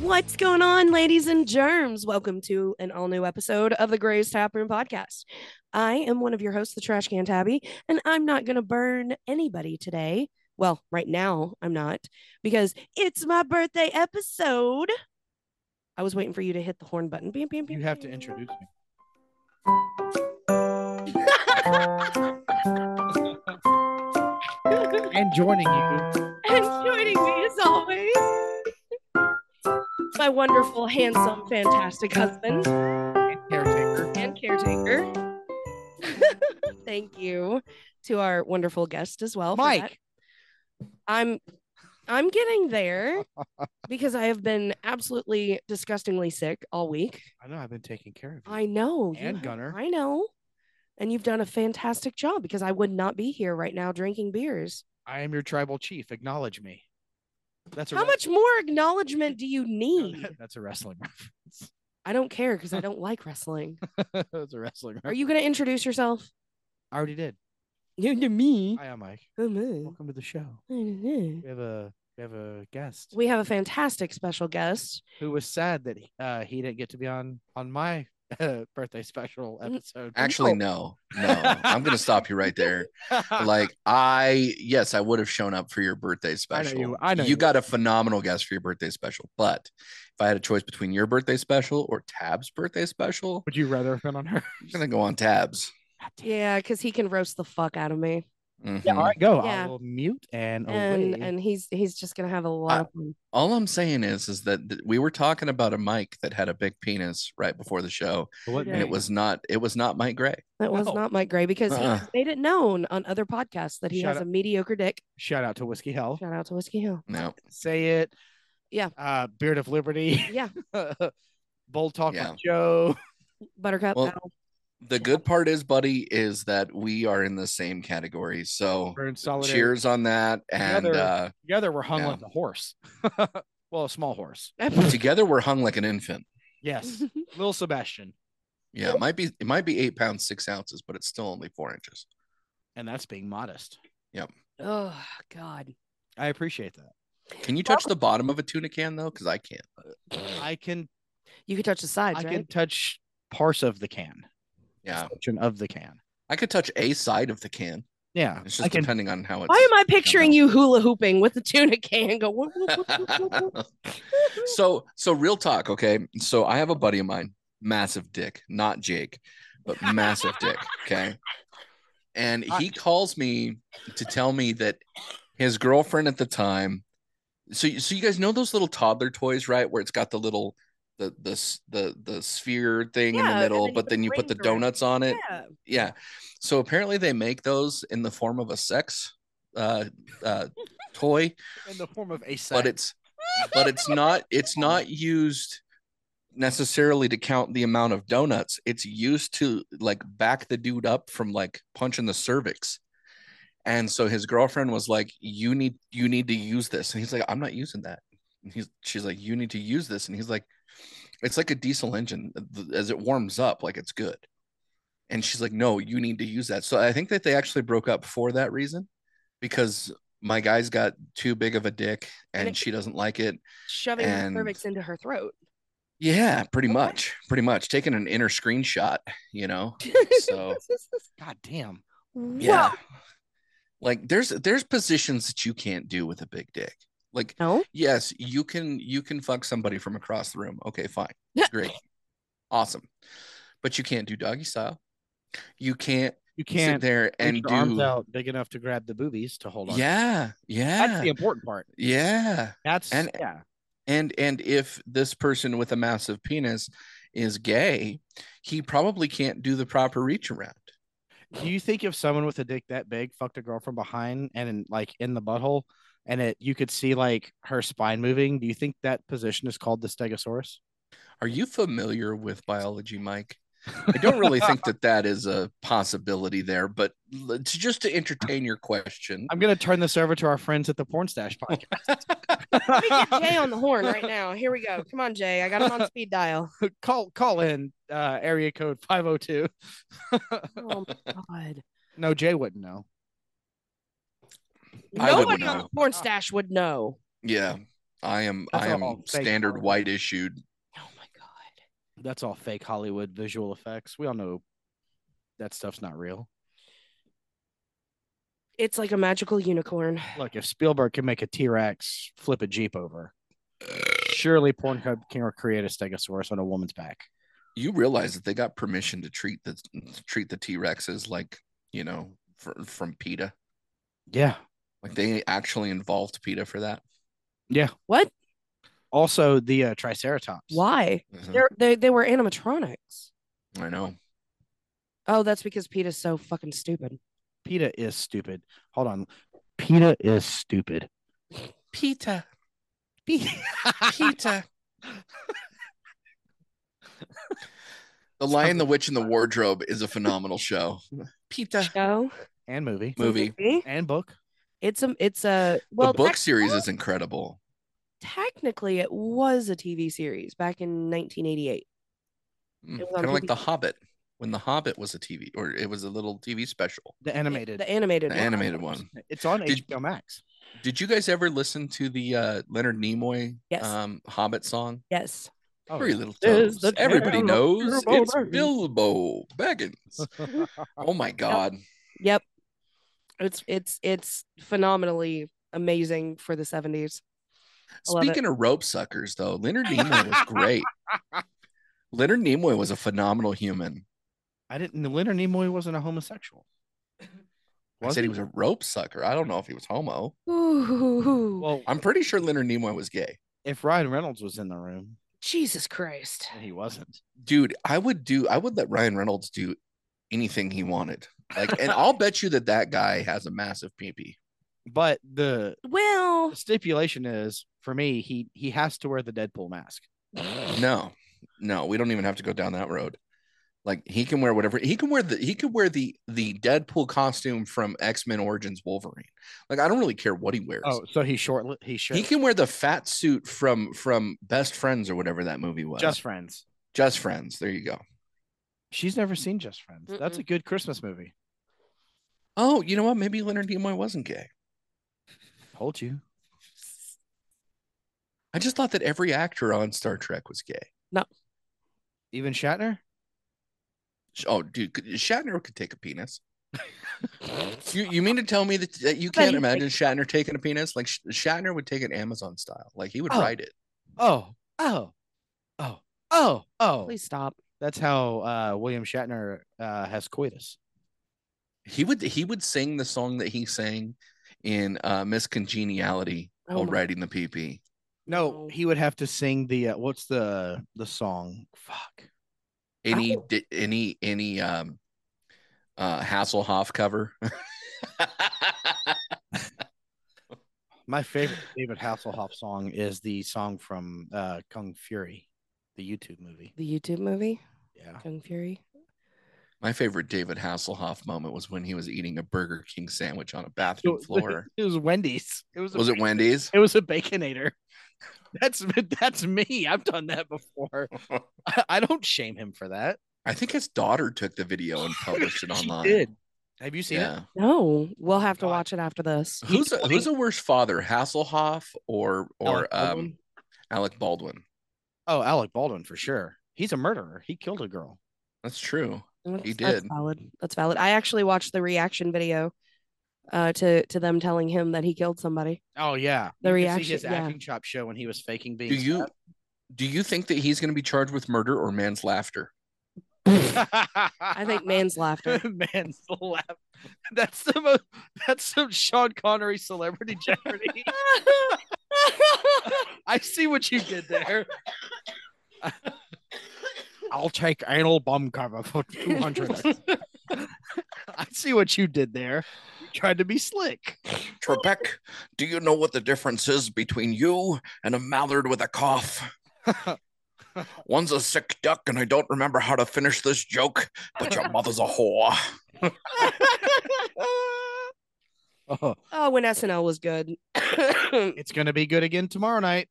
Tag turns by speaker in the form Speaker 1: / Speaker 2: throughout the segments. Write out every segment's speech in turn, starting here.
Speaker 1: What's going on, ladies and germs? Welcome to an all new episode of the Gray's Taproom Podcast. I am one of your hosts, the Trash Can Tabby, and I'm not going to burn anybody today. Well, right now, I'm not because it's my birthday episode. I was waiting for you to hit the horn button. Bam, bam, bam,
Speaker 2: You have to
Speaker 1: bam.
Speaker 2: introduce me. and joining you.
Speaker 1: And joining me as always, my wonderful, handsome, fantastic husband.
Speaker 2: and Caretaker.
Speaker 1: and caretaker. Thank you to our wonderful guest as well, for
Speaker 2: Mike.
Speaker 1: that. I'm I'm getting there because I have been absolutely disgustingly sick all week.
Speaker 2: I know I've been taking care of you.
Speaker 1: I know. you
Speaker 2: And
Speaker 1: have-
Speaker 2: Gunner.
Speaker 1: I know. And you've done a fantastic job because I would not be here right now drinking beers.
Speaker 2: I am your tribal chief. Acknowledge me. That's a
Speaker 1: How
Speaker 2: wrest-
Speaker 1: much more acknowledgement do you need?
Speaker 2: That's a wrestling.
Speaker 1: I don't care because I don't like wrestling.
Speaker 2: reference. That's a wrestling.
Speaker 1: Are
Speaker 2: reference.
Speaker 1: you going to introduce yourself?
Speaker 2: I already did.
Speaker 1: You to me.
Speaker 2: Hi, I'm Mike.
Speaker 1: Oh,
Speaker 2: Welcome to the show.
Speaker 1: man.
Speaker 2: We have a we have a guest
Speaker 1: We have a fantastic special guest.
Speaker 2: who was sad that he- uh, he didn't get to be on on my birthday special
Speaker 1: Mm.
Speaker 2: episode.
Speaker 3: Actually, no, no. I'm going to stop you right there. Like, I, yes, I would have shown up for your birthday special.
Speaker 2: you- I know you
Speaker 3: You got a phenomenal guest for your birthday special. But if I had a choice between your birthday special or Tab's birthday special,
Speaker 2: Would you rather have been on her?
Speaker 3: I'm going to go on Tab's.
Speaker 1: Yeah, because he can roast the fuck out of me,
Speaker 2: Yeah,
Speaker 3: Mhm.
Speaker 2: all right, go.
Speaker 1: Yeah.
Speaker 2: I will mute and
Speaker 1: and
Speaker 2: away.
Speaker 1: and he's he's just gonna have a lot of fun.
Speaker 3: All I'm saying is, is that th- we were talking about a Mike that had a big penis right before the show,
Speaker 2: What
Speaker 1: Yeah.
Speaker 3: and it
Speaker 2: name?
Speaker 3: was not, it was not Mike Gray.
Speaker 1: That was
Speaker 2: no.
Speaker 1: not Mike Gray because he
Speaker 3: Uh-uh.
Speaker 1: has made it known on other podcasts that he
Speaker 2: Shout
Speaker 1: has
Speaker 2: out-
Speaker 1: a mediocre dick.
Speaker 2: Shout out to Whiskey
Speaker 3: Oh.
Speaker 2: Hell.
Speaker 1: Shout out to Whiskey Hill.
Speaker 3: No,
Speaker 2: Say it.
Speaker 1: Yeah.
Speaker 2: Uh, Beard of Liberty.
Speaker 1: Yeah,
Speaker 2: Bold Talk
Speaker 3: Yeah.
Speaker 2: with Joe.
Speaker 1: Buttercup.
Speaker 3: Well,
Speaker 1: Owl.
Speaker 3: the good part is, buddy, is that we are in the same category. So
Speaker 2: We're in solidarity.
Speaker 3: cheers on that. And
Speaker 2: Together.
Speaker 3: uh,
Speaker 2: Together, we're hung
Speaker 3: Yeah.
Speaker 2: like a horse. well, a small horse.
Speaker 3: Together we're hung like an infant.
Speaker 2: Yes. Little Sebastian.
Speaker 3: Yeah, it might be it might be eight pounds six ounces, but it's still only four inches.
Speaker 2: And that's being modest.
Speaker 1: oh God.
Speaker 2: I appreciate that.
Speaker 3: Can you touch the bottom of a tuna can though? Because I can't.
Speaker 2: I can
Speaker 1: You could touch the sides,
Speaker 2: I
Speaker 1: right?
Speaker 2: can touch parts of the can.
Speaker 3: Yeah,
Speaker 2: Section of the can.
Speaker 3: I could touch a side of the can.
Speaker 2: Yeah.
Speaker 3: It's
Speaker 2: I
Speaker 3: just
Speaker 2: can
Speaker 3: depending on how it's.
Speaker 1: Why am I picturing you hula hooping with the tuna can? Go. whoop, whoop, whoop, whoop, whoop, whoop.
Speaker 3: so so real talk. Okay, so I have a buddy of mine, massive dick, not Jake, but massive dick. Okay, and he calls me to tell me that his girlfriend at the time. So you- so you guys know those little toddler toys, right? Where it's got the little the the s- the the sphere thing
Speaker 1: Yeah,
Speaker 3: in
Speaker 1: and
Speaker 3: the middle,
Speaker 1: then you
Speaker 3: but
Speaker 1: put
Speaker 3: then you put the
Speaker 1: rings around it.
Speaker 3: donuts on it.
Speaker 1: Yeah.
Speaker 3: Yeah. So apparently they make those in the form of a sex uh uh toy
Speaker 2: in the form of a side.
Speaker 3: but it's but it's not it's not used necessarily to count the amount of donuts it's used to like back the dude up from like punching the cervix and so his girlfriend was like you need you need to use this and he's like i'm not using that and he's she's like you need to use this and he's like it's like a diesel engine uh, Th- as it warms up like it's good and she's like no you need to use that so i think that they actually broke up for that reason because my guy's got too big of a dick
Speaker 1: And
Speaker 3: and,
Speaker 1: it-
Speaker 3: she doesn't like it
Speaker 1: Shoving
Speaker 3: And-
Speaker 1: her cervix into her throat.
Speaker 3: yeah pretty much pretty much taking an inner screenshot you know so
Speaker 2: God damn.
Speaker 3: yeah like there's there's positions that you can't do with a big dick like
Speaker 1: No.
Speaker 3: yes you can you can fuck somebody from across the room okay fine great awesome but you can't do doggy style you can't,
Speaker 2: You
Speaker 3: sit
Speaker 2: can't
Speaker 3: there
Speaker 2: reach
Speaker 3: and
Speaker 2: your
Speaker 3: do
Speaker 2: arms out big enough to grab the boobies to hold on.
Speaker 3: yeah yeah
Speaker 2: That's the important part.
Speaker 3: yeah
Speaker 2: That's
Speaker 3: And-
Speaker 2: yeah.
Speaker 3: and and if this person with a massive penis is gay he probably can't do the proper reach around
Speaker 2: Do you think if someone with a dick that big fucked a girl from behind and in- like in the butthole, and it you could see like her spine moving? Do you think that position is called the stegosaurus?
Speaker 3: are you familiar with biology mike i don't really think that that is a possibility there but l- to, just to entertain your question
Speaker 2: I'm gonna turn this over to our friends at the Porn Stash
Speaker 1: Let me get
Speaker 2: podcast.
Speaker 1: Jay on the horn right now. Here we go. Come on, Jay. I got him on speed dial.
Speaker 2: call call in uh, area code 502.
Speaker 1: Oh my god.
Speaker 2: No, Jay wouldn't know.
Speaker 3: I wouldn't
Speaker 1: Nobody on the
Speaker 3: know.
Speaker 1: porn stash would know.
Speaker 3: yeah I am
Speaker 2: That's
Speaker 3: I
Speaker 2: all
Speaker 3: am
Speaker 2: fake
Speaker 3: standard
Speaker 2: Hollywood.
Speaker 3: white issued.
Speaker 1: Oh my god.
Speaker 2: That's all fake Hollywood visual effects. We all know that stuff's not real.
Speaker 1: It's like a magical unicorn.
Speaker 2: Look, if Spielberg can make a T Rex flip a Jeep over, surely Pornhub can create a Stegosaurus on a woman's back.
Speaker 3: You realize that they got permission to treat the to treat the T Rexes like you know fr from PETA.
Speaker 2: Yeah.
Speaker 3: Like they actually involved PETA for that.
Speaker 1: What?
Speaker 2: Also, the uh, Triceratops.
Speaker 1: Why?
Speaker 3: Mhm.
Speaker 1: They're, they they were animatronics.
Speaker 3: I know.
Speaker 1: Oh, that's because Peta's so fucking stupid.
Speaker 2: PETA is stupid. Hold on. PETA is stupid.
Speaker 3: PETA.
Speaker 2: PETA.
Speaker 3: PETA. the Lion, the Witch, and the Wardrobe is a phenomenal show. PETA
Speaker 1: Show
Speaker 2: and movie.
Speaker 3: movie.
Speaker 1: See?
Speaker 2: And book.
Speaker 1: It's a it's a well
Speaker 3: the book
Speaker 1: tec-
Speaker 3: series is incredible.
Speaker 1: technically it was a TV series back in 1988.
Speaker 3: Kind
Speaker 1: It was on
Speaker 3: of Mm, like
Speaker 1: TV.
Speaker 3: The Hobbit, when The Hobbit was a TV, or it was a little TV special.
Speaker 2: The animated.
Speaker 1: the animated
Speaker 3: The
Speaker 1: one.
Speaker 3: animated one.
Speaker 2: It's on
Speaker 3: Did-
Speaker 2: HBO Max.
Speaker 3: Did you guys ever listen to the uh, Leonard Nimoy
Speaker 1: Yes.
Speaker 3: um, Hobbit song?
Speaker 1: Yes.
Speaker 2: Oh,
Speaker 3: Three little
Speaker 2: There's
Speaker 3: toes.
Speaker 2: the
Speaker 3: Everybody
Speaker 2: town of
Speaker 3: knows
Speaker 2: Bilbo
Speaker 3: it's
Speaker 2: Baggins.
Speaker 3: Bilbo Baggins. Oh my God.
Speaker 1: Yep. It's it's it's phenomenally amazing for the 70s. I love it.
Speaker 3: Speaking of rope suckers, though, Leonard Nimoy was great. Leonard Nimoy was a phenomenal human.
Speaker 2: I didn't. Leonard Nimoy wasn't a homosexual.
Speaker 3: I said he was a rope sucker. I don't know if he was homo.
Speaker 1: Ooh.
Speaker 2: Well,
Speaker 3: I'm pretty sure Leonard Nimoy was gay.
Speaker 2: if Ryan Reynolds was in the room,
Speaker 1: Jesus Christ.
Speaker 2: and he wasn't.
Speaker 3: Dude, I would do, I would let Ryan Reynolds do anything he wanted. Like, and I'll bet you that that guy has a massive peepee.
Speaker 2: But the
Speaker 1: Well,
Speaker 2: stipulation is for me, he he has to wear the Deadpool mask.
Speaker 3: No, no, we don't even have to go down that road. Like he can wear whatever he can wear the he can wear the the Deadpool costume from X Men Origins Wolverine. Like I don't really care what he wears.
Speaker 2: Oh, so he's short. He's short.
Speaker 3: He can wear the fat suit from from Best Friends or whatever that movie was.
Speaker 2: just friends.
Speaker 3: Just Friends. There you go.
Speaker 2: She's never seen Just Friends. That's a good Christmas movie.
Speaker 3: Oh, you know what? Maybe Leonard Nimoy wasn't gay.
Speaker 2: Told you.
Speaker 3: I just thought that every actor on Star Trek was gay.
Speaker 2: Even Shatner.
Speaker 3: Sh- Oh, dude, could- Shatner could take a penis. you you mean to tell me that, that you
Speaker 1: bet
Speaker 3: can't
Speaker 1: he'd take-
Speaker 3: imagine Shatner taking a penis? Like Sh- Shatner would take it Amazon style. Like he would
Speaker 2: Oh.
Speaker 3: ride it.
Speaker 2: Oh, oh, oh, oh, oh.
Speaker 1: please stop.
Speaker 2: That's how uh, William Shatner uh, has coitus.
Speaker 3: He would he would sing the song that he sang in uh, Miss Congeniality
Speaker 1: Oh
Speaker 3: while
Speaker 1: my-
Speaker 3: riding the PP.
Speaker 2: No,
Speaker 1: No.
Speaker 2: he would have to sing the uh, what's the the song? Fuck.
Speaker 3: Any di- any any um uh Hasselhoff cover.
Speaker 2: My favorite David Hasselhoff song is the song from uh, Kung Fury, the YouTube movie.
Speaker 1: The YouTube movie
Speaker 2: Yeah.
Speaker 1: Kung Fury.
Speaker 3: My favorite David Hasselhoff moment was when he was eating a Burger King sandwich on a bathroom floor.
Speaker 2: It was Wendy's. It was. A,
Speaker 3: Was it Wendy's?
Speaker 2: It was a baconator. That's that's me. I've done that before. I, I don't shame him for that.
Speaker 3: I think his daughter took the video and published it
Speaker 2: She
Speaker 3: online.
Speaker 2: did. Have you seen it?
Speaker 3: Yeah.
Speaker 1: No, we'll have to
Speaker 2: God.
Speaker 1: watch it after this.
Speaker 3: Who's a, who's a worse father, Hasselhoff or or
Speaker 2: Alec Baldwin?
Speaker 3: um Alec Baldwin?
Speaker 2: Oh, Alec Baldwin for sure. He's a murderer. He killed a girl.
Speaker 3: That's true.
Speaker 1: That's,
Speaker 3: He
Speaker 1: that's
Speaker 3: did.
Speaker 1: valid. That's valid. I actually watched the reaction video uh to to them telling him that he killed somebody.
Speaker 2: Oh yeah.
Speaker 1: The
Speaker 2: You could
Speaker 1: reaction-
Speaker 2: See his
Speaker 1: yeah.
Speaker 2: acting chop show when he was faking being.
Speaker 3: Do you
Speaker 2: stabbed.
Speaker 3: do you think that he's going to be charged with murder or man's laughter?
Speaker 1: I think man's laughter.
Speaker 2: Man's laugh. That's the most. That's some Sean Connery celebrity jeopardy. I see what you did there. I'll take anal bum cover for two hundred. I see what you did there. You tried to be slick.
Speaker 3: Trebek, do you know what the difference is between you and a mallard with a cough? One's a sick duck, and I don't remember how to finish this joke, but your mother's a whore.
Speaker 2: Oh,
Speaker 1: oh, when SNL was good.
Speaker 2: it's gonna be good again tomorrow night.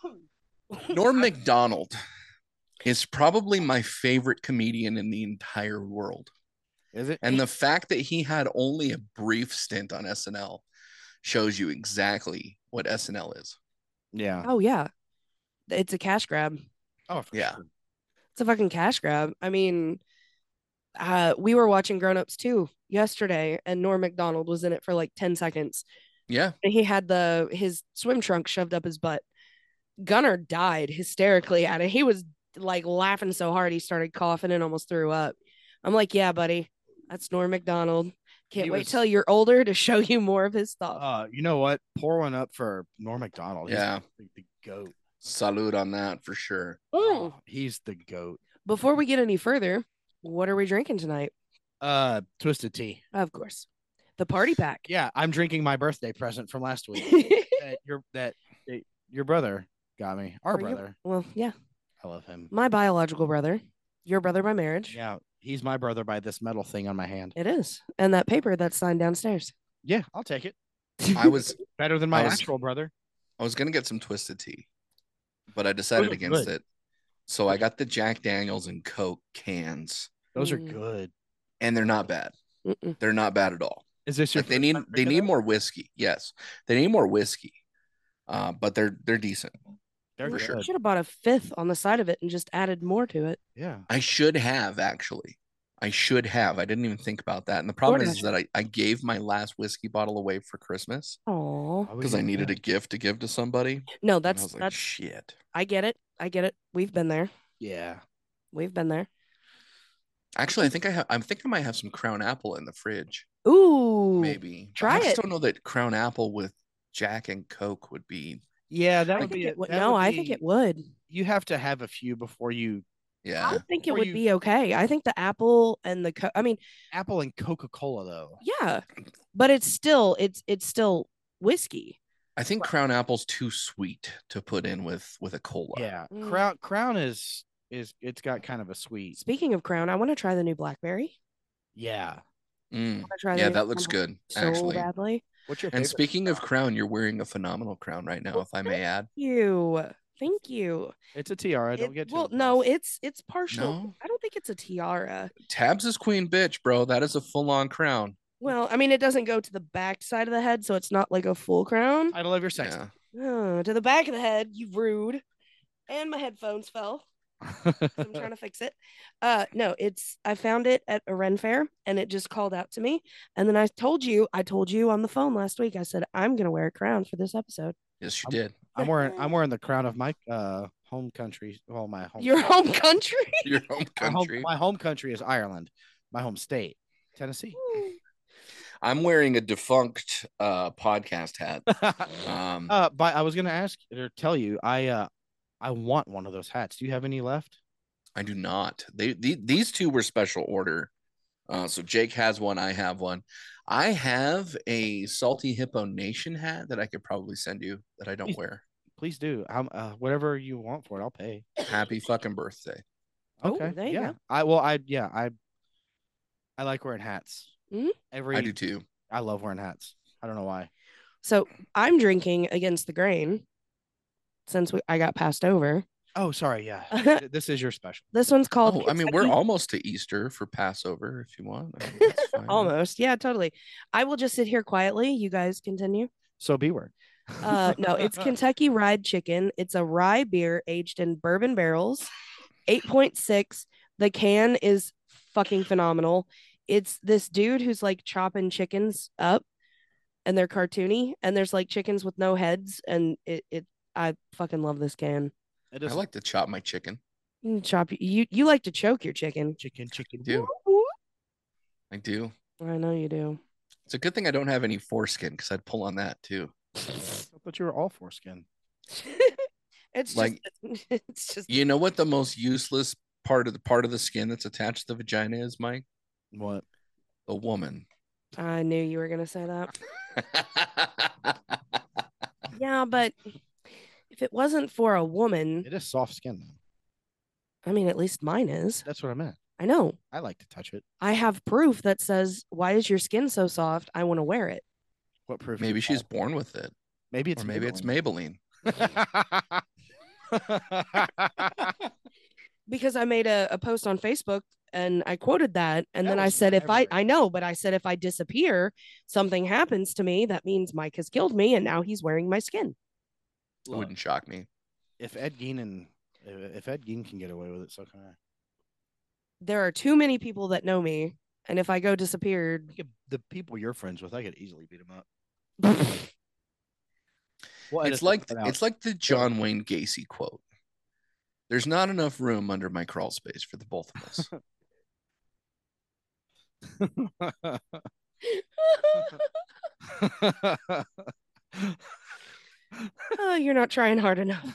Speaker 3: Norm MacDonald is probably my favorite comedian in the entire world.
Speaker 2: Is it?
Speaker 3: And the fact that he had only a brief stint on SNL shows you exactly what SNL is.
Speaker 2: Yeah.
Speaker 1: Oh yeah. It's a cash grab.
Speaker 2: Oh, for
Speaker 3: Yeah.
Speaker 2: sure.
Speaker 1: It's a fucking cash grab. I mean, uh, we were watching Grown Ups 2 yesterday, and Norm McDonald was in it for like 10 seconds.
Speaker 3: Yeah.
Speaker 1: And he had the his swim trunk shoved up his butt. Gunner died hysterically at it. He was like laughing so hard he started coughing and almost threw up. I'm like, yeah, buddy, that's Norm McDonald. Can't
Speaker 3: He
Speaker 1: wait
Speaker 3: was-
Speaker 1: till you're older to show you more of his stuff.
Speaker 2: Uh, you know what? Pour one up for Norm McDonald. Oh, He's
Speaker 3: Yeah.
Speaker 2: like the goat.
Speaker 3: Salute on that for sure.
Speaker 1: Mm.
Speaker 2: Oh, he's the goat.
Speaker 1: Before we get any further, what are we drinking tonight?
Speaker 2: Uh, twisted tea.
Speaker 1: Of course, the party pack.
Speaker 2: Yeah, I'm drinking my birthday present from last week. that your that, that your brother got me. Our
Speaker 1: For you.
Speaker 2: brother.
Speaker 1: well, yeah,
Speaker 2: I love him.
Speaker 1: my biological brother, your brother by marriage.
Speaker 2: Yeah, he's my brother by this metal thing on my hand.
Speaker 1: It is, and that paper that's signed downstairs.
Speaker 2: Yeah, I'll take it.
Speaker 3: I was
Speaker 2: Better than my
Speaker 3: I was-
Speaker 2: actual brother.
Speaker 3: I was gonna get some twisted tea, but I decided
Speaker 2: look
Speaker 3: against
Speaker 2: good.
Speaker 3: it. So I got the Jack Daniels and Coke cans,
Speaker 2: Those are
Speaker 1: Mm.
Speaker 2: good.
Speaker 3: and they're not bad.
Speaker 1: Mm-mm.
Speaker 3: They're not bad at all.
Speaker 2: Is this your
Speaker 3: Like they
Speaker 2: first
Speaker 3: need
Speaker 2: time
Speaker 3: they
Speaker 2: drinking
Speaker 3: need
Speaker 2: those?
Speaker 3: more whiskey. Yes, they need more whiskey, uh, but they're they're decent.
Speaker 2: They're
Speaker 3: for sure.
Speaker 2: good.
Speaker 1: Should have bought a fifth on the side of it and just added more to it.
Speaker 2: Yeah.
Speaker 3: I should have actually. I should have. I didn't even think about that. And the problem is, is that I, I gave my last whiskey bottle away for Christmas
Speaker 1: Oh
Speaker 2: Why would
Speaker 3: because
Speaker 2: you
Speaker 3: I
Speaker 2: do
Speaker 3: needed
Speaker 2: that?
Speaker 3: a gift to give to somebody. And
Speaker 1: no,
Speaker 3: I
Speaker 1: that's
Speaker 3: was like,
Speaker 1: that's.
Speaker 3: shit.
Speaker 1: I get it. I get it. We've been there.
Speaker 2: Yeah.
Speaker 1: We've been there.
Speaker 3: Actually, I think I have. I think I might have some Crown Apple in the fridge.
Speaker 1: Ooh,
Speaker 3: Maybe. But
Speaker 1: Try
Speaker 3: I just
Speaker 1: it.
Speaker 3: don't know that Crown Apple with Jack and Coke would be.
Speaker 2: Yeah, that
Speaker 1: I
Speaker 2: would
Speaker 1: think
Speaker 2: be
Speaker 1: it
Speaker 2: it.
Speaker 1: would,
Speaker 2: that
Speaker 1: no,
Speaker 2: would
Speaker 1: I think
Speaker 2: be-
Speaker 1: it would.
Speaker 2: You have to have a few before you
Speaker 1: I
Speaker 3: Yeah.
Speaker 1: think it
Speaker 2: Or
Speaker 1: would
Speaker 2: you-
Speaker 1: be okay. I think the apple and the co- I mean,
Speaker 2: Apple and Coca Cola though.
Speaker 1: yeah, but it's still it's it's still whiskey.
Speaker 3: I think Crown Apple's too sweet to put in with with a cola.
Speaker 2: Yeah,
Speaker 1: Mm.
Speaker 2: Crown Crown is is it's got kind of a sweet.
Speaker 1: Speaking of Crown, I want to try the new blackberry.
Speaker 2: Yeah.
Speaker 1: I
Speaker 3: Mm.
Speaker 1: want to try the
Speaker 3: Yeah,
Speaker 1: new
Speaker 3: that looks
Speaker 1: Crumble
Speaker 3: good
Speaker 1: so
Speaker 3: actually.
Speaker 1: badly.
Speaker 2: What's your
Speaker 3: And
Speaker 2: favorite
Speaker 3: speaking of
Speaker 2: crown?
Speaker 3: crown, you're wearing a phenomenal crown right now,
Speaker 1: Well,
Speaker 3: if I may add.
Speaker 1: You, thank you.
Speaker 2: it's a tiara. Don't
Speaker 1: It-
Speaker 2: get too
Speaker 1: well, no,
Speaker 2: impressed.
Speaker 1: it's it's partial.
Speaker 3: No.
Speaker 1: I don't think it's a tiara.
Speaker 3: Tabs is queen bitch, bro. That is a full on crown.
Speaker 1: Well, I mean, it doesn't go to the back side of the head, so it's not like a full crown.
Speaker 2: title of your sex.
Speaker 3: Yeah.
Speaker 1: Oh, to the back of the head, you rude. And my headphones fell. so I'm trying to fix it. Uh, no, it's I found it at a Ren fair and it just called out to me. And then I told you, I told you on the phone last week. I said I'm gonna wear a crown for this episode.
Speaker 3: Yes, you
Speaker 2: I'm-
Speaker 3: did.
Speaker 2: I'm wearing I'm wearing the crown of my uh home country. Well, my home
Speaker 1: Your home country.
Speaker 3: Your home
Speaker 2: my home-
Speaker 3: country.
Speaker 2: my home country is Ireland. My home state, Tennessee.
Speaker 3: I'm wearing a defunct uh podcast hat. Um
Speaker 2: Uh, but I was gonna ask or tell you, I uh, I want one of those hats. Do you have any left?
Speaker 3: I do not. They, the- these two were special order. Uh, so Jake has one. I have one. I have a Salty Hippo Nation hat that I could probably send you that I don't
Speaker 2: Please.
Speaker 3: wear.
Speaker 2: Please do. i uh, whatever you want for it, I'll pay.
Speaker 3: Happy fucking birthday.
Speaker 1: Oh, there you
Speaker 2: yeah.
Speaker 1: go.
Speaker 2: I well, I yeah, I I like wearing hats.
Speaker 1: Mhm.
Speaker 2: Every
Speaker 3: I do too.
Speaker 2: I love wearing hats. I don't know why.
Speaker 1: So I'm drinking against the grain since we, I got passed over.
Speaker 2: Oh, sorry. Yeah, Th- this is your special.
Speaker 1: This one's called
Speaker 3: Oh, I mean, we're
Speaker 1: Kentucky-
Speaker 3: almost to Easter for Passover if you want. I mean, that's fine.
Speaker 1: almost. Yeah, totally. I will just sit here quietly. You guys continue.
Speaker 2: So B word.
Speaker 1: Uh, no, it's Kentucky Ride Chicken. It's a rye beer aged in bourbon barrels, 8.6. The can is fucking phenomenal. It's this dude who's like chopping chickens up and they're cartoony and there's like chickens with no heads and it, it I fucking love this can.
Speaker 2: It
Speaker 3: I
Speaker 2: is
Speaker 3: like to chop my chicken.
Speaker 1: You can chop you you like to choke your chicken.
Speaker 2: chicken, chicken.
Speaker 3: Do I do?
Speaker 1: I know you do.
Speaker 3: It's a good thing I don't have any foreskin because I'd pull on that too.
Speaker 2: I thought you were all foreskin.
Speaker 1: It's
Speaker 3: Like-
Speaker 1: just it's just
Speaker 3: You know what the most useless part of the part of the skin that's attached to the vagina is, Mike?
Speaker 2: What?
Speaker 1: Mm-hmm.
Speaker 3: A woman.
Speaker 1: I knew you were gonna say that. Yeah, but if it wasn't for a woman,
Speaker 2: It is soft skin. Though.
Speaker 1: I mean, at least mine is.
Speaker 2: That's what I meant.
Speaker 1: I know.
Speaker 2: I like to touch it.
Speaker 1: I have proof that says, "Why is your skin so soft? I want to wear it."
Speaker 2: What proof? do
Speaker 3: Maybe
Speaker 2: you
Speaker 3: she's
Speaker 2: have?
Speaker 3: born with it.
Speaker 2: Maybe it's
Speaker 3: or maybe it's Maybelline.
Speaker 2: Maybelline.
Speaker 1: Because I made a, a post on Facebook and I quoted that, and
Speaker 2: That
Speaker 1: then I
Speaker 2: was
Speaker 1: said, "If I
Speaker 2: everywhere.
Speaker 1: I know, but I said if I disappear, something happens to me. That means Mike has killed me, and now he's wearing my skin."
Speaker 3: It wouldn't shock me.
Speaker 2: If Ed Gein if Ed Gein can get away with it, so can I.
Speaker 1: There are too many people that know me, and if I go disappeared,
Speaker 2: I could- the people you're friends with, I could easily beat them up. Well, and
Speaker 3: It's like
Speaker 2: not
Speaker 3: it's like the John Wayne Gacy quote. There's not enough room under my crawl space for the both of us.
Speaker 2: out.
Speaker 1: oh, you're not trying hard enough.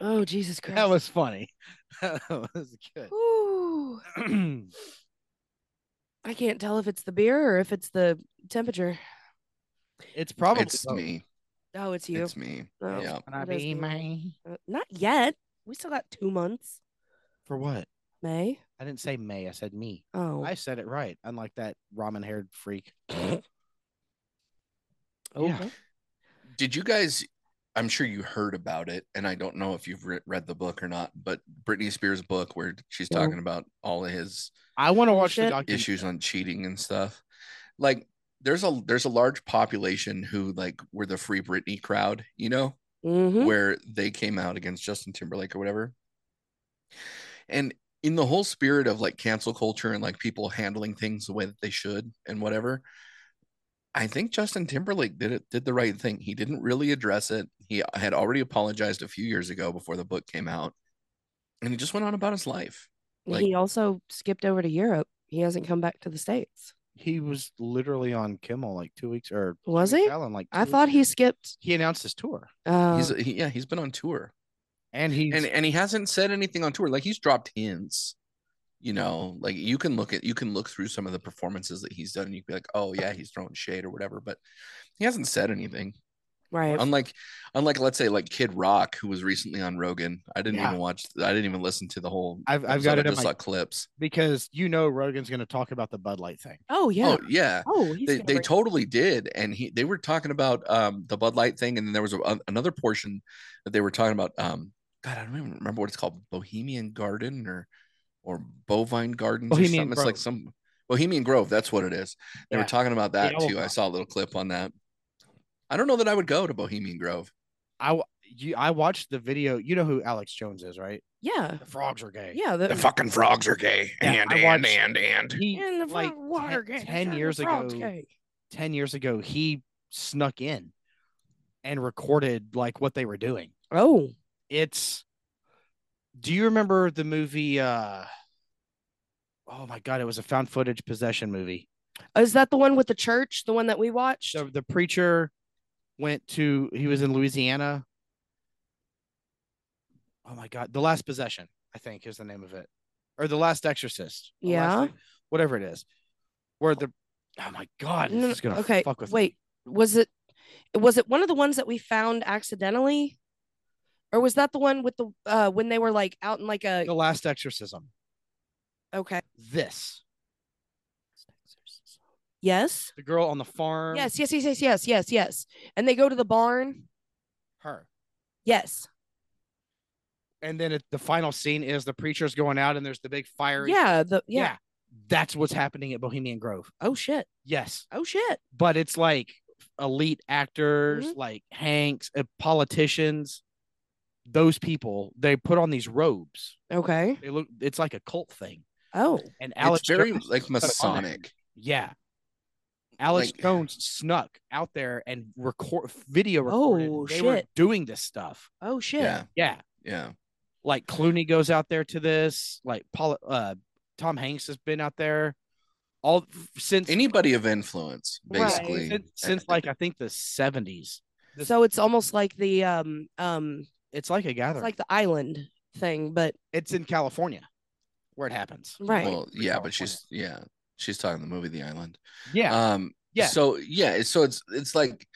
Speaker 1: Oh, Jesus Christ.
Speaker 2: that was funny. That was good.
Speaker 1: Ooh, I can't tell if it's the beer or if it's the temperature.
Speaker 2: it's probably
Speaker 3: it's
Speaker 2: both.
Speaker 3: me.
Speaker 1: Oh, it's you.
Speaker 3: It's me.
Speaker 1: Oh.
Speaker 3: Yeah.
Speaker 2: Can I
Speaker 1: It is
Speaker 2: be
Speaker 1: me.
Speaker 2: mine?
Speaker 1: Uh, not yet. We still got two months.
Speaker 2: For what?
Speaker 1: May.
Speaker 2: I didn't say May. I said me.
Speaker 1: Oh.
Speaker 2: I said it right. Unlike that ramen haired freak.
Speaker 1: okay.
Speaker 3: Did you guys? I'm sure you heard about it, and I don't know if you've re- read the book or not. But Britney Spears' book, where she's
Speaker 1: No.
Speaker 3: talking about all of his
Speaker 2: I want to
Speaker 1: Oh,
Speaker 2: watch the
Speaker 1: shit.
Speaker 2: documentary.
Speaker 3: issues on cheating and stuff, like there's a there's a large population who like were the Free Britney crowd, you know,
Speaker 1: Mhm.
Speaker 3: where they came out against Justin Timberlake or whatever. And in the whole spirit of like cancel culture and like people handling things the way that they should and whatever, I think Justin Timberlake did it did the right thing. He didn't really address it. He had already apologized a few years ago before the book came out. And he just went on about his life. like-
Speaker 1: he also skipped over to Europe. He hasn't come back to the States.
Speaker 2: He was literally on Kimmel like two weeks or two
Speaker 1: Was
Speaker 2: weeks
Speaker 1: he?
Speaker 2: Allen, like
Speaker 1: I
Speaker 2: two
Speaker 1: thought
Speaker 2: weeks
Speaker 1: he
Speaker 2: ago.
Speaker 1: skipped.
Speaker 2: he announced his tour
Speaker 1: Uh,
Speaker 3: he's he, yeah, he's been on tour.
Speaker 2: and he's
Speaker 3: and and he hasn't said anything on tour like he's dropped hints you know like you can look at you can look through some of the performances that he's done and you can be like oh yeah he's throwing shade or whatever but he hasn't said anything
Speaker 1: right.
Speaker 3: unlike unlike let's say like kid rock who was recently on rogan i didn't
Speaker 2: Yeah.
Speaker 3: even watch i didn't even listen to the whole
Speaker 2: I've, I've
Speaker 3: episode.
Speaker 2: got
Speaker 3: I
Speaker 2: it in
Speaker 3: just
Speaker 2: my
Speaker 3: saw clips
Speaker 2: because you know Rogan's going to talk about the Bud Light thing.
Speaker 1: oh yeah.
Speaker 3: oh yeah
Speaker 1: Oh, he's
Speaker 3: they,
Speaker 1: gonna
Speaker 3: they
Speaker 1: bring-
Speaker 3: totally did and he they were talking about um the bud light thing and then there was a, another portion that they were talking about um god i don't even remember what it's called bohemian garden or or bovine gardens or
Speaker 2: Bohemian
Speaker 3: something. it's like
Speaker 2: Grove.
Speaker 3: some bohemian grove that's what it is they
Speaker 2: Yeah.
Speaker 3: were talking about that
Speaker 2: old
Speaker 3: too i
Speaker 2: one.
Speaker 3: saw a little clip on that i don't know that i would go to bohemian grove
Speaker 2: I w- you, I watched the video. You know who Alex Jones is, right?
Speaker 1: yeah.
Speaker 2: The frogs are gay.
Speaker 1: Yeah. The,
Speaker 3: fucking frogs are gay
Speaker 2: Yeah, I watched-
Speaker 3: and
Speaker 2: He,
Speaker 1: and the
Speaker 2: like,
Speaker 1: water
Speaker 2: ten-
Speaker 1: gate.
Speaker 2: 10
Speaker 1: and the
Speaker 2: years
Speaker 1: frog's
Speaker 2: ago,
Speaker 1: gate.
Speaker 2: 10 years ago he snuck in and recorded like what they were doing
Speaker 1: Oh.
Speaker 2: it's do you remember the movie uh oh my god it was a found footage possession movie
Speaker 1: Is that the one with the church? The one that we watched?
Speaker 2: so the preacher went to he was in louisiana oh my god the last possession i think is the name of it or the last exorcist The Last
Speaker 1: Yeah.
Speaker 2: Ex- whatever it is where the oh my god this
Speaker 1: No, no,
Speaker 2: is gonna
Speaker 1: okay,
Speaker 2: fuck with me.
Speaker 1: wait. Was it was it one of the ones that we found accidentally? Or was that the one with the uh when they were like out in like a
Speaker 2: the last exorcism
Speaker 1: okay.
Speaker 2: this
Speaker 1: Yes.
Speaker 2: the girl on the farm
Speaker 1: Yes, yes, yes, yes, yes, yes, yes. And they go to the barn.
Speaker 2: her
Speaker 1: Yes.
Speaker 2: and then it, the final scene is the preacher's going out and there's the big fire.
Speaker 1: Yeah, the yeah.
Speaker 2: That's what's happening at Bohemian Grove.
Speaker 1: Oh shit.
Speaker 2: Yes.
Speaker 1: Oh shit.
Speaker 2: But it's like elite actors
Speaker 3: Mm-hmm.
Speaker 2: like Hanks, uh, politicians, those people, they put on these robes.
Speaker 1: Okay.
Speaker 2: They look, it's like a cult thing.
Speaker 1: Oh.
Speaker 2: And Alex
Speaker 3: it's very
Speaker 2: Jones
Speaker 3: like
Speaker 2: snuck on there.
Speaker 3: masonic
Speaker 2: Yeah. Alex
Speaker 3: Like-
Speaker 2: Jones snuck out there and record video recorded.
Speaker 1: Oh,
Speaker 2: they were
Speaker 1: shit.
Speaker 2: doing this stuff.
Speaker 1: Oh shit.
Speaker 3: yeah
Speaker 2: Yeah.
Speaker 3: yeah
Speaker 2: like Clooney goes out there to this. Like Paul, uh, Tom Hanks has been out there all f- since
Speaker 3: anybody of influence
Speaker 1: Right.
Speaker 3: basically Eh,
Speaker 2: since, since like I think the seventies. This-
Speaker 1: So it's almost like the um um
Speaker 2: It's like a
Speaker 1: it's
Speaker 2: gathering.
Speaker 1: like the island thing, but
Speaker 2: it's in California where it happens.
Speaker 1: right.
Speaker 3: Well, yeah,
Speaker 2: California.
Speaker 3: but she's yeah, she's talking the movie The Island.
Speaker 2: Yeah,
Speaker 3: Um
Speaker 2: Yeah.
Speaker 3: So yeah, it's- so it's it's like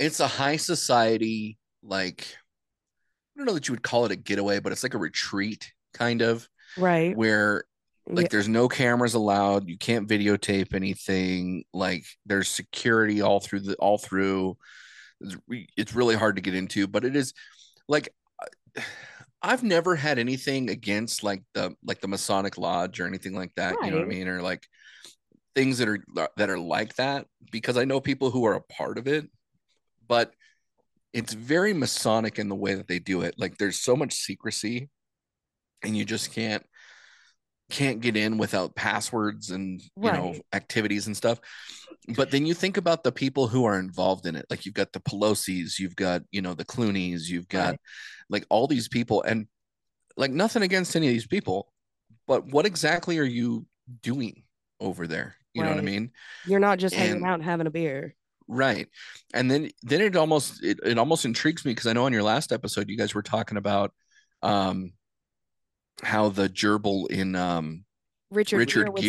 Speaker 3: it's a high society like I don't know that you would call it a getaway, but it's like a retreat kind of
Speaker 1: right.
Speaker 3: where like
Speaker 1: Yeah.
Speaker 3: there's no cameras allowed, you can't videotape anything, like there's security all through the all through it's, re- it's really hard to get into, but it is like I- I've never had anything against like the like the Masonic lodge or anything like that, you know what I
Speaker 1: Right.
Speaker 3: mean, or like things that are that are like that because I know people who are a part of it, but it's very Masonic in the way that they do it. Like there's so much secrecy, and you just can't can't get in without passwords and you know
Speaker 1: Right.
Speaker 3: activities and stuff but then you think about the people who are involved in it like you've got the pelosi's you've got you know the clooney's you've got
Speaker 1: Right.
Speaker 3: like all these people and like nothing against any of these people but what exactly are you doing over there you know what i
Speaker 1: Right.
Speaker 3: mean
Speaker 1: You're not just hanging
Speaker 3: And-
Speaker 1: out and having a beer.
Speaker 3: right and then then it almost it, it almost intrigues me because i know on your last episode you guys were talking about um how the gerbil in um
Speaker 1: Richard,
Speaker 3: Richard
Speaker 1: Gere was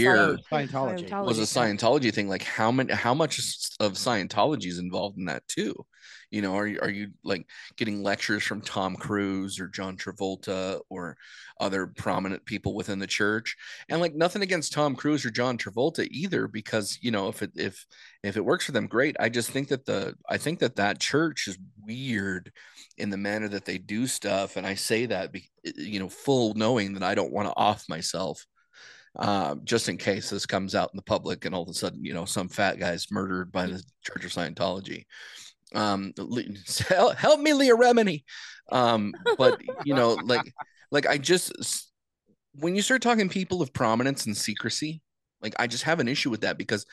Speaker 3: Gere
Speaker 1: selling
Speaker 2: Scientology.
Speaker 3: was a Scientology thing. Like how many, how much s- of Scientology is involved in that too? You know, are you, are you like getting lectures from Tom Cruise or John Travolta or other prominent people within the church? And like nothing against Tom Cruise or John Travolta either, because you know if it if if it works for them, great. I just think that the I think that that church is weird in the manner that they do stuff, and I say that be, you know full knowing that I don't want to off myself um, just in case this comes out in the public and all of a sudden, you know, some fat guy's murdered by the Church of Scientology. Um, Le- help, help me, Leah Remini. Um, but you know, like, like I just s- when you start talking people of prominence and secrecy, like I just have an issue with that because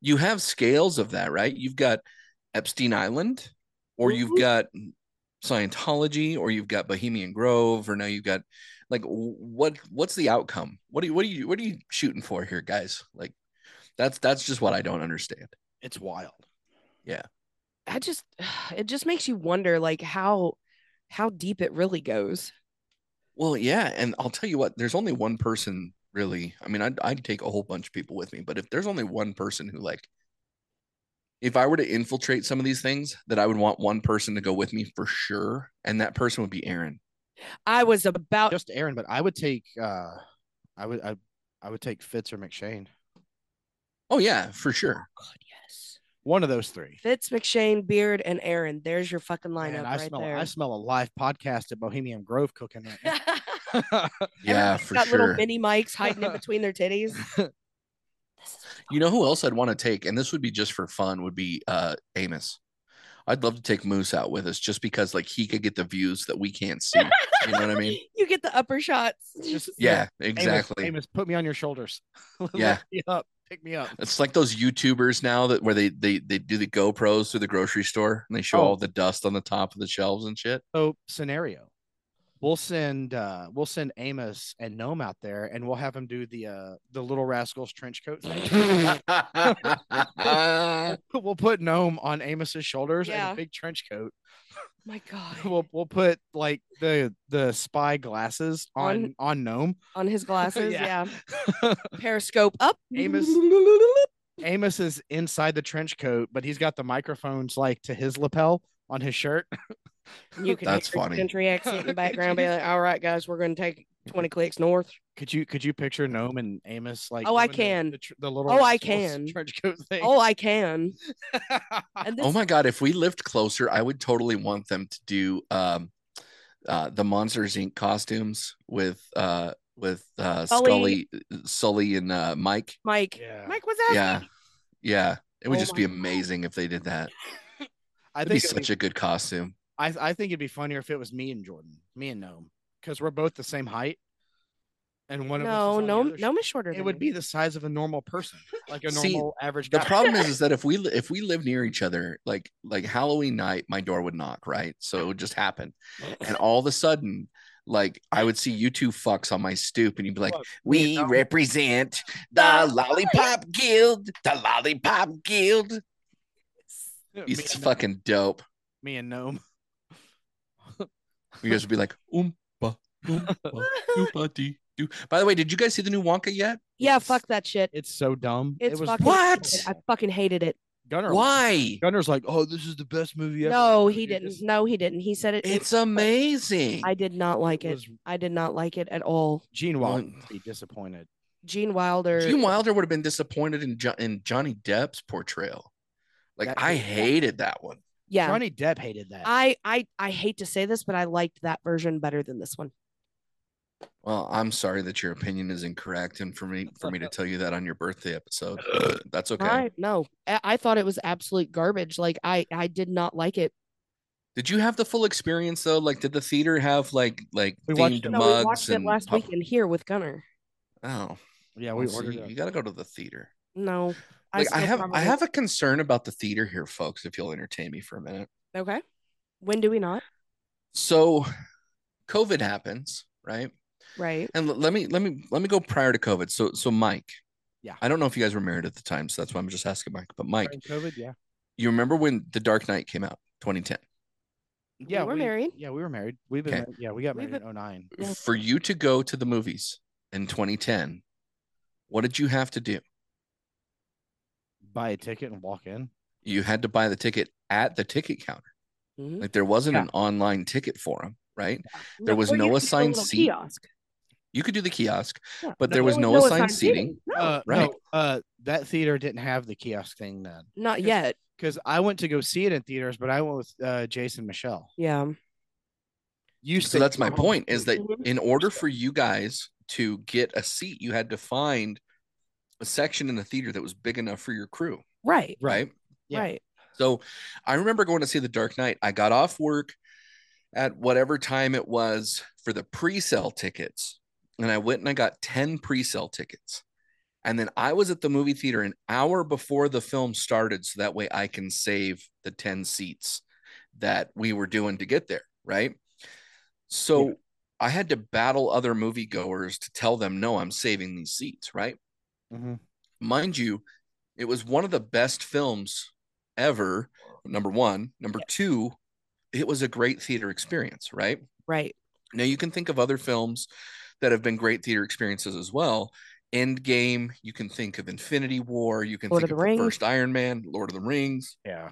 Speaker 3: you have scales of that, right? You've got Epstein Island, or you've
Speaker 1: Mhm.
Speaker 3: got Scientology, or you've got Bohemian Grove, or now you've got like w- what what's the outcome what do you what do you what are you shooting for here guys like that's that's just what i don't understand
Speaker 2: It's wild.
Speaker 1: I just it just makes you wonder like how how deep it really goes.
Speaker 3: well yeah and i'll tell you what there's only one person really i mean i'd, I'd take a whole bunch of people with me but if there's only one person who like if i were to infiltrate some of these things that i would want one person to go with me for sure and that person would be aaron
Speaker 1: I was about
Speaker 2: Just Aaron, but I would take uh I would I, I would take Fitz or McShane.
Speaker 3: oh yeah for sure
Speaker 1: God, yes.
Speaker 2: One of those three.
Speaker 1: Fitz McShane, Beard, and Aaron. There's your fucking
Speaker 2: Man,
Speaker 1: lineup
Speaker 2: I
Speaker 1: right
Speaker 2: smell
Speaker 1: there.
Speaker 2: I smell a live podcast at Bohemian Grove cooking right now.
Speaker 3: yeah
Speaker 1: Everybody's
Speaker 3: for
Speaker 1: got
Speaker 3: sure
Speaker 1: little mini mics hiding in between their titties. This is
Speaker 3: You know who else I'd want to take, and this would be just for fun, would be uh Amos. I'd love to take Moose out with us just because like he could get the views that we can't see. You know what I mean?
Speaker 1: You get the upper shots.
Speaker 2: Just-
Speaker 3: Yeah,
Speaker 2: Amos-
Speaker 3: exactly.
Speaker 2: Amos, put me on your shoulders. Lift
Speaker 3: Yeah.
Speaker 2: me up. Pick me up.
Speaker 3: It's like those YouTubers now that where they they they do the GoPros through the grocery store and they show
Speaker 2: Oh.
Speaker 3: all the dust on the top of the shelves and shit.
Speaker 2: So scenario. We'll send uh we'll send Amos and Gnome out there and we'll have him do the uh the little rascals trench coat thing.
Speaker 3: yeah,
Speaker 2: we'll put Gnome on Amos's shoulders and
Speaker 1: Yeah.
Speaker 2: a big trench coat.
Speaker 1: my God.
Speaker 2: We'll we'll put like the the spy glasses on on Gnome.
Speaker 1: On his glasses.
Speaker 2: Yeah.
Speaker 1: yeah. Periscope up.
Speaker 2: Amos- Amos is inside the trench coat, but he's got the microphones like to his lapel on his shirt.
Speaker 1: You can
Speaker 3: That's
Speaker 1: hear his
Speaker 3: funny.
Speaker 1: Country accent in the background. Be like, all right, guys, we're going to take 20 clicks north.
Speaker 2: Could you could you picture Gnome and Amos like
Speaker 1: Oh, I
Speaker 2: doing the-
Speaker 1: can.
Speaker 2: the, tr- the little
Speaker 1: Oh, I
Speaker 2: rascals
Speaker 1: can.
Speaker 2: trench coat thing.
Speaker 1: Oh, I can. And this,
Speaker 3: Oh my god, if we lived closer, I would totally want them to do um uh the Monsters Inc. costumes with uh with uh
Speaker 1: Sully.
Speaker 3: Scully Sully and uh Mike.
Speaker 1: Mike.
Speaker 2: Yeah.
Speaker 1: Mike was asking.
Speaker 3: Yeah. Yeah. It would
Speaker 1: Oh
Speaker 3: just
Speaker 1: my
Speaker 3: be
Speaker 1: God.
Speaker 3: amazing if they did that.
Speaker 2: I
Speaker 3: It'd be
Speaker 2: think it'd be-
Speaker 3: such a good costume.
Speaker 2: I I think it'd be funnier if it was me and Jordan, me and Gnome, because we're both the same height, and one of us. is
Speaker 1: No,
Speaker 2: on the
Speaker 1: no,
Speaker 2: other sh-
Speaker 1: no, is shorter.
Speaker 2: It
Speaker 1: than
Speaker 2: would
Speaker 1: me.
Speaker 2: be the size of a normal person, like a
Speaker 3: See,
Speaker 2: normal average
Speaker 3: The
Speaker 2: guy.
Speaker 3: problem is, is that if we li- if we live near each other, like like Halloween night, my door would knock, right? So it would just happen. And all of a sudden, like I would see you two fucks on my stoop and you'd be like,
Speaker 2: Look, me and
Speaker 3: We
Speaker 2: Gnome-
Speaker 3: represent the Lollipop Guild. The Lollipop Guild.
Speaker 2: me and
Speaker 3: It's
Speaker 2: Gnome-
Speaker 3: fucking dope.
Speaker 2: me and Gnome.
Speaker 3: You guys would be like, "Um, oompa, oompa, oompa dee doo. By the way, did you guys see the new Wonka yet?
Speaker 1: Yeah, fuck that shit.
Speaker 2: It's so dumb.
Speaker 1: It's
Speaker 2: it was
Speaker 1: fucking
Speaker 3: What?
Speaker 1: I fucking hated it.
Speaker 2: Gunner.
Speaker 3: Why?
Speaker 2: Gunner's like, oh, this is the best movie ever.
Speaker 1: No,
Speaker 2: Like,
Speaker 1: he
Speaker 2: it
Speaker 1: didn't.
Speaker 2: just-
Speaker 1: No, he didn't. He said it. it-
Speaker 3: It's amazing.
Speaker 1: I did not like
Speaker 2: it
Speaker 1: it.
Speaker 2: was
Speaker 1: I did not like it at all.
Speaker 2: Gene Wilder
Speaker 3: Well-
Speaker 2: would be disappointed.
Speaker 1: Gene Wilder.
Speaker 3: Gene Wilder would have been disappointed in, jo- in Johnny Depp's portrayal. Like,
Speaker 2: That
Speaker 3: I
Speaker 2: is-
Speaker 3: hated that one.
Speaker 1: yeah.
Speaker 2: Johnny Depp hated that.
Speaker 1: I I I hate to say this, but I liked that version better than this one.
Speaker 3: Well, I'm sorry that your opinion is incorrect, and for me, for me to tell you that on your birthday episode, that's okay.
Speaker 1: I no, I-, I thought it was absolute garbage. Like I, I did not like it.
Speaker 3: Did you have the full experience though? Like, did the theater have like like
Speaker 2: We watched
Speaker 3: themed
Speaker 2: it.
Speaker 1: No,
Speaker 3: mugs
Speaker 1: we watched it
Speaker 3: and
Speaker 1: last
Speaker 3: pop-
Speaker 1: weekend here with Gunner.
Speaker 3: Oh,
Speaker 2: Yeah,
Speaker 3: we
Speaker 2: we ordered.
Speaker 3: You
Speaker 2: a-
Speaker 3: got to go to the theater.
Speaker 1: No,
Speaker 3: Like, I
Speaker 1: still
Speaker 3: have I
Speaker 1: probably-
Speaker 3: have a concern about the theater here, folks. If you'll entertain me for a minute.
Speaker 1: Okay, when do we not?
Speaker 3: So, COVID happens, right?
Speaker 1: Right.
Speaker 3: And l- let me let me let me go prior to COVID. So so Mike,
Speaker 2: Yeah.
Speaker 3: I don't know if you guys were married at the time, so that's why I'm just asking Mike. But Mike,
Speaker 2: during COVID, yeah.
Speaker 3: you remember when The Dark Knight came out, 2010?
Speaker 2: Yeah,
Speaker 1: were married.
Speaker 2: Yeah, we were married. We've been
Speaker 3: Okay.
Speaker 2: married- yeah, we got
Speaker 1: We've
Speaker 2: married in 09.
Speaker 1: Yeah.
Speaker 3: For you to go to the movies in 2010, what did you have to do?
Speaker 2: Buy a ticket and walk in.
Speaker 3: You had to buy the ticket at the ticket counter.
Speaker 1: Mhm.
Speaker 3: Like there wasn't
Speaker 2: Yeah.
Speaker 3: an online ticket for them, right? There
Speaker 1: No,
Speaker 3: was
Speaker 1: or you
Speaker 3: no
Speaker 1: could do a
Speaker 3: assigned
Speaker 1: little
Speaker 3: seat.
Speaker 1: Kiosk.
Speaker 3: You could do the kiosk,
Speaker 1: Yeah.
Speaker 3: but
Speaker 2: No,
Speaker 3: there
Speaker 2: there
Speaker 3: was
Speaker 2: was
Speaker 3: no,
Speaker 2: no
Speaker 3: assigned, seating.
Speaker 1: No,
Speaker 2: uh,
Speaker 3: right.
Speaker 2: No, uh, that theater didn't have the kiosk thing then.
Speaker 1: not
Speaker 2: Yes.
Speaker 1: yet.
Speaker 2: Because I went to go see it in theaters, but I went with uh, Jason Michelle.
Speaker 1: Yeah.
Speaker 2: You
Speaker 3: So that's my point is that
Speaker 1: Mhm.
Speaker 3: in order for you guys to get a seat, you had to find a section in the theater that was big enough for your crew,
Speaker 1: Right.
Speaker 3: right?
Speaker 2: Right. Yeah.
Speaker 1: Right.
Speaker 3: So I remember going to see The Dark Knight. I got off work at whatever time it was for the pre sale tickets. And I went and I got 10 pre sale tickets. And then I was at the movie theater an hour before the film started. So that way I can save the 10 seats that we were doing to get there. Right. So I had to battle other moviegoers to tell them, no, I'm saving these seats. Right
Speaker 2: Mhm.
Speaker 3: mind you, it was one of the best films ever. Number one, number two, it was a great theater experience, right?
Speaker 1: Right.
Speaker 3: Now you can think of other films that have been great theater experiences as well. Endgame, you can think of Infinity War, you can
Speaker 1: Lord
Speaker 3: think
Speaker 1: of
Speaker 3: of
Speaker 1: the
Speaker 3: the
Speaker 1: Rings.
Speaker 3: first Iron Man, Lord of the Rings
Speaker 2: Yeah.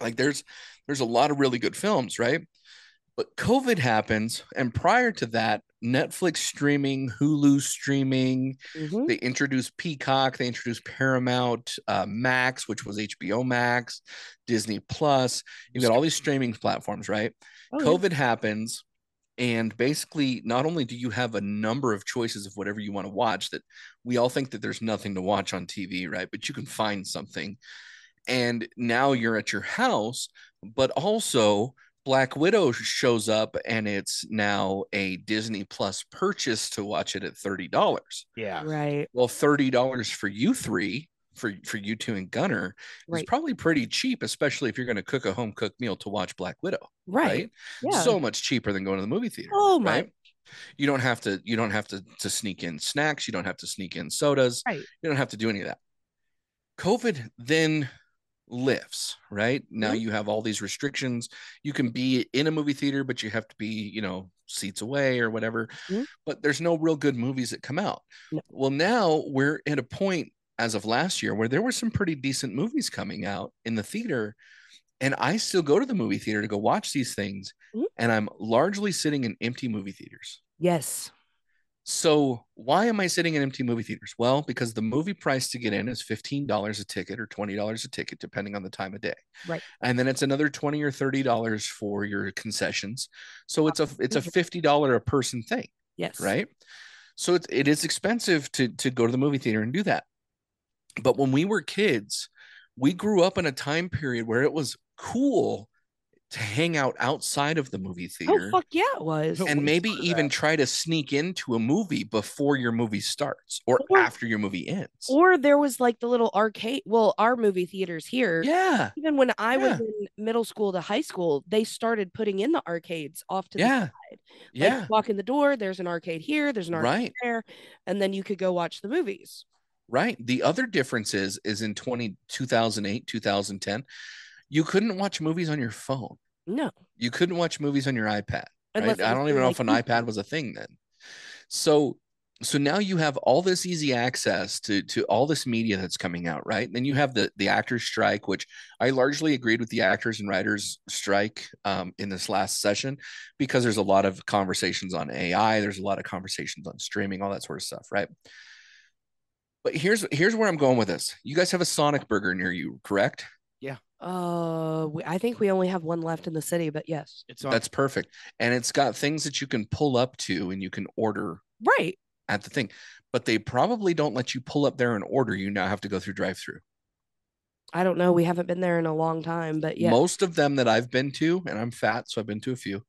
Speaker 3: like there's there's a lot of really good films right but covid happens and prior to that netflix streaming hulu streaming
Speaker 1: Mhm.
Speaker 3: they introduced peacock they introduced paramount uh, max which was hbo max disney plus you got all these streaming platforms right
Speaker 1: Oh, yeah.
Speaker 3: covid happens and basically not only do you have a number of choices of whatever you want to watch that we all think that there's nothing to watch on tv right but you can find something and now you're at your house but also black widow shows up and it's now a disney plus purchase to watch it at $30
Speaker 2: Yeah.
Speaker 1: Right.
Speaker 3: well $30 for you three for for you two and gunner is
Speaker 1: Right.
Speaker 3: probably pretty cheap especially if you're going to cook a home cooked meal to watch black widow
Speaker 1: Right. Yeah.
Speaker 3: so much cheaper than going to the movie theater
Speaker 1: oh my.
Speaker 3: right you don't have to you don't have to to sneak in snacks you don't have to sneak in sodas
Speaker 1: Right.
Speaker 3: you don't have to do any of that covid then lifts right now
Speaker 1: Mhm.
Speaker 3: you have all these restrictions you can be in a movie theater but you have to be you know seats away or whatever
Speaker 1: Mhm.
Speaker 3: but there's no real good movies that come out
Speaker 1: No.
Speaker 3: well now we're at a point as of last year where there were some pretty decent movies coming out in the theater and i still go to the movie theater to go watch these things
Speaker 1: Mhm.
Speaker 3: and i'm largely sitting in empty movie theaters
Speaker 1: Yes.
Speaker 3: so why am I sitting in empty movie theaters? Well, because the movie price to get in is $15 a ticket or $20 a ticket, depending on the time of day.
Speaker 1: Right.
Speaker 3: And then it's another 20 or $30 for your concessions. So it's a it's a
Speaker 1: Mhm.
Speaker 3: $50 a person thing,
Speaker 1: Yes.
Speaker 3: right? So it's it is expensive to to go to the movie theater and do that. But when we were kids, we grew up in a time period where it was cool to hang out outside of the movie theater
Speaker 1: Oh fuck yeah, it was.
Speaker 2: So-
Speaker 3: and
Speaker 2: we
Speaker 3: maybe
Speaker 2: started
Speaker 3: even
Speaker 2: that.
Speaker 3: try to sneak into a movie before your movie starts or
Speaker 1: Or-
Speaker 3: after your movie ends.
Speaker 1: or there was like the little arcade. Well, our movie theaters here.
Speaker 3: yeah,
Speaker 1: Even when I was in middle school to high school, they started putting in the arcades off to
Speaker 3: yeah,
Speaker 1: the like,
Speaker 3: yeah,
Speaker 1: walk in the door. There's an arcade here. There's an arcade
Speaker 3: right,
Speaker 1: there, and then you could go watch the movies.
Speaker 3: right. The other difference is is in 20, 2008, 2010, you couldn't watch movies on your phone.
Speaker 1: No,
Speaker 3: You couldn't watch movies on your iPad.
Speaker 1: unless
Speaker 3: right? I don't even know if an iPad
Speaker 1: was.
Speaker 3: was a thing then. So so now you have all this easy access to to all this media that's coming out, right? Then you have the the actors strike, which I largely agreed with the actors and writers strike um, in this last session because there's a lot of conversations on AI, there's a lot of conversations on streaming, all that sort of stuff, right? But here's here's where I'm going with this. You guys have a Sonic Burger near you, correct?
Speaker 2: Yeah.
Speaker 1: Uh, we, I think we only have one left in the city, but yes.
Speaker 2: It's on.
Speaker 3: That's perfect. And it's got things that you can pull up to and you can order
Speaker 1: Right.
Speaker 3: at the thing. But they probably don't let you pull up there and order. You now have to go through drive through.
Speaker 1: I don't know. We haven't been there in a long time, but yeah.
Speaker 3: Most of them that I've been to, and I'm fat, so I've been to a few.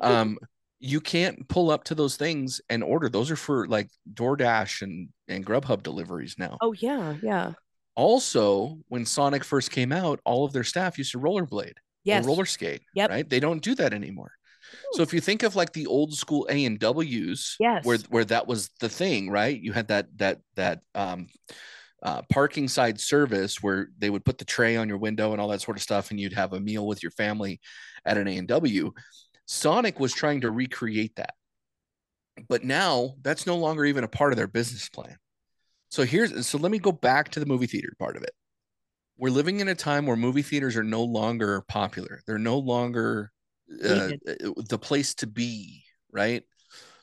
Speaker 3: Um, you can't pull up to those things and order. Those are for like DoorDash and and Grubhub deliveries now.
Speaker 1: oh yeah, yeah.
Speaker 3: Also, when Sonic first came out, all of their staff used to rollerblade.
Speaker 1: Yes.
Speaker 3: or roller skate.
Speaker 1: Yep.
Speaker 3: Right. They don't do that anymore. So if you think of like the old school A and W's,
Speaker 1: Yes.
Speaker 3: where where that was the thing, right? You had that that that um, uh, parking side service where they would put the tray on your window and all that sort of stuff, and you'd have a meal with your family at an A and W. Sonic was trying to recreate that, but now that's no longer even a part of their business plan. So here's so let me go back to the movie theater part of it we're living in a time where movie theaters are no longer popular. They're no longer uh, the place to be, right?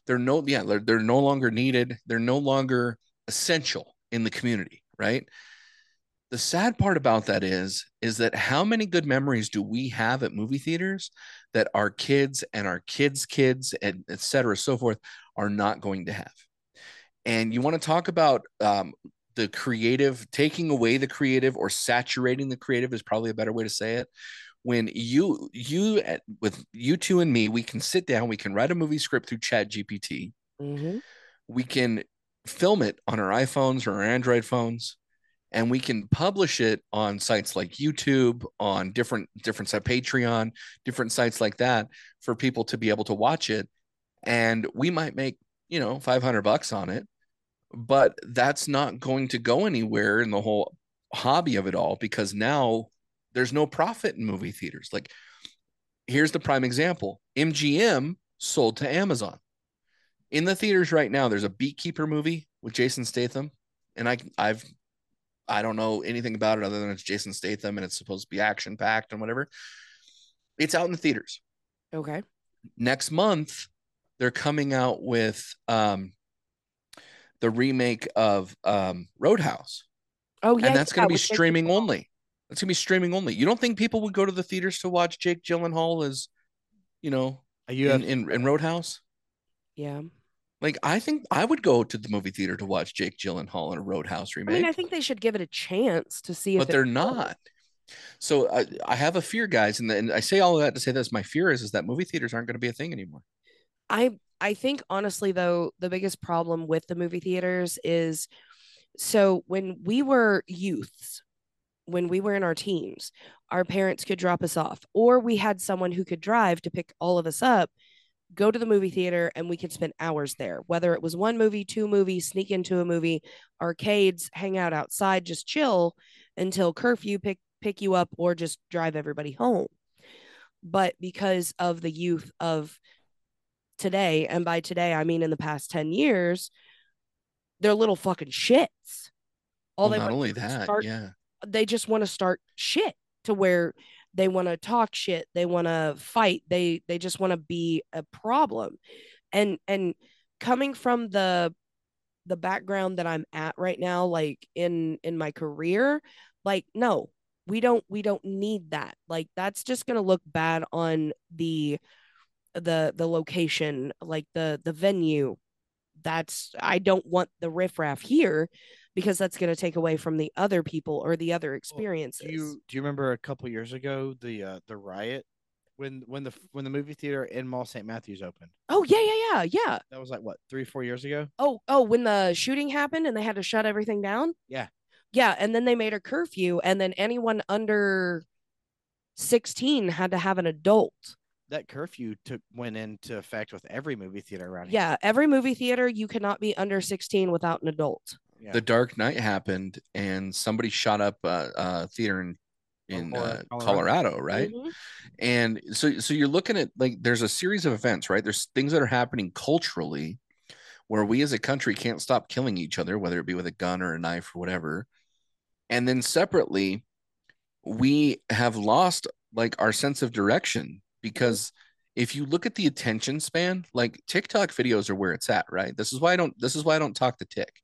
Speaker 3: They're no, yeah, they're, they're no longer needed. They're no longer essential in the community, right? The sad part about that is, is that how many good memories do we have at movie theaters that our kids and our kids' kids and et cetera, so forth, are not going to have? And you want to talk about um, the creative taking away the creative or saturating the creative is probably a better way to say it when you you at- with you two and me we can sit down we can write a movie script through chat gpt
Speaker 1: Mhm.
Speaker 3: we can film it on our iphones or our android phones and we can publish it on sites like youtube on different different sites patreon different sites like that for people to be able to watch it and we might make you know 500 bucks on it but that's not going to go anywhere in the whole hobby of it all because now there's no profit in movie theaters like here's the prime example mgm sold to amazon in the theaters right now there's a beekeeper movie with jason statham and i i've i don't know anything about it other than it's jason statham and it's supposed to be action packed and whatever it's out in the theaters
Speaker 1: Okay.
Speaker 3: next month they're coming out with um the remake of um roadhouse
Speaker 1: Oh yeah.
Speaker 3: and that's going
Speaker 1: yeah,
Speaker 3: to be
Speaker 1: with Jake
Speaker 3: streaming
Speaker 1: Gyllenhaal.
Speaker 3: only that's going to be streaming only you don't think people would go to the theaters to watch jake gyllenhaal as you know
Speaker 2: Are you
Speaker 3: in, in, in roadhouse
Speaker 1: Yeah.
Speaker 3: like i think i would go to the movie theater to watch jake gyllenhaal in a roadhouse
Speaker 1: I
Speaker 3: remake
Speaker 1: mean, I think they should give it a chance to see if
Speaker 3: but
Speaker 1: it
Speaker 3: they're
Speaker 1: works.
Speaker 3: not so I, I have a fear guys and, and i say all of that to say this my fear is is that movie theaters aren't going to be a thing anymore
Speaker 1: I I think honestly though the biggest problem with the movie theaters is so when we were youths when we were in our teens our parents could drop us off or we had someone who could drive to pick all of us up go to the movie theater and we could spend hours there whether it was one movie two movies sneak into a movie arcades hang out outside just chill until curfew pick pick you up or just drive everybody home but because of the youth of today, and by today I mean in the past 10 years, they're little fucking shits. All
Speaker 3: well,
Speaker 1: they
Speaker 3: not
Speaker 1: want
Speaker 3: only
Speaker 1: to
Speaker 3: that
Speaker 1: start,
Speaker 3: yeah
Speaker 1: they just want to start shit to where they want to talk shit, they want to fight, they they just want to be a problem. And and coming from the the background that I'm at right now, like in in my career, like no, we don't we don't need that. Like that's just gonna look bad on the the the location, like the the venue. That's I don't want the riffraff here because that's gonna take away from the other people or the other experiences.
Speaker 2: Do you do you remember a couple years ago the uh, the riot when when the when the movie theater in Mall St Matthews opened?
Speaker 1: oh yeah, yeah, yeah, yeah.
Speaker 2: That was like what three four years ago.
Speaker 1: Oh, oh, when the shooting happened and they had to shut everything down?
Speaker 2: Yeah.
Speaker 1: Yeah, and then they made a curfew and then anyone under 16 had to have an adult.
Speaker 2: That curfew took went into effect with every movie theater around here.
Speaker 1: Yeah, every movie theater you cannot be under 16 without an adult.
Speaker 2: Yeah.
Speaker 3: the Dark Knight happened, and somebody shot up uh, a theater in
Speaker 2: Oh,
Speaker 3: in
Speaker 2: Colo-
Speaker 3: uh,
Speaker 2: Colorado.
Speaker 3: Colorado, right?
Speaker 1: Mhm.
Speaker 3: And so, so you're looking at like there's a series of events, right? There's things that are happening culturally where we as a country can't stop killing each other, whether it be with a gun or a knife or whatever. And then separately, we have lost like our sense of direction because if you look at the attention span, like TikTok videos are where it's at, right? This is why I don't this is why I don't talk to tick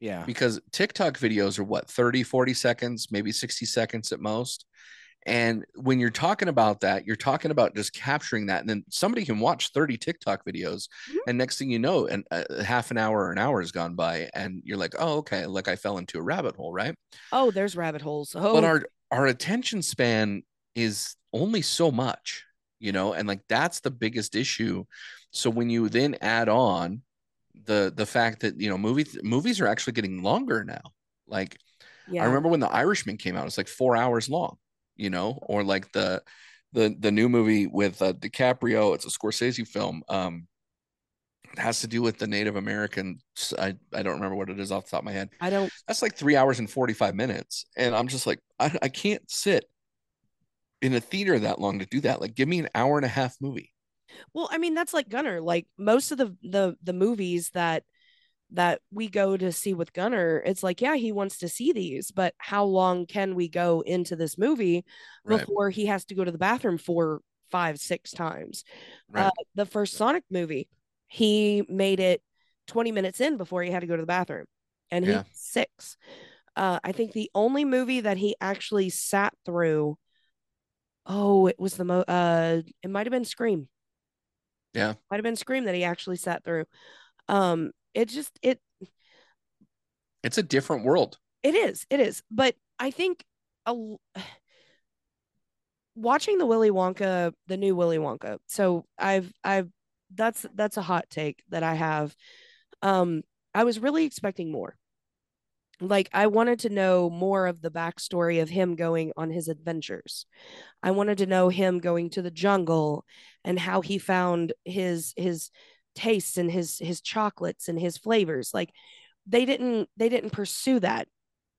Speaker 2: yeah.
Speaker 3: because TikTok videos are what 30, 40 seconds, maybe 60 seconds at most. And when you're talking about that, you're talking about just capturing that. And then somebody can watch 30 TikTok videos.
Speaker 1: Mhm.
Speaker 3: And next thing you know, and a half an hour or an hour has gone by, and you're like, oh, okay, like I fell into a rabbit hole, right?
Speaker 1: Oh, there's rabbit holes. Oh,
Speaker 3: but our our attention span is only so much you know and like that's the biggest issue so when you then add on the the fact that you know movie movies are actually getting longer now like
Speaker 1: yeah.
Speaker 3: i remember when the irishman came out it's like 4 hours long you know or like the the the new movie with uh, DiCaprio it's a Scorsese film um it has to do with the Native American I I don't remember what it is off the top of my head
Speaker 1: I don't.
Speaker 3: that's like three hours and 45 minutes and i'm just like I, I can't sit in a theater that long to do that like give me an hour and a half movie
Speaker 1: Well, I mean, that's like Gunner. Like most of the the the movies that that we go to see with Gunner, it's like, yeah, he wants to see these, but how long can we go into this movie
Speaker 3: right
Speaker 1: before he has to go to the bathroom four, five, six times?
Speaker 3: right
Speaker 1: Uh, the first Sonic movie, he made it 20 minutes in before he had to go to the bathroom, and he
Speaker 3: Yeah.
Speaker 1: was six. Uh, I think the only movie that he actually sat through, oh, it was the mo. Uh, it might have been Scream.
Speaker 3: Yeah.
Speaker 1: might have been Scream that he actually sat through. Um, it just it
Speaker 3: it's a different world
Speaker 1: it is, it is. But I think a, l- watching the Willy Wonka, the new Willy Wonka. So I've I've that's that's a hot take that I have. Um, I was really expecting more. Like I wanted to know more of the backstory of him going on his adventures. I wanted to know him going to the jungle and how he found his his tastes and his his chocolates and his flavors. Like they didn't they didn't pursue that.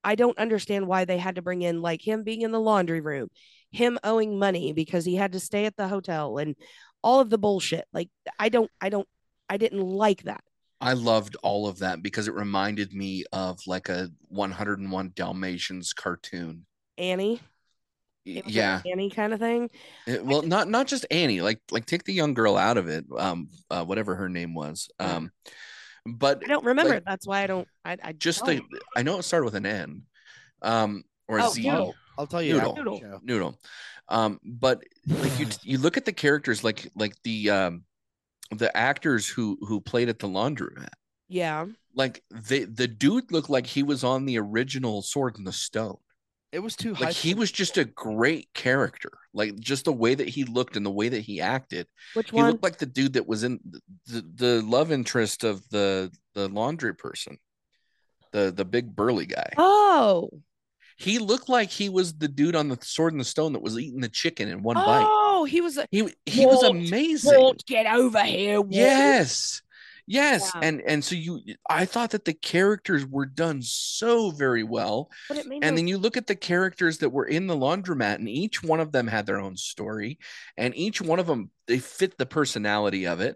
Speaker 1: I don't understand why they had to bring in like him being in the laundry room, him owing money because he had to stay at the hotel and all of the bullshit. Like I don't I don't I didn't like that.
Speaker 3: i loved all of that because it reminded me of like a 101 dalmatians cartoon
Speaker 1: Annie.
Speaker 3: Y-
Speaker 1: it was like
Speaker 3: yeah
Speaker 1: Annie kind of thing.
Speaker 3: It- well not not just annie like like take the young girl out of it um uh, whatever her name was
Speaker 1: Yeah.
Speaker 3: um but
Speaker 1: I don't remember.
Speaker 3: Like,
Speaker 1: That's why I don't I, I
Speaker 3: just
Speaker 1: don't.
Speaker 3: the i know it started with an n um or a
Speaker 1: Oh,
Speaker 3: Z.
Speaker 1: Noodle.
Speaker 2: I'll tell you. after the
Speaker 1: Noodle.
Speaker 2: show.
Speaker 3: noodle um but like you you look at the characters like like the um the actors who who played at the laundromat
Speaker 1: yeah.
Speaker 3: like the the dude looked like he was on the original sword in the stone
Speaker 2: It was too high.
Speaker 3: like he was just a great character like just the way that he looked and the way that he acted
Speaker 1: Which
Speaker 3: he
Speaker 1: one?
Speaker 3: looked like the dude that was in th- the, the love interest of the the laundry person the the big burly guy
Speaker 1: oh.
Speaker 3: he looked like he was the dude on the sword in the stone that was eating the chicken in one bite
Speaker 1: Oh, he was a
Speaker 3: he he was
Speaker 1: Walt-
Speaker 3: amazing.
Speaker 1: Walt, get over here. Walt.
Speaker 3: Yes. Yes.
Speaker 1: Yeah.
Speaker 3: And and so you I thought that the characters were done so very well.
Speaker 1: But it made
Speaker 3: And
Speaker 1: no-
Speaker 3: then you look at the characters that were in the laundromat and each one of them had their own story and each one of them they fit the personality of it.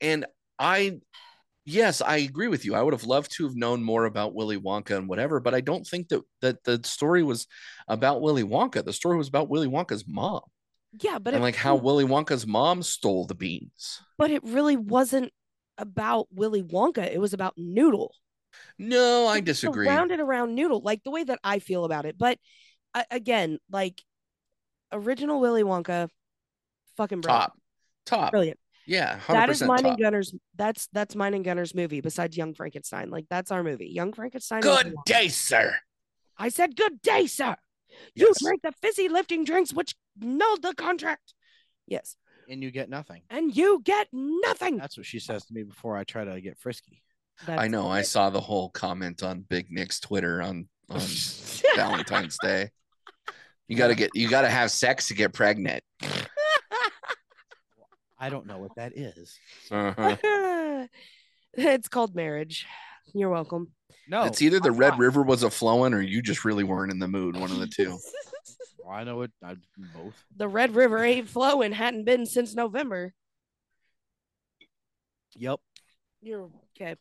Speaker 3: And I yes, I agree with you. I would have loved to have known more about Willy Wonka and whatever, but I don't think that that the story was about Willy Wonka. The story was about Willy Wonka's mom
Speaker 1: yeah, but it
Speaker 3: and like how
Speaker 1: really-
Speaker 3: Willy Wonka's mom stole the beans.
Speaker 1: but it really wasn't about Willy Wonka. It was about Noodle.
Speaker 3: No, I
Speaker 1: It was
Speaker 3: disagree.
Speaker 1: Surrounded around Noodle, like the way that I feel about it. But uh, again, like original Willy Wonka, fucking brilliant.
Speaker 3: Top, top.
Speaker 1: Brilliant.
Speaker 3: Yeah, 100%
Speaker 1: That is mine
Speaker 3: top.
Speaker 1: and Gunner's. That's that's mine and Gunner's movie. Besides Young Frankenstein, like that's our movie. Young Frankenstein. and
Speaker 3: Good
Speaker 1: Willy Wonka.
Speaker 3: day, sir.
Speaker 1: I said good day, sir. You
Speaker 3: Yes.
Speaker 1: drink the fizzy lifting drinks, which nulled the contract. Yes,
Speaker 2: and you get nothing.
Speaker 1: and you get nothing.
Speaker 2: That's what she says to me before I try to get frisky.
Speaker 1: That's
Speaker 3: I know. I saw the whole comment on Big Nick's Twitter on, on Valentine's Day. You gotta get, you gotta have sex to get pregnant.
Speaker 2: I don't know what that is.
Speaker 3: Uh-huh.
Speaker 1: it's called marriage. You're welcome.
Speaker 2: No,
Speaker 3: it's either the
Speaker 2: I'm
Speaker 3: Red
Speaker 2: not.
Speaker 3: River was a flowing, or you just really weren't in the mood. One of the two.
Speaker 2: Well, I know it. I both.
Speaker 1: the Red River ain't flowing, hadn't been since November.
Speaker 2: Yep.
Speaker 1: You're okay.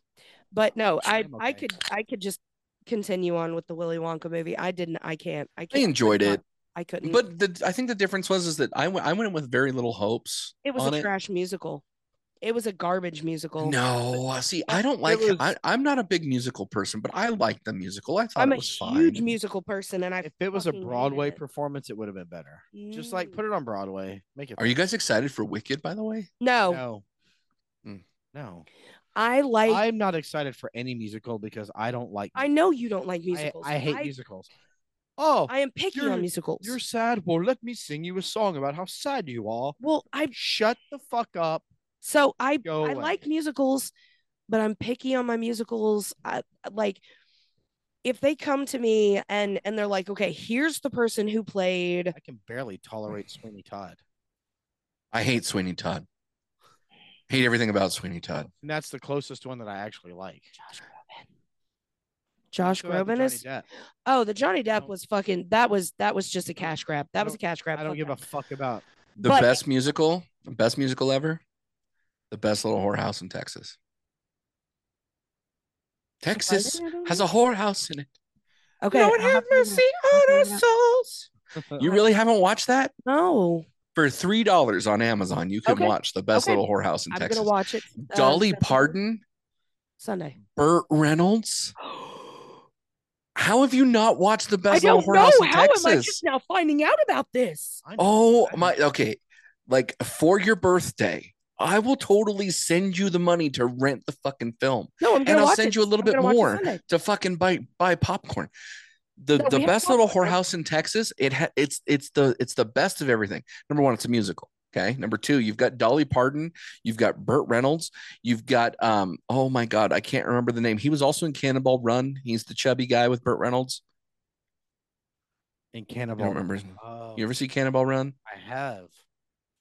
Speaker 1: But no, I
Speaker 2: I'm
Speaker 1: I
Speaker 2: okay.
Speaker 1: could I could just continue on with the Willy Wonka movie. I didn't I can't I
Speaker 3: I
Speaker 1: can't uh,
Speaker 3: enjoyed it,
Speaker 1: I couldn't
Speaker 3: but the, I think the difference was is that I went, I went in with very little hopes.
Speaker 1: it was
Speaker 3: on
Speaker 1: a
Speaker 3: it-
Speaker 1: trash musical. It was a garbage musical.
Speaker 3: No, uh, see, I don't like.
Speaker 2: was-
Speaker 3: I, I'm not a big musical person, but I like the musical. I thought
Speaker 1: I'm a
Speaker 3: it was
Speaker 1: huge
Speaker 3: fine.
Speaker 1: musical person, and I
Speaker 2: If it was a
Speaker 1: fucking hated
Speaker 2: Broadway
Speaker 1: it. Mm.
Speaker 2: performance, it would have been better. Just like put it on Broadway. Make it.
Speaker 3: Are you guys excited for Wicked? By the way,
Speaker 1: no,
Speaker 2: No.
Speaker 3: Mm.
Speaker 2: No.
Speaker 1: I like. I,
Speaker 2: I'm not excited for any musical because I don't like.
Speaker 1: know you don't like musicals.
Speaker 2: musicals. I, I hate musicals. Oh,
Speaker 1: I am picky
Speaker 2: You're-
Speaker 1: on musicals.
Speaker 2: you're sad. Well, let me sing you a song about how sad you are.
Speaker 1: well, I
Speaker 2: Shut the fuck up.
Speaker 1: so I
Speaker 2: Go
Speaker 1: I
Speaker 2: away.
Speaker 1: like musicals, but I'm picky on my musicals. I like if they come to me and and they're like, okay, here's the person who played.
Speaker 2: I can barely tolerate Sweeney Todd.
Speaker 3: I hate Sweeney Todd. Hate everything about Sweeney Todd.
Speaker 2: And that's the closest one that I actually like.
Speaker 1: Josh Groban. Josh
Speaker 2: What about the
Speaker 1: Groban
Speaker 2: Johnny
Speaker 1: is
Speaker 2: Depp?
Speaker 1: oh the Johnny Depp
Speaker 2: don't-
Speaker 1: was fucking that was that was just a cash grab that was a
Speaker 2: don't-
Speaker 1: cash grab
Speaker 2: I don't
Speaker 1: fuck
Speaker 2: give
Speaker 1: that.
Speaker 2: a fuck about.
Speaker 3: The
Speaker 1: But-
Speaker 3: best musical, the best musical ever, the best little whorehouse in Texas. Texas has a whorehouse in it.
Speaker 1: okay
Speaker 3: Lord
Speaker 1: I'll
Speaker 3: have
Speaker 1: to look it
Speaker 3: mercy on
Speaker 1: I'll
Speaker 3: our
Speaker 1: have to look
Speaker 3: souls. You really haven't watched that?
Speaker 1: up. no
Speaker 3: For three dollars on Amazon, you can
Speaker 1: Okay.
Speaker 3: watch the best
Speaker 1: Okay.
Speaker 3: little whorehouse in
Speaker 1: I'm
Speaker 3: Texas.
Speaker 1: gonna watch it uh,
Speaker 3: Dolly
Speaker 1: Sunday-
Speaker 3: Parton,
Speaker 1: Sunday
Speaker 3: Burt Reynolds. How have you not watched the
Speaker 1: I
Speaker 3: best little
Speaker 1: don't
Speaker 3: whorehouse
Speaker 1: know
Speaker 3: in
Speaker 1: how am I just
Speaker 3: Texas?
Speaker 1: now finding out about this
Speaker 2: I know.
Speaker 3: Oh
Speaker 2: I know.
Speaker 3: my okay. Like for your birthday, I will totally send you the money to rent the fucking film.
Speaker 1: no I'm
Speaker 3: And
Speaker 1: gonna
Speaker 3: I'll
Speaker 1: watch
Speaker 3: send
Speaker 1: it.
Speaker 3: you a little
Speaker 1: I'm
Speaker 3: bit
Speaker 1: gonna watch it
Speaker 3: more.
Speaker 1: Sunday.
Speaker 3: to fucking buy buy popcorn. The
Speaker 1: No, we
Speaker 3: the
Speaker 1: have
Speaker 3: best little
Speaker 1: popcorn.
Speaker 3: whorehouse in Texas. It ha- it's it's the it's the best of everything. Number one, it's a musical. Okay. Number two, you've got Dolly Parton, you've got Burt Reynolds, you've got um oh my god, I can't remember the name. He was also in Cannonball Run. He's the chubby guy with Burt Reynolds.
Speaker 2: In
Speaker 3: I
Speaker 2: Cannibal.
Speaker 3: don't remember. His name.
Speaker 2: Oh,
Speaker 3: You ever see Cannonball Run?
Speaker 2: I have.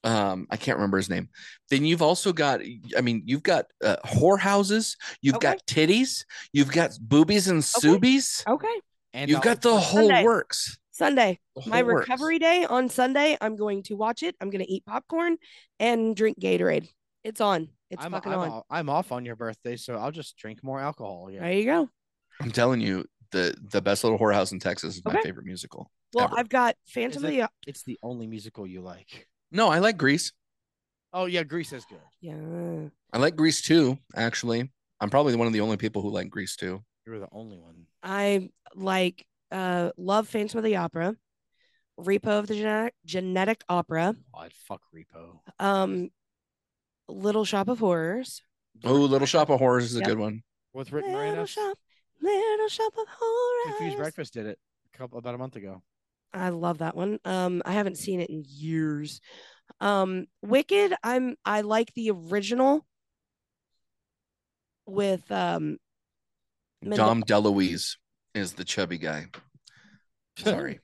Speaker 3: Um, I can't remember his name. Then you've also got, I mean, you've got uh, whorehouses, you've
Speaker 1: Okay.
Speaker 3: got titties, you've got boobies and subies,
Speaker 1: okay
Speaker 2: And
Speaker 3: you've
Speaker 2: Dolly
Speaker 3: got the
Speaker 2: Parton.
Speaker 3: whole
Speaker 1: Sunday.
Speaker 3: works.
Speaker 1: Sunday
Speaker 3: The
Speaker 1: my
Speaker 3: whole works.
Speaker 1: recovery day on Sunday. I'm going to watch it. I'm going to eat popcorn and drink Gatorade. It's on. It's
Speaker 2: I'm,
Speaker 1: fucking
Speaker 2: I'm,
Speaker 1: on.
Speaker 2: o- I'm off on your birthday, so I'll just drink more alcohol. Yeah.
Speaker 1: There you go.
Speaker 3: I'm telling you, the the best little whorehouse in Texas is my
Speaker 1: Okay.
Speaker 3: favorite musical.
Speaker 1: Well,
Speaker 3: Ever.
Speaker 1: I've got Phantom of
Speaker 2: it-
Speaker 1: the O-
Speaker 2: It's the only musical you like.
Speaker 3: No, I like Grease.
Speaker 2: Oh yeah, Grease is good.
Speaker 1: yeah.
Speaker 3: I like Grease too. Actually, I'm probably one of the only people who like Grease too.
Speaker 2: You were the only one.
Speaker 1: I like uh love Phantom of the Opera, Repo of the Genetic, Genetic Opera,
Speaker 2: God, Oh, fuck Repo.
Speaker 1: um, Little Shop of Horrors.
Speaker 2: The
Speaker 3: Oh,
Speaker 2: Rick
Speaker 3: Little Shop
Speaker 2: Moranis-
Speaker 3: of Horrors is a
Speaker 1: Yep.
Speaker 3: good one.
Speaker 2: with Rick
Speaker 1: little
Speaker 2: Moranis.
Speaker 1: Shop, Little Shop of
Speaker 2: Confused
Speaker 1: Horrors.
Speaker 2: Breakfast did it a couple about a month ago.
Speaker 1: I love that one. Um, I haven't seen it in years. Um, Wicked, I'm I like the original with um Mendel-
Speaker 3: Dom DeLuise is the chubby guy. Sorry,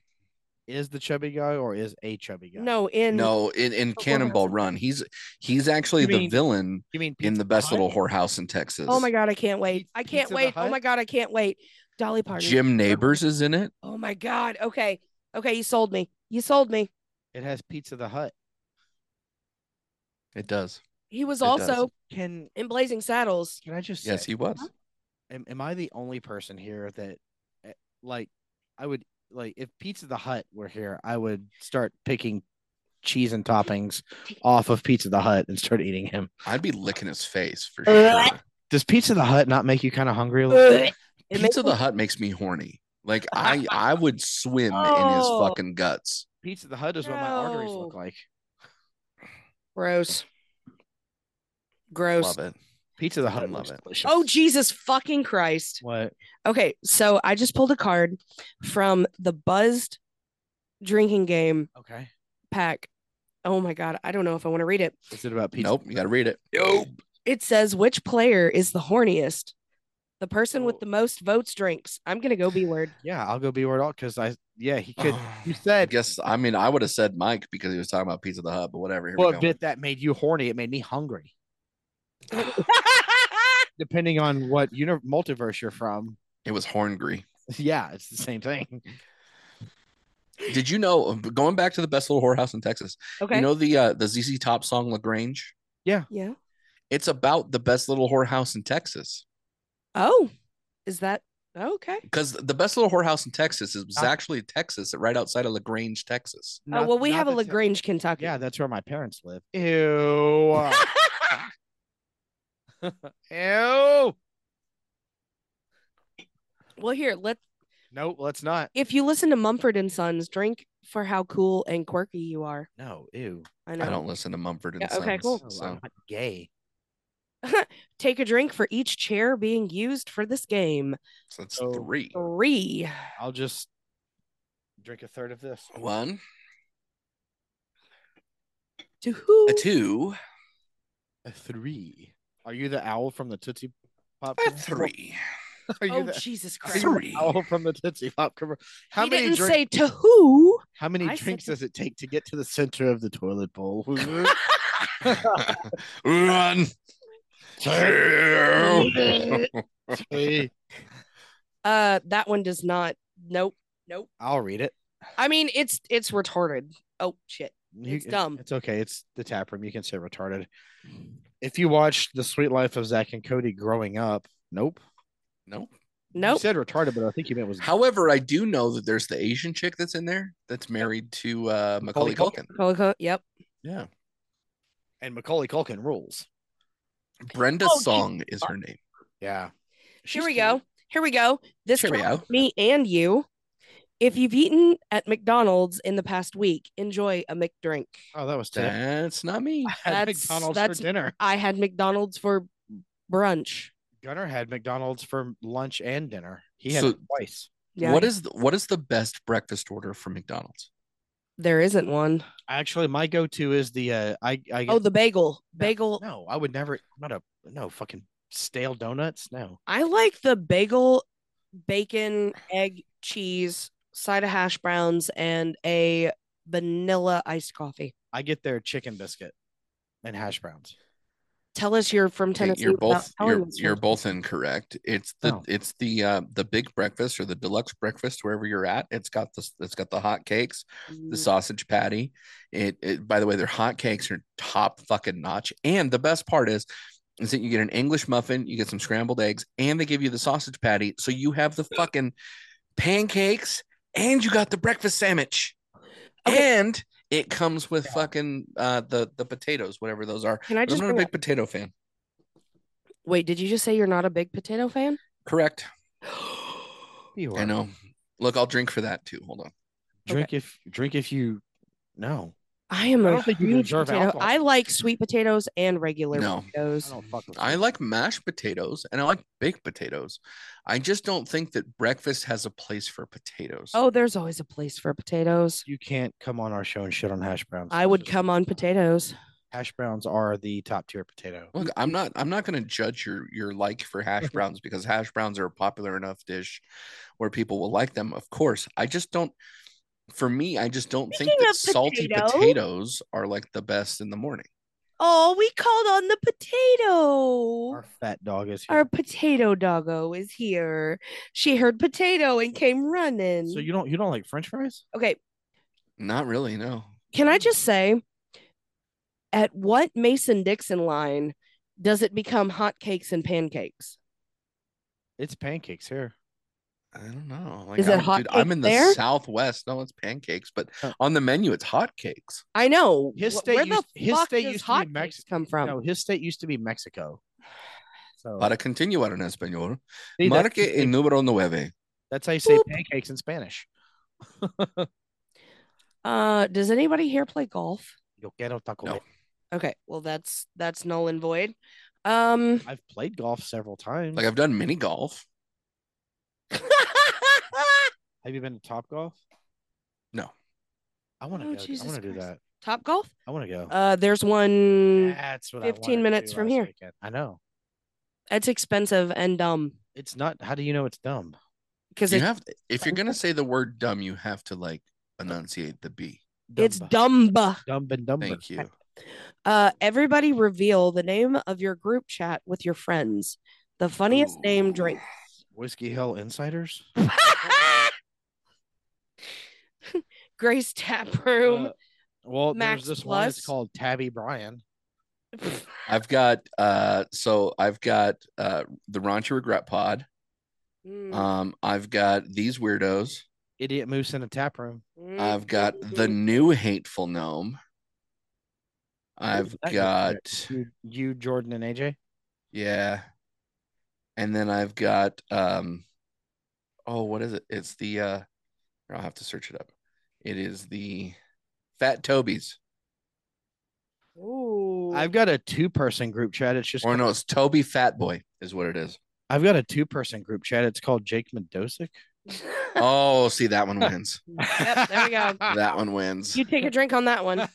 Speaker 2: Is the chubby guy or is a chubby guy?
Speaker 1: no in
Speaker 3: no, in, in Cannonball Run, he's he's actually
Speaker 2: You
Speaker 3: the
Speaker 2: mean
Speaker 3: villain
Speaker 2: You mean
Speaker 3: in
Speaker 2: Pizza
Speaker 3: the best
Speaker 2: Hut?
Speaker 3: little whorehouse in Texas.
Speaker 1: oh my god I can't wait
Speaker 2: Pizza-
Speaker 1: I can't
Speaker 2: Pizza
Speaker 1: wait
Speaker 2: Hut?
Speaker 1: oh my god I can't wait Dolly Parton
Speaker 3: Jim Neighbors is in it.
Speaker 1: oh my god okay okay you sold me you sold me
Speaker 2: It has Pizza the Hut.
Speaker 3: It does.
Speaker 1: he was
Speaker 3: It does.
Speaker 1: also
Speaker 2: Can
Speaker 1: in Blazing Saddles
Speaker 2: can I just
Speaker 3: Yes,
Speaker 2: say,
Speaker 3: he was.
Speaker 2: am, am I the only person here that eh, like I would like if Pizza the Hut were here, I would start picking cheese and toppings off of Pizza the Hut and start eating him.
Speaker 3: I'd be licking his face for
Speaker 1: Ugh.
Speaker 3: sure.
Speaker 2: Does Pizza the Hut not make you kind of hungry? a little bit?
Speaker 1: Ugh. It makes
Speaker 3: Pizza
Speaker 1: me-
Speaker 3: the Hut makes me horny. Like I, I would swim in his
Speaker 1: Oh.
Speaker 3: fucking guts.
Speaker 2: Pizza the Hut is what my arteries look
Speaker 1: No.
Speaker 2: like.
Speaker 1: gross gross
Speaker 3: Love it.
Speaker 2: Pizza the Hut
Speaker 3: love
Speaker 2: looks
Speaker 3: it.
Speaker 2: delicious.
Speaker 1: oh Jesus fucking Christ
Speaker 2: what?
Speaker 1: Okay, so I just pulled a card from the Buzzed drinking game
Speaker 2: Okay.
Speaker 1: pack. Oh my God, I don't know if I want to read it.
Speaker 2: Is it about pizza?
Speaker 3: Nope, you gotta read it. Nope.
Speaker 1: It says, which player is the horniest? The person with
Speaker 2: Oh.
Speaker 1: the most votes drinks. I'm going to go B word.
Speaker 2: Yeah, I'll go B word all because I yeah he could. You
Speaker 3: I
Speaker 2: said
Speaker 3: guess I mean I would have said Mike because he was talking about Pizza the Hut, but whatever. Here we
Speaker 2: what
Speaker 3: go.
Speaker 2: bit that made you horny? It made me hungry. Depending on what uni- multiverse you're from,
Speaker 3: It was Horngry.
Speaker 2: yeah, it's the same thing.
Speaker 3: Did you know? uh, Going back to the best little whorehouse in Texas,
Speaker 1: okay.
Speaker 3: you know the uh, the ZZ Top song Lagrange.
Speaker 1: yeah.
Speaker 3: It's about the best little whorehouse in Texas
Speaker 1: Oh, is that okay? Oh,
Speaker 3: because the best little whorehouse in Texas is was
Speaker 2: Ah.
Speaker 3: actually Texas, right outside of Lagrange, Texas.
Speaker 1: oh,
Speaker 2: Not-
Speaker 1: well, we
Speaker 2: not
Speaker 1: have a
Speaker 2: that-
Speaker 1: LaGrange, Kentucky.
Speaker 2: Yeah, that's where my parents live. Ew. Ew.
Speaker 1: Well, here, let
Speaker 2: Nope, let's not.
Speaker 1: if you listen to Mumford and Sons, drink for how cool and quirky you are.
Speaker 2: No, ew.
Speaker 1: I know.
Speaker 3: I don't listen to Mumford and
Speaker 1: Yeah, okay,
Speaker 3: Sons.
Speaker 1: cool.
Speaker 2: No, I'm
Speaker 3: So
Speaker 2: not gay.
Speaker 1: Take a drink for each chair being used for this game.
Speaker 3: so that's
Speaker 2: So-
Speaker 3: three.
Speaker 1: Three.
Speaker 2: I'll just drink a third of this.
Speaker 3: One,
Speaker 1: To who?
Speaker 3: a two,
Speaker 2: A three. Are you the owl from the Tootsie Pop?
Speaker 3: a
Speaker 2: commercial?
Speaker 3: three.
Speaker 2: Are you
Speaker 1: Oh,
Speaker 2: the
Speaker 1: Jesus
Speaker 2: are you
Speaker 1: Christ.
Speaker 2: the
Speaker 3: Three.
Speaker 2: owl from the Tootsie Pop commercial? How
Speaker 1: he
Speaker 2: many
Speaker 1: didn't
Speaker 2: drink-
Speaker 1: say to who.
Speaker 2: How many
Speaker 1: I said
Speaker 2: drinks
Speaker 1: to-
Speaker 2: does it take to get to the center of the toilet bowl?
Speaker 3: One, two.
Speaker 2: Hey,
Speaker 1: Uh, that one does not. Nope. Nope.
Speaker 2: I'll read it.
Speaker 1: I mean, it's it's retarded. Oh shit.
Speaker 2: You-
Speaker 1: It's dumb.
Speaker 2: It's okay. It's the tap room. You can say retarded. If you watched The Sweet Life of Zach and Cody growing up, nope.
Speaker 3: Nope.
Speaker 2: You
Speaker 1: Nope.
Speaker 2: said retarded, but I think you meant was
Speaker 3: However, I do know that there's the Asian chick that's in there that's married to uh, Macaulay
Speaker 2: Macaulay
Speaker 3: Culkin.
Speaker 1: Coca- yep.
Speaker 3: Yeah.
Speaker 2: and Macaulay Culkin rules.
Speaker 3: Brenda
Speaker 1: Oh, you-
Speaker 3: Song is her name.
Speaker 2: Yeah.
Speaker 1: Here we go. Here we go. This
Speaker 3: Cheerio.
Speaker 1: challenge me and you. If you've eaten at McDonald's in the past week, enjoy a McDrink.
Speaker 2: Oh, that was today.
Speaker 3: That's not me.
Speaker 2: I had
Speaker 1: That's-
Speaker 2: McDonald's
Speaker 1: that's-
Speaker 2: for dinner.
Speaker 1: I had McDonald's for brunch.
Speaker 2: Gunnar had McDonald's for lunch and dinner. He had
Speaker 3: So-
Speaker 2: it twice.
Speaker 1: Yeah.
Speaker 3: What is the, what is the best breakfast order from McDonald's?
Speaker 1: there isn't one.
Speaker 2: Actually, my go-to is the uh, I I
Speaker 1: Oh, the bagel.
Speaker 2: No,
Speaker 1: Bagel.
Speaker 2: no, I would never. Not a no fucking stale donuts. No.
Speaker 1: I like the bagel, bacon, egg, cheese, side of hash browns, and a vanilla iced coffee.
Speaker 2: I get their chicken biscuit and hash browns.
Speaker 1: Tell us you're from
Speaker 3: Okay,
Speaker 1: Tennessee.
Speaker 3: you're
Speaker 1: without
Speaker 3: both
Speaker 1: telling
Speaker 3: you're,
Speaker 1: us
Speaker 3: you're
Speaker 1: from-
Speaker 3: both incorrect. It's the
Speaker 2: Oh.
Speaker 3: it's the uh, the big breakfast or the deluxe breakfast wherever you're at. It's got this it's got the hot cakes,
Speaker 1: Mm-hmm.
Speaker 3: the sausage patty. It, it by the way, their hot cakes are top fucking notch. And the best part is is that you get an English muffin, you get some scrambled eggs, and they give you the sausage patty. So you have the fucking pancakes and you got the breakfast sandwich.
Speaker 1: Okay.
Speaker 3: And it comes with fucking uh the the potatoes, whatever those are.
Speaker 1: Can I
Speaker 3: But I'm
Speaker 1: just
Speaker 3: not a
Speaker 1: bring
Speaker 3: big
Speaker 1: up-
Speaker 3: potato fan.
Speaker 1: wait? Did you just say you're not a big potato fan?
Speaker 3: Correct.
Speaker 2: You
Speaker 3: I
Speaker 2: are.
Speaker 3: know. Look, I'll drink for that too. Hold on.
Speaker 2: Drink if drink if you. No.
Speaker 1: I am
Speaker 2: I
Speaker 1: a
Speaker 2: don't think you
Speaker 1: huge
Speaker 2: deserve
Speaker 1: potato.
Speaker 2: alcohol.
Speaker 1: I like sweet potatoes and regular
Speaker 3: No.
Speaker 2: I
Speaker 1: potatoes.
Speaker 2: don't fuck with.
Speaker 3: I
Speaker 2: you.
Speaker 3: like mashed potatoes and I like baked potatoes. I just don't think that breakfast has a place for potatoes.
Speaker 1: Oh, there's always a place for potatoes.
Speaker 2: You can't come on our show and shit on hash browns.
Speaker 1: I would come on potatoes.
Speaker 2: Hash browns are the top tier potato.
Speaker 3: Look, I'm not I'm not going to judge your your like for
Speaker 1: Mm-hmm.
Speaker 3: hash browns because hash browns are a popular enough dish where people will like them. Of course, I just don't for me, I just don't think
Speaker 1: Speaking
Speaker 3: that
Speaker 1: of
Speaker 3: salty
Speaker 1: potato-
Speaker 3: potatoes are like the best in the morning.
Speaker 1: Oh, we called on the potato.
Speaker 2: Our fat dog is here.
Speaker 1: Our potato doggo is here. She heard potato and came running.
Speaker 2: so you don't you don't like French fries?
Speaker 1: okay,
Speaker 3: Not really, no.
Speaker 1: can I just say at what Mason Dixon line does it become hotcakes and pancakes?
Speaker 2: It's pancakes here.
Speaker 3: I don't know. Like,
Speaker 1: Is it
Speaker 3: I'm,
Speaker 1: hot
Speaker 3: dude, I'm
Speaker 1: cake
Speaker 3: in the
Speaker 1: there? Oh.
Speaker 3: southwest. No, it's pancakes, but
Speaker 2: Huh.
Speaker 3: on the menu it's hot cakes.
Speaker 1: I know.
Speaker 2: His
Speaker 1: Wh-
Speaker 2: state
Speaker 1: Where
Speaker 2: used-
Speaker 1: the
Speaker 2: his
Speaker 1: fuck
Speaker 2: state
Speaker 1: does
Speaker 2: used to be
Speaker 1: hotcakes
Speaker 2: Mexican.
Speaker 1: come from?
Speaker 2: No, his state used to be Mexico.
Speaker 1: Oh.
Speaker 2: So
Speaker 3: Para continuar en español,
Speaker 2: See, that's-
Speaker 3: marque el número nueve.
Speaker 2: that's how you say
Speaker 1: Boop.
Speaker 2: pancakes in Spanish.
Speaker 1: Uh, does anybody here play golf?
Speaker 2: Yo quiero taco.
Speaker 3: No.
Speaker 2: Bell.
Speaker 1: Okay, well that's that's null and void. Um,
Speaker 2: I've played golf several times.
Speaker 3: Like I've done mini golf.
Speaker 2: Have you been to Top Golf?
Speaker 3: No.
Speaker 2: I want to
Speaker 1: Oh,
Speaker 2: go.
Speaker 1: Jesus
Speaker 2: I want to do
Speaker 1: Christ.
Speaker 2: that.
Speaker 1: Top golf.
Speaker 2: I want to go.
Speaker 1: Uh, there's one.
Speaker 2: That's what
Speaker 1: 15
Speaker 2: I wanted to
Speaker 1: minutes
Speaker 2: do
Speaker 1: from
Speaker 2: last
Speaker 1: here.
Speaker 2: weekend. I know.
Speaker 1: It's expensive and dumb
Speaker 2: It's not. How do you know it's dumb?
Speaker 1: because
Speaker 3: You
Speaker 1: it,
Speaker 3: have if you're gonna say the word dumb, you have to like enunciate the B.
Speaker 1: it's dumb.
Speaker 2: Dumb and dumber.
Speaker 3: Thank you.
Speaker 1: Uh, everybody reveal the name of your group chat with your friends. The funniest name
Speaker 3: Ooh.
Speaker 1: drink.
Speaker 2: Whiskey Hill Insiders.
Speaker 1: Grace Tap Room.
Speaker 2: Uh, well,
Speaker 1: Max
Speaker 2: there's this one. It's
Speaker 1: Plus.
Speaker 2: called Tabby Brian.
Speaker 3: I've got uh so I've got uh the Raunchy Regret Pod.
Speaker 1: Mm,
Speaker 3: Um I've got these weirdos.
Speaker 2: Idiot Moose in a tap room.
Speaker 1: mm,
Speaker 3: I've got the
Speaker 1: mm.
Speaker 3: new hateful gnome. I've
Speaker 2: That goes
Speaker 3: got
Speaker 2: You, you, Jordan, and AJ.
Speaker 3: Yeah. And then I've got um oh what is it? It's the uh I'll have to search it up. It is the Fat Toby's.
Speaker 1: Ooh.
Speaker 2: I've got a two person group chat. It's just
Speaker 3: Or no,
Speaker 2: called-
Speaker 3: it's Toby Fat Boy is what it is.
Speaker 2: I've got a two person group chat. It's called Jake Medosic.
Speaker 1: yep,
Speaker 3: Oh, see that one wins.
Speaker 1: there we go.
Speaker 3: that one wins.
Speaker 1: You take a drink on that one.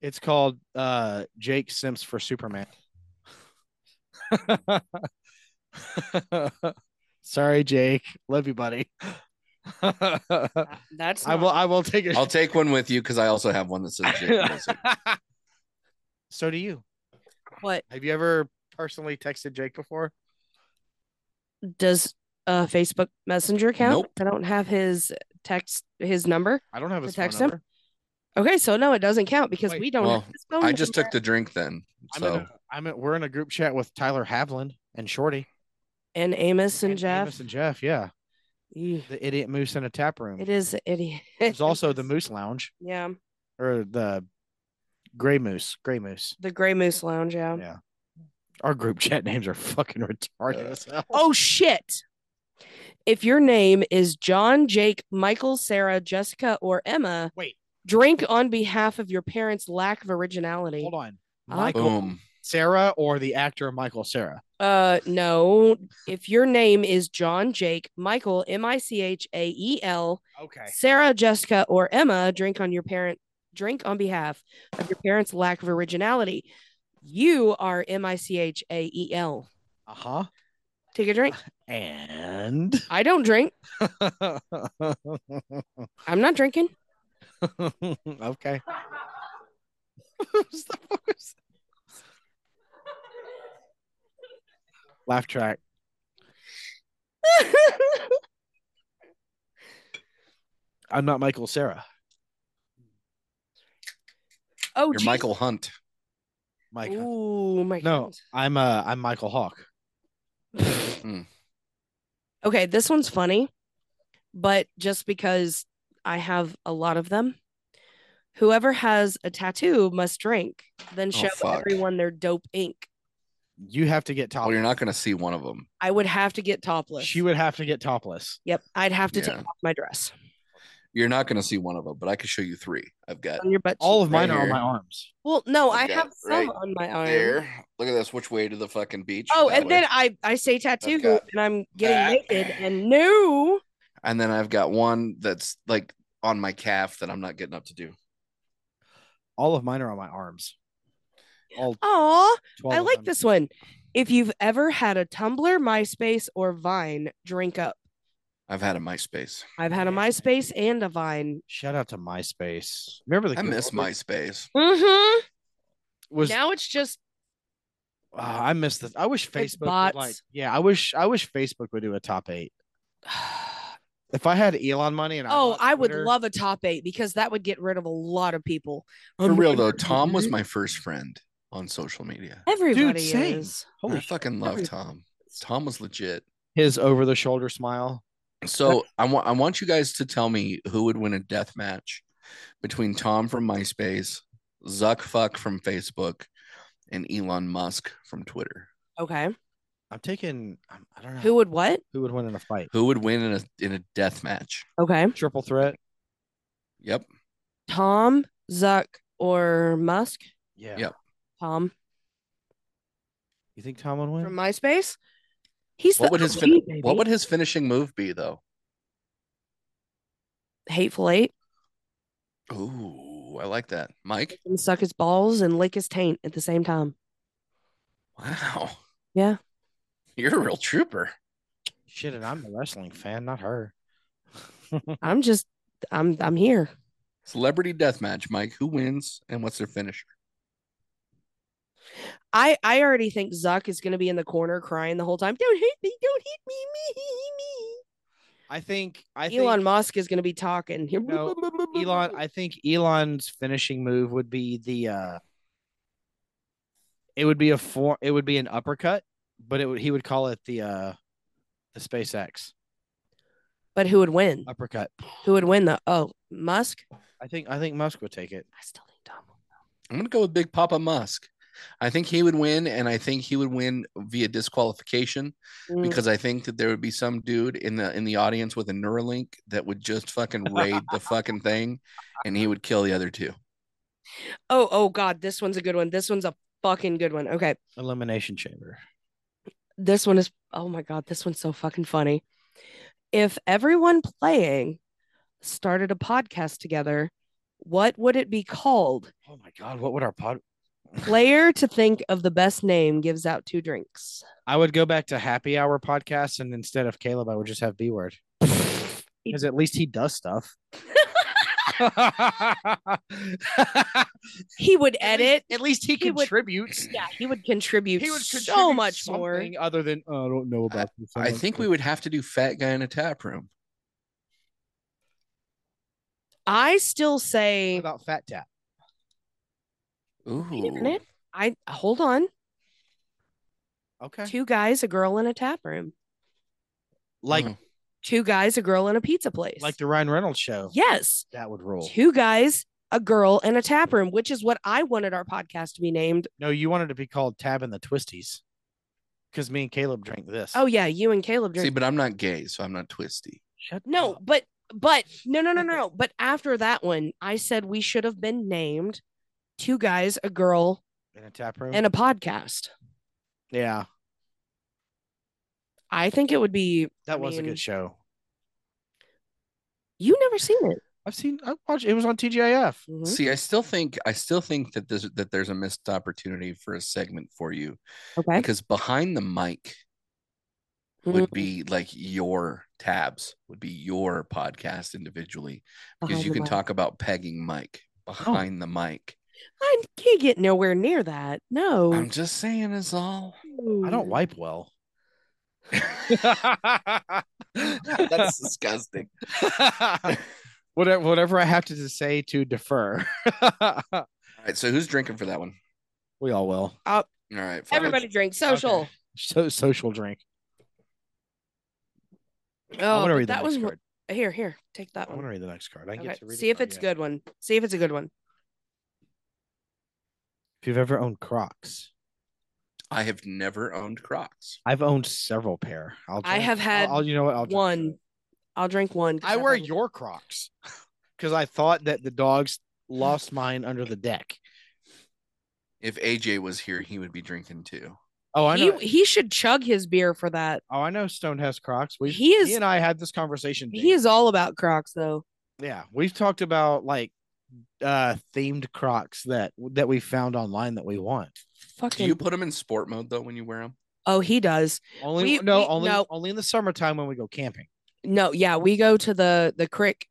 Speaker 2: it's called uh Jake Sims for Superman. Sorry, Jake. Love you, buddy. I
Speaker 1: That's
Speaker 2: will
Speaker 1: not-
Speaker 2: I will take a
Speaker 3: I'll take one with you because I also have one that says Jake Wilson.
Speaker 2: So do you.
Speaker 1: what
Speaker 2: Have you ever personally texted Jake before?
Speaker 1: does uh Facebook Messenger count?
Speaker 3: Nope.
Speaker 1: I don't have his text his number.
Speaker 2: I don't have
Speaker 1: To
Speaker 2: his phone
Speaker 1: text him?
Speaker 2: number.
Speaker 1: Okay, so no, it doesn't count because
Speaker 2: Wait.
Speaker 1: we don't
Speaker 3: Well,
Speaker 1: have his phone
Speaker 3: I just
Speaker 1: number.
Speaker 3: took the drink then.
Speaker 2: I'm in
Speaker 3: So
Speaker 2: a, I'm at, we're in a group chat with Tyler Havlin and Shorty
Speaker 1: and Amos and, Jeff.
Speaker 2: Amos and Jeff. Yeah,
Speaker 1: Ew,
Speaker 2: the idiot moose in a tap room.
Speaker 1: It is an idiot.
Speaker 2: There's also the Moose Lounge
Speaker 1: Yeah.
Speaker 2: or the Gray Moose. Gray Moose.
Speaker 1: The Grey Moose Lounge, yeah.
Speaker 2: Yeah. Our group chat names are fucking retarded.
Speaker 3: Uh,
Speaker 2: as hell.
Speaker 1: Oh shit. If your name is John, Jake, Michael, Sarah, Jessica, or Emma,
Speaker 2: Wait.
Speaker 1: drink on behalf of your parents' lack of originality.
Speaker 2: Hold on.
Speaker 1: Ah.
Speaker 2: Michael
Speaker 3: boom.
Speaker 2: Sarah or the actor Michael Sarah.
Speaker 1: Uh, no. If your name is John, Jake, Michael, M I C H A E L,
Speaker 2: Okay.
Speaker 1: Sarah, Jessica, or Emma, drink on your parent drink on behalf of your parents' lack of originality. You are M I C H A E L.
Speaker 2: Uh huh.
Speaker 1: Take a drink.
Speaker 2: And
Speaker 1: I don't drink. I'm not drinking.
Speaker 2: okay. What the fuck was that? Laugh track. I'm not Michael Sarah.
Speaker 1: oh,
Speaker 3: You're
Speaker 1: Jesus.
Speaker 3: Michael Hunt.
Speaker 2: Michael.
Speaker 1: Ooh, my
Speaker 2: No, I'm uh I'm Michael Hawk.
Speaker 1: goodness.
Speaker 3: Mm.
Speaker 1: okay, this one's funny, but just because I have a lot of them, whoever has a tattoo must drink, then show
Speaker 3: Oh, fuck.
Speaker 1: everyone their dope ink.
Speaker 2: You have to get
Speaker 3: Well,
Speaker 2: topless.
Speaker 3: you're not going to see one of them.
Speaker 1: I would have to get topless.
Speaker 2: she would have to get topless.
Speaker 1: yep, I'd have to
Speaker 3: Yeah.
Speaker 1: take off my dress
Speaker 3: You're not going to see one of them, but I can show you three. I've got
Speaker 1: on your butt.
Speaker 2: All of
Speaker 1: cheek.
Speaker 2: mine
Speaker 3: Right
Speaker 2: are on
Speaker 3: here.
Speaker 2: my arms.
Speaker 1: Well, no,
Speaker 3: I've
Speaker 1: I
Speaker 3: got
Speaker 1: have some
Speaker 3: right
Speaker 1: on my arm.
Speaker 3: there. Look at this. Which way to the fucking beach?
Speaker 1: Oh,
Speaker 3: That
Speaker 1: and
Speaker 3: way.
Speaker 1: then I I say tattoo
Speaker 3: got
Speaker 1: and I'm getting
Speaker 3: that.
Speaker 1: naked and no.
Speaker 3: and then I've got one that's like on my calf that I'm not getting up to do.
Speaker 2: All of mine are on my arms. All
Speaker 1: Aw.
Speaker 2: 12
Speaker 1: Oh, I
Speaker 2: of
Speaker 1: like
Speaker 2: them.
Speaker 1: this one. If you've ever had a Tumblr, MySpace, or Vine, drink up.
Speaker 3: I've had a MySpace.
Speaker 1: I've had a MySpace and a Vine.
Speaker 2: Shout out to MySpace. Remember the
Speaker 3: I
Speaker 2: good
Speaker 3: miss
Speaker 2: old days?
Speaker 3: MySpace.
Speaker 1: Mm-hmm.
Speaker 2: was
Speaker 1: now it's just
Speaker 2: Ah, I miss this. I wish
Speaker 1: It's
Speaker 2: Facebook would like
Speaker 1: bots.
Speaker 2: yeah, I wish I wish Facebook would do a top eight. If I had Elon money and I
Speaker 1: oh,
Speaker 2: bought
Speaker 1: I would
Speaker 2: Twitter-
Speaker 1: love a top eight because that would get rid of a lot of people.
Speaker 3: For real though, Tom was my first friend on social media.
Speaker 1: everybody
Speaker 2: Dude, same.
Speaker 1: is.
Speaker 2: Holy
Speaker 3: I
Speaker 2: sh-
Speaker 3: fucking love Tom. Tom was legit.
Speaker 2: his over the shoulder smile.
Speaker 3: So I want I want you guys to tell me who would win a death match between Tom from MySpace, Zuck Fuck from Facebook, and Elon Musk from Twitter.
Speaker 1: Okay.
Speaker 2: I'm taking I'm, I don't know
Speaker 1: Who would what?
Speaker 2: who would win in a fight.
Speaker 3: Who would win in a in a death match?
Speaker 1: Okay.
Speaker 2: Triple threat.
Speaker 3: Yep.
Speaker 1: Tom, Zuck, or Musk?
Speaker 2: Yeah.
Speaker 3: Yep.
Speaker 1: Tom
Speaker 2: You think Tom would win?
Speaker 1: from MySpace. He's
Speaker 3: What
Speaker 1: the
Speaker 3: would his
Speaker 1: OG,
Speaker 3: fin-
Speaker 1: baby.
Speaker 3: what would his finishing move be though?
Speaker 1: hateful eight?
Speaker 3: Ooh, I like that. Mike.
Speaker 1: and suck his balls and lick his taint at the same time.
Speaker 3: Wow.
Speaker 1: Yeah.
Speaker 3: You're a real trooper.
Speaker 2: Shit, and I'm a wrestling fan, not her.
Speaker 1: I'm just I'm I'm here.
Speaker 3: Celebrity death match, Mike. Who wins and what's their finisher?
Speaker 1: I I already think Zuck is gonna be in the corner crying the whole time. Don't hit me, don't hit me, me, me.
Speaker 2: I think I
Speaker 1: Elon
Speaker 2: think
Speaker 1: Musk is gonna be talking.
Speaker 2: No, Elon I think Elon's finishing move would be the uh it would be a form it would be an uppercut, but it would he would call it the uh the SpaceX
Speaker 1: but who would win?
Speaker 2: uppercut.
Speaker 1: Who would win the oh Musk?
Speaker 2: I think I think Musk would take it.
Speaker 1: I still think Tom.
Speaker 3: I'm gonna go with Big Papa Musk. I think he would win, and I think he would win via disqualification
Speaker 1: Mm.
Speaker 3: because I think that there would be some dude in the in the audience with a Neuralink that would just fucking raid the fucking thing, and he would kill the other two.
Speaker 1: Oh, oh God, this one's a good one. This one's a fucking good one. Okay.
Speaker 2: Elimination chamber.
Speaker 1: This one is, oh my God, this one's so fucking funny. If everyone playing started a podcast together, what would it be called?
Speaker 2: Oh my god, what would our pod?
Speaker 1: Player to think of the best name gives out two drinks.
Speaker 2: I would go back to happy hour podcast, and instead of Caleb, I would just have B word. Because at least he does stuff.
Speaker 1: He would edit.
Speaker 2: At least he
Speaker 1: He would-
Speaker 2: contributes.
Speaker 1: Yeah, he would contribute,
Speaker 2: He would
Speaker 1: so
Speaker 2: contribute
Speaker 1: much more.
Speaker 2: something other than "Oh, I don't know about. this.
Speaker 3: I think we would have to do fat guy in a tap room.
Speaker 1: I still say,
Speaker 2: about Fat Tap.
Speaker 3: Ooh,
Speaker 1: wait a minute. I hold on.
Speaker 2: Okay,
Speaker 1: Two guys, a girl in a tap room.
Speaker 2: like
Speaker 3: Mm.
Speaker 1: Two guys, a girl in a pizza place.
Speaker 2: like the Ryan Reynolds show.
Speaker 1: yes.
Speaker 2: That would rule.
Speaker 1: two guys, a girl, and a tap room, which is what I wanted our podcast to be named.
Speaker 2: No, you wanted to be called Tab and the Twisties, because me and Caleb drank this.
Speaker 1: Oh yeah, you and Caleb
Speaker 3: See,
Speaker 1: drink.
Speaker 3: but I'm not gay, so I'm not twisty.
Speaker 2: Shut
Speaker 1: no,
Speaker 2: up.
Speaker 1: but but no no no no no. But after that one, I said we should have been named two guys, a girl,
Speaker 2: in a tap room.
Speaker 1: and a podcast.
Speaker 2: yeah,
Speaker 1: I think it would be.
Speaker 2: that
Speaker 1: I
Speaker 2: was a
Speaker 1: mean,
Speaker 2: good show.
Speaker 1: You never seen it.
Speaker 2: I've seen. I watched. It was on TGIF.
Speaker 1: Mhm.
Speaker 3: See, I still think I still think that there's that there's a missed opportunity for a segment for you
Speaker 1: Okay. Mm-hmm.
Speaker 3: because behind the mic would be like your tabs would be your podcast individually because
Speaker 1: Behind
Speaker 3: you
Speaker 1: the
Speaker 3: can
Speaker 1: mic. Oh.
Speaker 3: talk about pegging mic behind the mic.
Speaker 1: I can't get nowhere near that. No.
Speaker 3: I'm just saying is all.
Speaker 2: I
Speaker 1: Mm.
Speaker 2: don't wipe well.
Speaker 3: That's disgusting.
Speaker 2: whatever, whatever I have to just say to defer,
Speaker 3: All right, so who's drinking for that one?
Speaker 2: we all will.
Speaker 3: All right, fine.
Speaker 1: Everybody drinks social.
Speaker 2: Okay. So social drink. I
Speaker 1: Oh,
Speaker 2: want to
Speaker 1: but
Speaker 2: read the
Speaker 1: that
Speaker 2: next
Speaker 1: was
Speaker 2: card.
Speaker 1: here. Here, take that
Speaker 2: I want
Speaker 1: one.
Speaker 2: to read the next card. I
Speaker 1: Okay.
Speaker 2: get to read
Speaker 1: See if it's good one. See if it's a good one.
Speaker 2: If you've ever owned Crocs,
Speaker 3: I have never owned Crocs.
Speaker 2: I've owned several pair. I'll
Speaker 1: I
Speaker 2: drink-
Speaker 1: have had
Speaker 2: I'll, I'll- you know what? I'll drink to
Speaker 1: one.
Speaker 2: it.
Speaker 1: I'll drink one. 'cause
Speaker 2: I
Speaker 1: I've
Speaker 2: wear
Speaker 1: only-
Speaker 2: your Crocs because I thought that the dogs lost mine under the deck.
Speaker 3: If AJ was here, he would be drinking too.
Speaker 2: Oh, I know.
Speaker 1: He, he should chug his beer for that.
Speaker 2: oh, I know. Stone has Crocs. We
Speaker 1: He is-
Speaker 2: he and I had this conversation.
Speaker 1: He
Speaker 2: Dave.
Speaker 1: is all about Crocs though.
Speaker 2: yeah we've talked about like uh themed crocs that that we found online that we want
Speaker 3: Do
Speaker 1: Fucking.
Speaker 3: you put them in sport mode though when you wear them?
Speaker 1: Oh, he does.
Speaker 2: only
Speaker 1: We-
Speaker 2: no
Speaker 1: we-
Speaker 2: only
Speaker 1: no.
Speaker 2: only in the summertime when we go camping
Speaker 1: No, yeah, we go to the the creek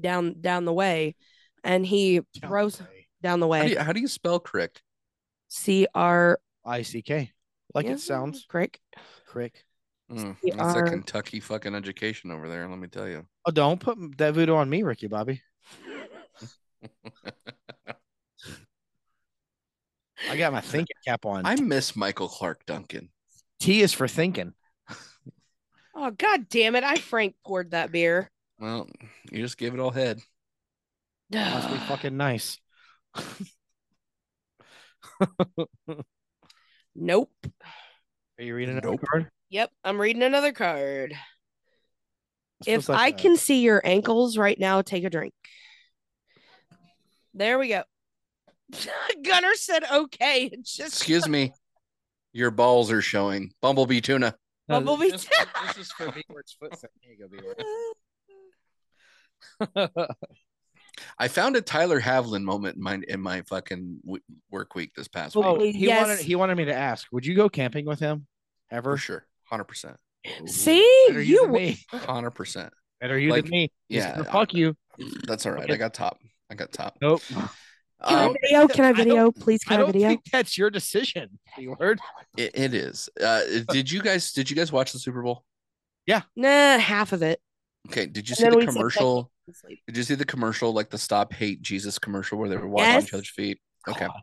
Speaker 1: down down the way, and he throws down the
Speaker 3: How do
Speaker 1: way.
Speaker 3: you, how do you spell crick?
Speaker 1: C R.
Speaker 2: ick like
Speaker 1: yeah,
Speaker 2: it sounds
Speaker 1: Crick.
Speaker 2: crick
Speaker 3: Mm,
Speaker 1: They
Speaker 3: that's a
Speaker 1: are-
Speaker 3: Kentucky fucking education over there. Let me tell you.
Speaker 2: oh don't put that voodoo on me ricky bobby i got my thinking cap on
Speaker 3: I miss Michael Clark Duncan.
Speaker 2: t is for thinking
Speaker 1: Oh God damn it! I Frank poured that beer.
Speaker 3: Well, you just gave it all head.
Speaker 2: must be fucking nice
Speaker 1: nope.
Speaker 2: are you reading another
Speaker 3: Nope.
Speaker 2: card
Speaker 1: Yep. I'm reading another card.
Speaker 2: This
Speaker 1: If
Speaker 2: looks like
Speaker 1: I
Speaker 2: a-
Speaker 1: can see your ankles right now, take a drink. There we go. Gunner said okay. It's just
Speaker 3: Excuse me. Your balls are showing. Bumblebee tuna.
Speaker 2: No,
Speaker 1: Bumblebee
Speaker 2: this,
Speaker 1: too.
Speaker 2: this is for B-word's foot thing. Here you go, B-word.
Speaker 3: I found a Tyler Havlin moment in my in my fucking w- work week this past
Speaker 2: Oh,
Speaker 3: week.
Speaker 1: Bumblebee,
Speaker 2: he wanted
Speaker 1: yes.
Speaker 2: he wanted me to ask, would you go camping with him
Speaker 3: For
Speaker 2: ever?
Speaker 3: sure, hundred percent.
Speaker 1: see
Speaker 2: Better you, than
Speaker 1: you.
Speaker 2: me.
Speaker 3: hundred percent.
Speaker 2: Better you
Speaker 3: Like,
Speaker 2: than me. He said,
Speaker 3: yeah,
Speaker 2: "Well, fuck you.
Speaker 3: That's all right. I got top. I got top.
Speaker 2: Nope.
Speaker 1: Can I
Speaker 3: Um,
Speaker 1: video? Can I
Speaker 2: I don't-
Speaker 1: video? Please,
Speaker 2: I
Speaker 1: can I,
Speaker 2: don't
Speaker 1: video?
Speaker 2: think that's your decision. You heard?
Speaker 3: it, it is. Uh, did you guys did you guys watch the Super Bowl?
Speaker 1: Nah, half of it.
Speaker 3: Okay. Did you
Speaker 1: And
Speaker 3: see
Speaker 1: then
Speaker 3: the
Speaker 1: we said that-
Speaker 3: commercial? Did you see the commercial like the stop hate Jesus commercial where they were walking on
Speaker 1: Yes.
Speaker 3: each other's feet? Okay.
Speaker 2: God.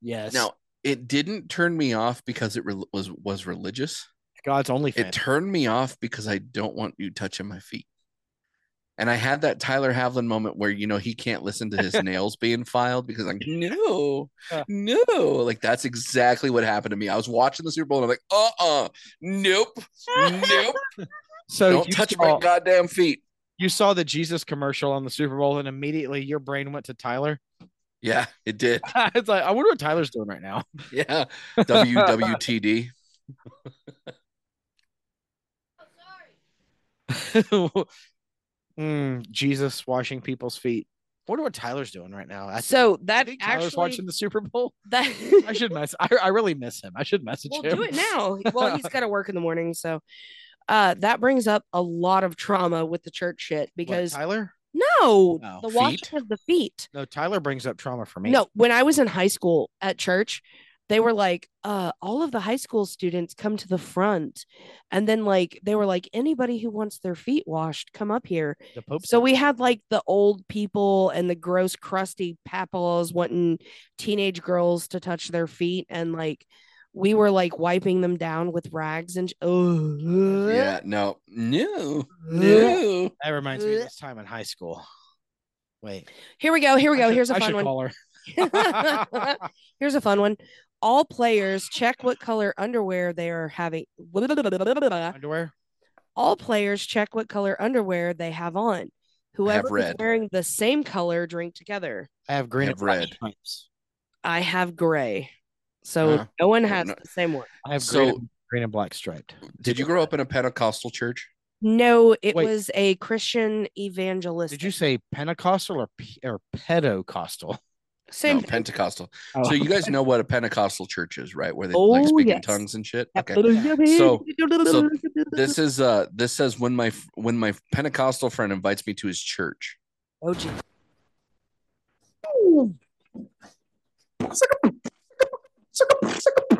Speaker 2: Yes.
Speaker 3: Now it didn't turn me off because it rel was was religious.
Speaker 2: God's only
Speaker 3: It turned me off because I don't want you touching my feet. And I had that Tyler Havlin moment where you know he can't listen to his nails being filed because like no,
Speaker 2: Yeah.
Speaker 3: no, like that's exactly what happened to me. I was watching the Super Bowl and I'm like, uh, uh nope, nope,
Speaker 2: So
Speaker 3: don't
Speaker 2: you
Speaker 3: touch
Speaker 2: saw-
Speaker 3: my goddamn feet.
Speaker 2: you saw the Jesus commercial on the Super Bowl, and immediately your brain went to Tyler.
Speaker 3: Yeah, it did.
Speaker 2: it's like I wonder what Tyler's doing right now.
Speaker 3: Yeah, WWTD.
Speaker 2: Mm, Jesus washing people's feet. wonder what Tyler's doing right now. I think-
Speaker 1: so
Speaker 2: I
Speaker 1: that
Speaker 2: think Tyler's
Speaker 1: actually
Speaker 2: watching the Super Bowl.
Speaker 1: that
Speaker 2: I should mess. I, I really miss him. I should message
Speaker 1: Well,
Speaker 2: him.
Speaker 1: do it now. Well, he's got to work in the morning, so uh, that brings up a lot of trauma with the church shit
Speaker 2: What,
Speaker 1: because
Speaker 2: Tyler.
Speaker 1: no,
Speaker 2: No.
Speaker 1: the
Speaker 3: Feet?
Speaker 1: washing of the feet.
Speaker 2: No, Tyler brings up trauma for me.
Speaker 1: No, when I was in high school at church, they were like, uh, all of the high school students come to the front, and then like they were like, anybody who wants their feet washed, come up here.
Speaker 2: the Pope.
Speaker 1: So
Speaker 2: said-
Speaker 1: we had like the old people and the gross, crusty papas wanting teenage girls to touch their feet, and like we were like wiping them down with rags and oh
Speaker 3: Yeah, no, no,
Speaker 1: uh.
Speaker 3: no.
Speaker 2: that reminds me of this time in high school. Wait,
Speaker 1: Here we go. Here we
Speaker 2: I
Speaker 1: go.
Speaker 2: should-
Speaker 1: Here's a
Speaker 2: I should
Speaker 1: fun one.
Speaker 2: Call her.
Speaker 1: Here's a fun one. All players check what color underwear they are having.
Speaker 2: Underwear.
Speaker 1: All players check what color underwear they have on. Whoever is
Speaker 3: red.
Speaker 1: wearing the same color drink together.
Speaker 2: I have green
Speaker 3: I
Speaker 2: and
Speaker 3: have red.
Speaker 2: Stripes.
Speaker 1: I have gray. So
Speaker 3: Huh.
Speaker 1: no
Speaker 2: Oh,
Speaker 1: one has
Speaker 3: no.
Speaker 1: the same one.
Speaker 2: I have
Speaker 3: So-
Speaker 2: green, and, green and black striped.
Speaker 3: Did you grow up in a Pentecostal church?
Speaker 1: No, it
Speaker 2: Wait.
Speaker 1: was a Christian evangelist.
Speaker 2: Did you say Pentecostal or P- or pedocostal?
Speaker 1: same?
Speaker 3: no, Pentecostal.
Speaker 2: Oh.
Speaker 3: So you guys know what a Pentecostal church is, right? Where they
Speaker 1: Oh,
Speaker 3: like speak in
Speaker 1: yes.
Speaker 3: tongues and shit. Okay.
Speaker 1: Okay.
Speaker 3: So- This is uh this says when my when my Pentecostal friend invites me to his church.
Speaker 1: oh, geez. that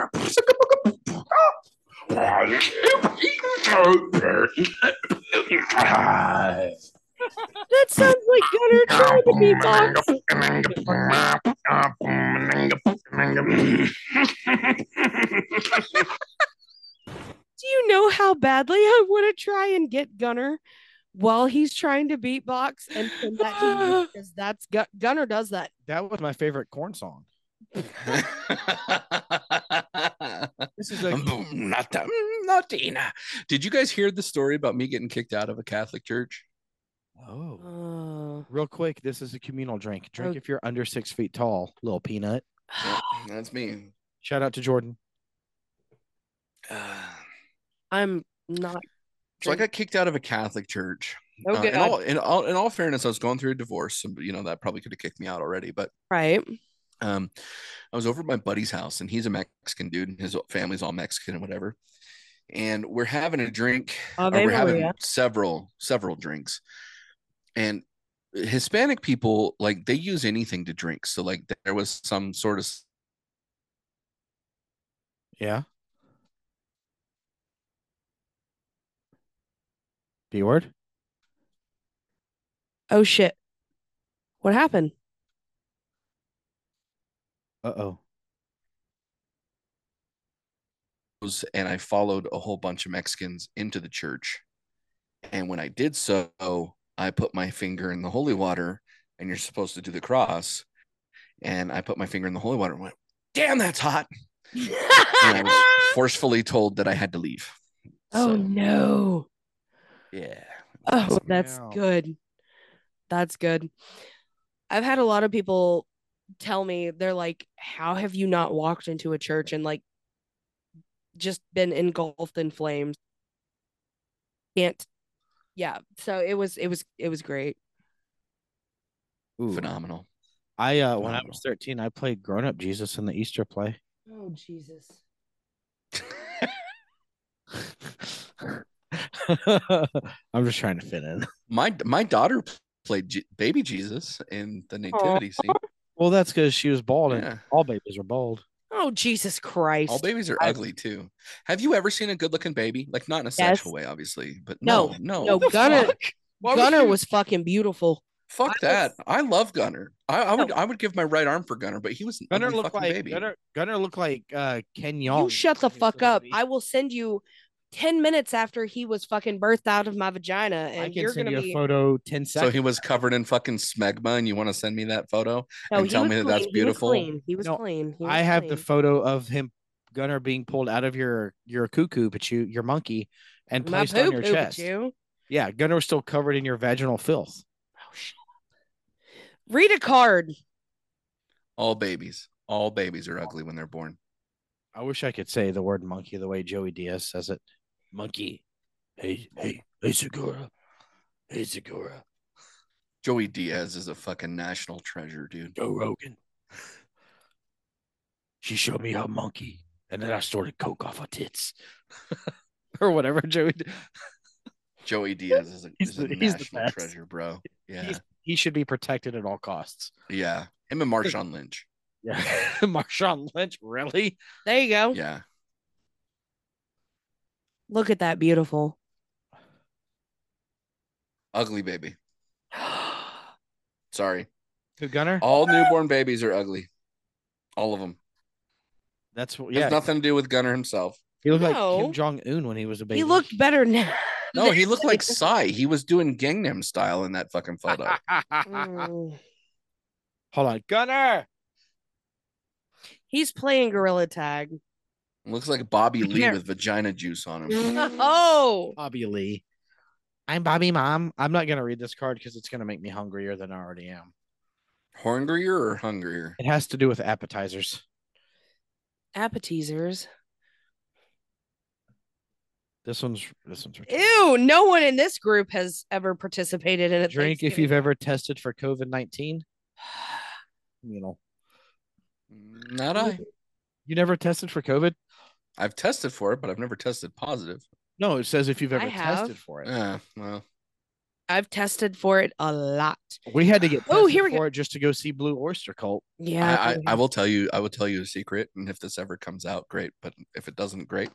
Speaker 1: sounds like Gunnar trying to
Speaker 2: Oh,
Speaker 1: be boxed. Do you know how badly I want to try and get Gunner while he's trying to beatbox and send that to you? Because that's Gu- Gunner does that.
Speaker 2: That was my favorite corn song. This is a
Speaker 3: Nata- Latina. Did you guys hear the story about me getting kicked out of a Catholic church?
Speaker 2: oh.
Speaker 1: Oh.
Speaker 2: Real quick, this is a communal drink. Drink
Speaker 1: Oh.
Speaker 2: if you're under six feet tall, little peanut.
Speaker 3: Yeah, That's me.
Speaker 2: Shout out to Jordan.
Speaker 3: Uh,
Speaker 1: I'm not.
Speaker 3: so I got kicked out of a Catholic church.
Speaker 1: Oh,
Speaker 3: Uh,
Speaker 1: good.
Speaker 3: in all in all in all fairness, I was going through a divorce. So, you know that probably could have kicked me out already, but
Speaker 1: right.
Speaker 3: um i was over at my buddy's house and he's a mexican dude and his family's all mexican and whatever and we're having a drink or
Speaker 1: Ave
Speaker 3: we're having
Speaker 1: Maria.
Speaker 3: several several drinks and hispanic people like they use anything to drink so like there was some sort of
Speaker 2: Yeah. B word?
Speaker 1: Oh, shit. What happened?
Speaker 2: Uh oh.
Speaker 3: was- and I followed a whole bunch of Mexicans into the church. And when I did so, I put my finger in the holy water, and you're supposed to do the cross. And I put my finger in the holy water and went, Damn, that's hot. And I was forcefully told that I had to leave.
Speaker 1: oh,
Speaker 3: So,
Speaker 1: no.
Speaker 3: yeah.
Speaker 1: Oh, that's
Speaker 2: Wow.
Speaker 1: good. That's good. I've had a lot of people tell me they're like, "How have you not walked into a church and like just been engulfed in flames?" Can't. Yeah. So it was. It was. It was great.
Speaker 2: Ooh.
Speaker 3: Phenomenal.
Speaker 2: I uh when I
Speaker 3: Phenomenal.
Speaker 2: was 13, I played grown up Jesus in the Easter play.
Speaker 1: Oh Jesus.
Speaker 2: I'm just trying to fit in.
Speaker 3: My my daughter played J- baby Jesus in the nativity scene.
Speaker 2: Well, that's because she was bald and
Speaker 3: Yeah.
Speaker 2: all babies are bald.
Speaker 1: Oh Jesus Christ.
Speaker 3: All babies are
Speaker 1: I-
Speaker 3: ugly too. Have you ever seen a good-looking baby? Like not in a sexual way, obviously, but
Speaker 1: No,
Speaker 3: no, no,
Speaker 1: no,
Speaker 3: What the
Speaker 1: Gunner-
Speaker 3: fuck? Why would
Speaker 1: Gunner
Speaker 3: you-
Speaker 1: was fucking beautiful.
Speaker 3: Fuck
Speaker 1: I
Speaker 3: that!
Speaker 1: was-
Speaker 3: I love Gunner. I, I would I would give my right arm for Gunner, but he was an
Speaker 2: Gunner
Speaker 3: ugly
Speaker 2: looked
Speaker 3: fucking
Speaker 2: like
Speaker 3: baby.
Speaker 2: Gunner, Gunner looked like uh Ken Young.
Speaker 1: You shut the fuck up. I will send you 10 minutes after he was fucking birthed out of my vagina.
Speaker 2: I
Speaker 1: And
Speaker 2: can
Speaker 1: you're
Speaker 2: send
Speaker 1: going
Speaker 2: you
Speaker 1: to
Speaker 2: a
Speaker 1: be.
Speaker 2: photo 10
Speaker 3: So
Speaker 2: seconds.
Speaker 3: he was covered in fucking smegma, and you want to send me that photo?
Speaker 1: No,
Speaker 3: and
Speaker 1: Oh, he
Speaker 3: tell
Speaker 1: was
Speaker 3: me that that's
Speaker 1: clean.
Speaker 3: beautiful.
Speaker 1: He was clean. He was
Speaker 2: No,
Speaker 1: clean. He was
Speaker 2: I have the
Speaker 1: clean.
Speaker 2: photo of him Gunner being pulled out of your your cuckoo, but you your monkey and
Speaker 1: my
Speaker 2: placed
Speaker 1: poo
Speaker 2: on your
Speaker 1: poo,
Speaker 2: chest.
Speaker 1: Jew.
Speaker 2: Yeah, Gunner was still covered in your vaginal filth.
Speaker 1: Read a card.
Speaker 3: All babies, all babies are ugly when they're born.
Speaker 2: I wish I could say the word monkey the way Joey Diaz says it. Monkey. Hey, hey, hey, Segura. Hey, Segura.
Speaker 3: Joey Diaz is a fucking national treasure, dude.
Speaker 2: Joe Rogan. She showed me her monkey, and then I started coke off her tits, or whatever. Joey, D-
Speaker 3: Joey Diaz is a,
Speaker 2: He's
Speaker 3: is a
Speaker 2: the- he's the
Speaker 3: national
Speaker 2: best.
Speaker 3: treasure, bro. Yeah,
Speaker 2: He's- he should be protected at all costs.
Speaker 3: yeah. Him and Marshawn Lynch.
Speaker 2: Yeah, Marshawn Lynch, really?
Speaker 1: There you
Speaker 2: Oh.
Speaker 1: go.
Speaker 3: Yeah.
Speaker 1: Look at that beautiful.
Speaker 3: Ugly baby. Sorry.
Speaker 2: Who Gunner?
Speaker 3: All newborn babies are ugly. All of them.
Speaker 2: That's what.
Speaker 3: It has
Speaker 2: Yeah,
Speaker 3: nothing to do with Gunner himself.
Speaker 2: he looked like
Speaker 1: No.
Speaker 2: Kim Jong Un when he was a baby.
Speaker 1: He looked better now.
Speaker 3: No, he looked like Psy. He was doing Gangnam style in that fucking photo.
Speaker 1: Mm.
Speaker 2: Hold on, Gunner.
Speaker 1: He's playing gorilla tag.
Speaker 3: Looks like Bobby Lee
Speaker 2: Here.
Speaker 3: with vagina juice on him.
Speaker 1: oh,
Speaker 2: Bobby Lee. I'm Bobby Mom. I'm not gonna read this card because it's gonna make me hungrier than I already am.
Speaker 3: Hungrier or hungrier?
Speaker 2: It has to do with appetizers.
Speaker 1: appetizers.
Speaker 2: This one's this one's. retarded.
Speaker 1: Ew, no one in this group has ever participated in a
Speaker 2: Drink if
Speaker 1: Thanksgiving.
Speaker 2: you've ever tested for COVID nineteen. You know,
Speaker 3: Not I.
Speaker 2: you never tested for COVID.
Speaker 3: I've tested for it, but I've never tested positive.
Speaker 2: No, it says if you've
Speaker 1: I
Speaker 2: ever
Speaker 1: have.
Speaker 2: tested for it.
Speaker 3: Yeah, well,
Speaker 1: I've tested for it a lot.
Speaker 2: We had to get
Speaker 1: Oh,
Speaker 2: tested
Speaker 1: here we go.
Speaker 2: for it just to go see Blue Oyster Cult.
Speaker 1: Yeah.
Speaker 3: I, I, I will tell you, I will tell you a secret, and if this ever comes out, great. But if it doesn't, great.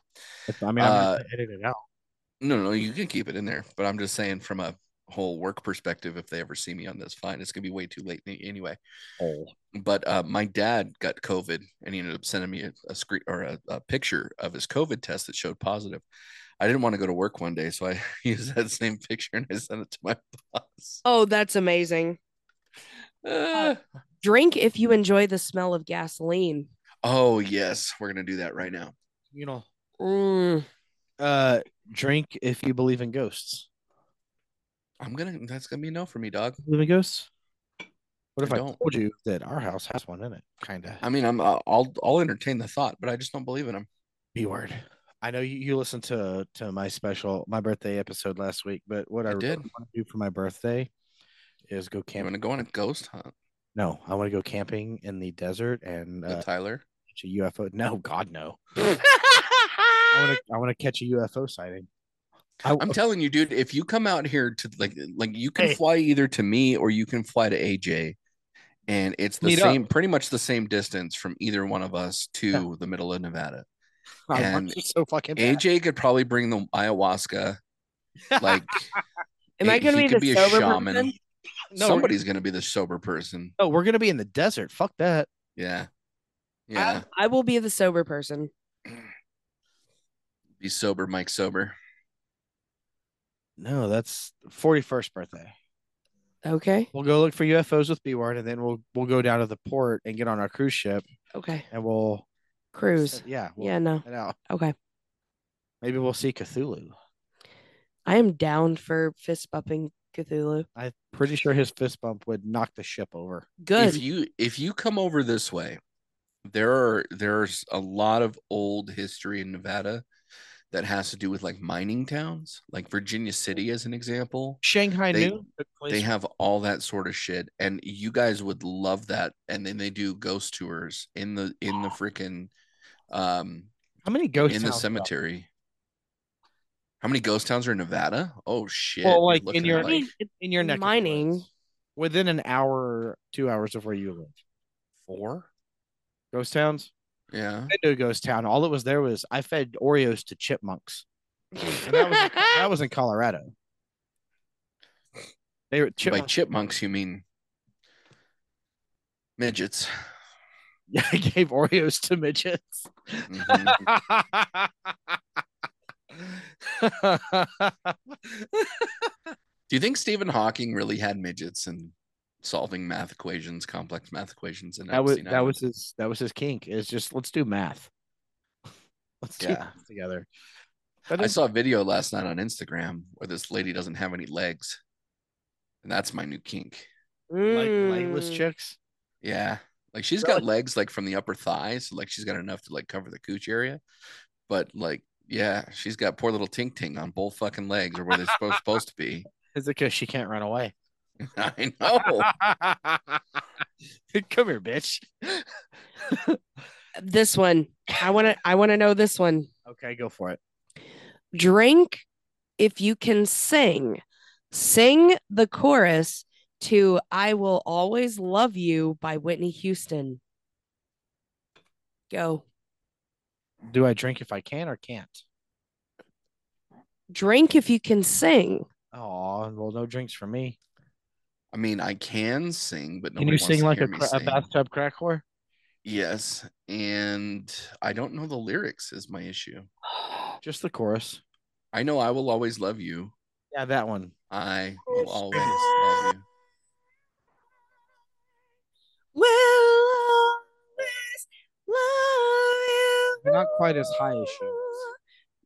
Speaker 2: I mean, I'm gonna
Speaker 3: Uh,
Speaker 2: have to edit it out.
Speaker 3: No, no, you can keep it in there. But I'm just saying, from a whole work perspective, if they ever see me on this, fine. It's gonna be way too late any- anyway.
Speaker 2: Oh.
Speaker 3: But uh, my dad got COVID, and he ended up sending me a, a screen or a, a picture of his COVID test that showed positive. I didn't want to go to work one day, so I used that same picture and I sent it to my boss.
Speaker 1: oh, that's amazing.
Speaker 3: Uh,
Speaker 1: Drink if you enjoy the smell of gasoline.
Speaker 3: oh yes, we're gonna do that right now.
Speaker 2: You know,
Speaker 1: Mm.
Speaker 2: uh, drink if you believe in ghosts.
Speaker 3: I'm gonna. That's gonna be a no for me, dog.
Speaker 2: Believe in ghosts? What if
Speaker 3: I
Speaker 2: I,
Speaker 3: don't.
Speaker 2: told you that our house has one in it? Kind of.
Speaker 3: I mean, I'm. I'll. I'll- I'll entertain the thought, but I just don't believe in him.
Speaker 2: B word. I know you, you listened to to my special my birthday episode last week, but what
Speaker 3: I
Speaker 2: I,
Speaker 3: did.
Speaker 2: want to do for my birthday is go
Speaker 3: I'm
Speaker 2: camping.
Speaker 3: gonna go on a ghost hunt
Speaker 2: No, I want to go camping in the desert and
Speaker 3: with
Speaker 2: uh,
Speaker 3: Tyler.
Speaker 2: catch a UFO. No, God, no. I want to I want to catch a UFO sighting. I,
Speaker 3: I'm telling you, dude. If you come out here to like, like you can
Speaker 2: Hey.
Speaker 3: fly either to me or you can fly to AJ, and it's the
Speaker 2: Meet up.
Speaker 3: same, pretty much the same distance from either one of us to the middle of Nevada.
Speaker 2: Oh, I want
Speaker 3: and
Speaker 2: you so fucking bad.
Speaker 3: AJ could probably bring the ayahuasca. Like,
Speaker 1: Am I
Speaker 3: he-
Speaker 1: going
Speaker 3: he
Speaker 1: to
Speaker 3: could
Speaker 1: be
Speaker 3: be a
Speaker 1: the sober
Speaker 3: shaman.
Speaker 1: person?
Speaker 2: No, we're-
Speaker 3: somebody's gonna be the sober person.
Speaker 2: No, we're gonna be in the desert. Fuck that.
Speaker 3: Yeah, yeah.
Speaker 1: I will be the sober person.
Speaker 3: Be sober, Mike. Sober.
Speaker 2: No, that's forty first birthday.
Speaker 1: Okay.
Speaker 2: We'll go look for UFOs with B word, and then we'll we'll go down to the port and get on our cruise ship,
Speaker 1: Okay.
Speaker 2: and we'll
Speaker 1: Cruise.
Speaker 2: Yeah, we'll
Speaker 1: Yeah, no.
Speaker 2: Head out.
Speaker 1: Okay.
Speaker 2: Maybe we'll see Cthulhu.
Speaker 1: I am down for fist bumping Cthulhu.
Speaker 2: I'm pretty sure his fist bump would knock the ship over.
Speaker 1: Good.
Speaker 3: If you if you come over this way, there are there's a lot of old history in Nevada that has to do with like mining towns, like Virginia City as an example.
Speaker 2: Shanghai
Speaker 3: They-
Speaker 2: Noon took place.
Speaker 3: They have all that sort of shit, and you guys would love that. And then they do ghost tours in the in the freaking um
Speaker 2: How many ghosts
Speaker 3: in the cemetery. How many ghost towns are in Nevada? Oh shit!
Speaker 2: Well,
Speaker 3: you're
Speaker 2: like, in
Speaker 3: looking at,
Speaker 2: your-
Speaker 1: I mean, it's
Speaker 2: in your neck of the
Speaker 1: mining.
Speaker 2: woods? within an hour, two hours of where you live. Four ghost towns.
Speaker 3: yeah.
Speaker 2: I knew ghost town. All that was there was I fed Oreos to chipmunks. And that, was in, that was in Colorado. They were
Speaker 3: By
Speaker 2: chipmunks.
Speaker 3: chipmunks, you mean midgets?
Speaker 2: I Mm-hmm. gave Oreos to midgets.
Speaker 3: Mhm. Do you think Stephen Hawking really had midgets and solving math equations, complex math equations? And
Speaker 2: that was that was his that was his kink. Is just let's do math. Let's do
Speaker 3: Yeah.
Speaker 2: math together.
Speaker 3: I saw a video last night on Instagram where this lady doesn't have any legs, and that's my new kink.
Speaker 2: like legless
Speaker 1: Mm.
Speaker 2: chicks.
Speaker 3: Yeah. Like she's got legs like from the upper thigh, so like she's got enough to like cover the cooch area. But like, yeah, she's got poor little tink ting on both fucking legs or where they're supposed, supposed to be.
Speaker 2: Is it because she can't run away?
Speaker 3: I know.
Speaker 2: Come here, bitch.
Speaker 1: This one. I want to I want to know this one.
Speaker 2: Okay, go for it.
Speaker 1: drink if you can sing sing the chorus to i will always love you by whitney houston go
Speaker 2: Do I drink if I can or can't?
Speaker 1: drink if you can sing
Speaker 2: Oh, well, no drinks for me.
Speaker 3: I mean, I can sing, but
Speaker 2: Can
Speaker 3: nobody
Speaker 2: you
Speaker 3: wants
Speaker 2: sing
Speaker 3: to
Speaker 2: like
Speaker 3: hear
Speaker 2: a,
Speaker 3: me
Speaker 2: cra- a
Speaker 3: sing.
Speaker 2: bathtub crack whore?
Speaker 3: Yes, and I don't know the lyrics is my issue.
Speaker 2: Just the chorus.
Speaker 3: I know I will always love you.
Speaker 2: Yeah, that one.
Speaker 3: I will always love you.
Speaker 1: will always love you
Speaker 2: They're not quite as high as she is.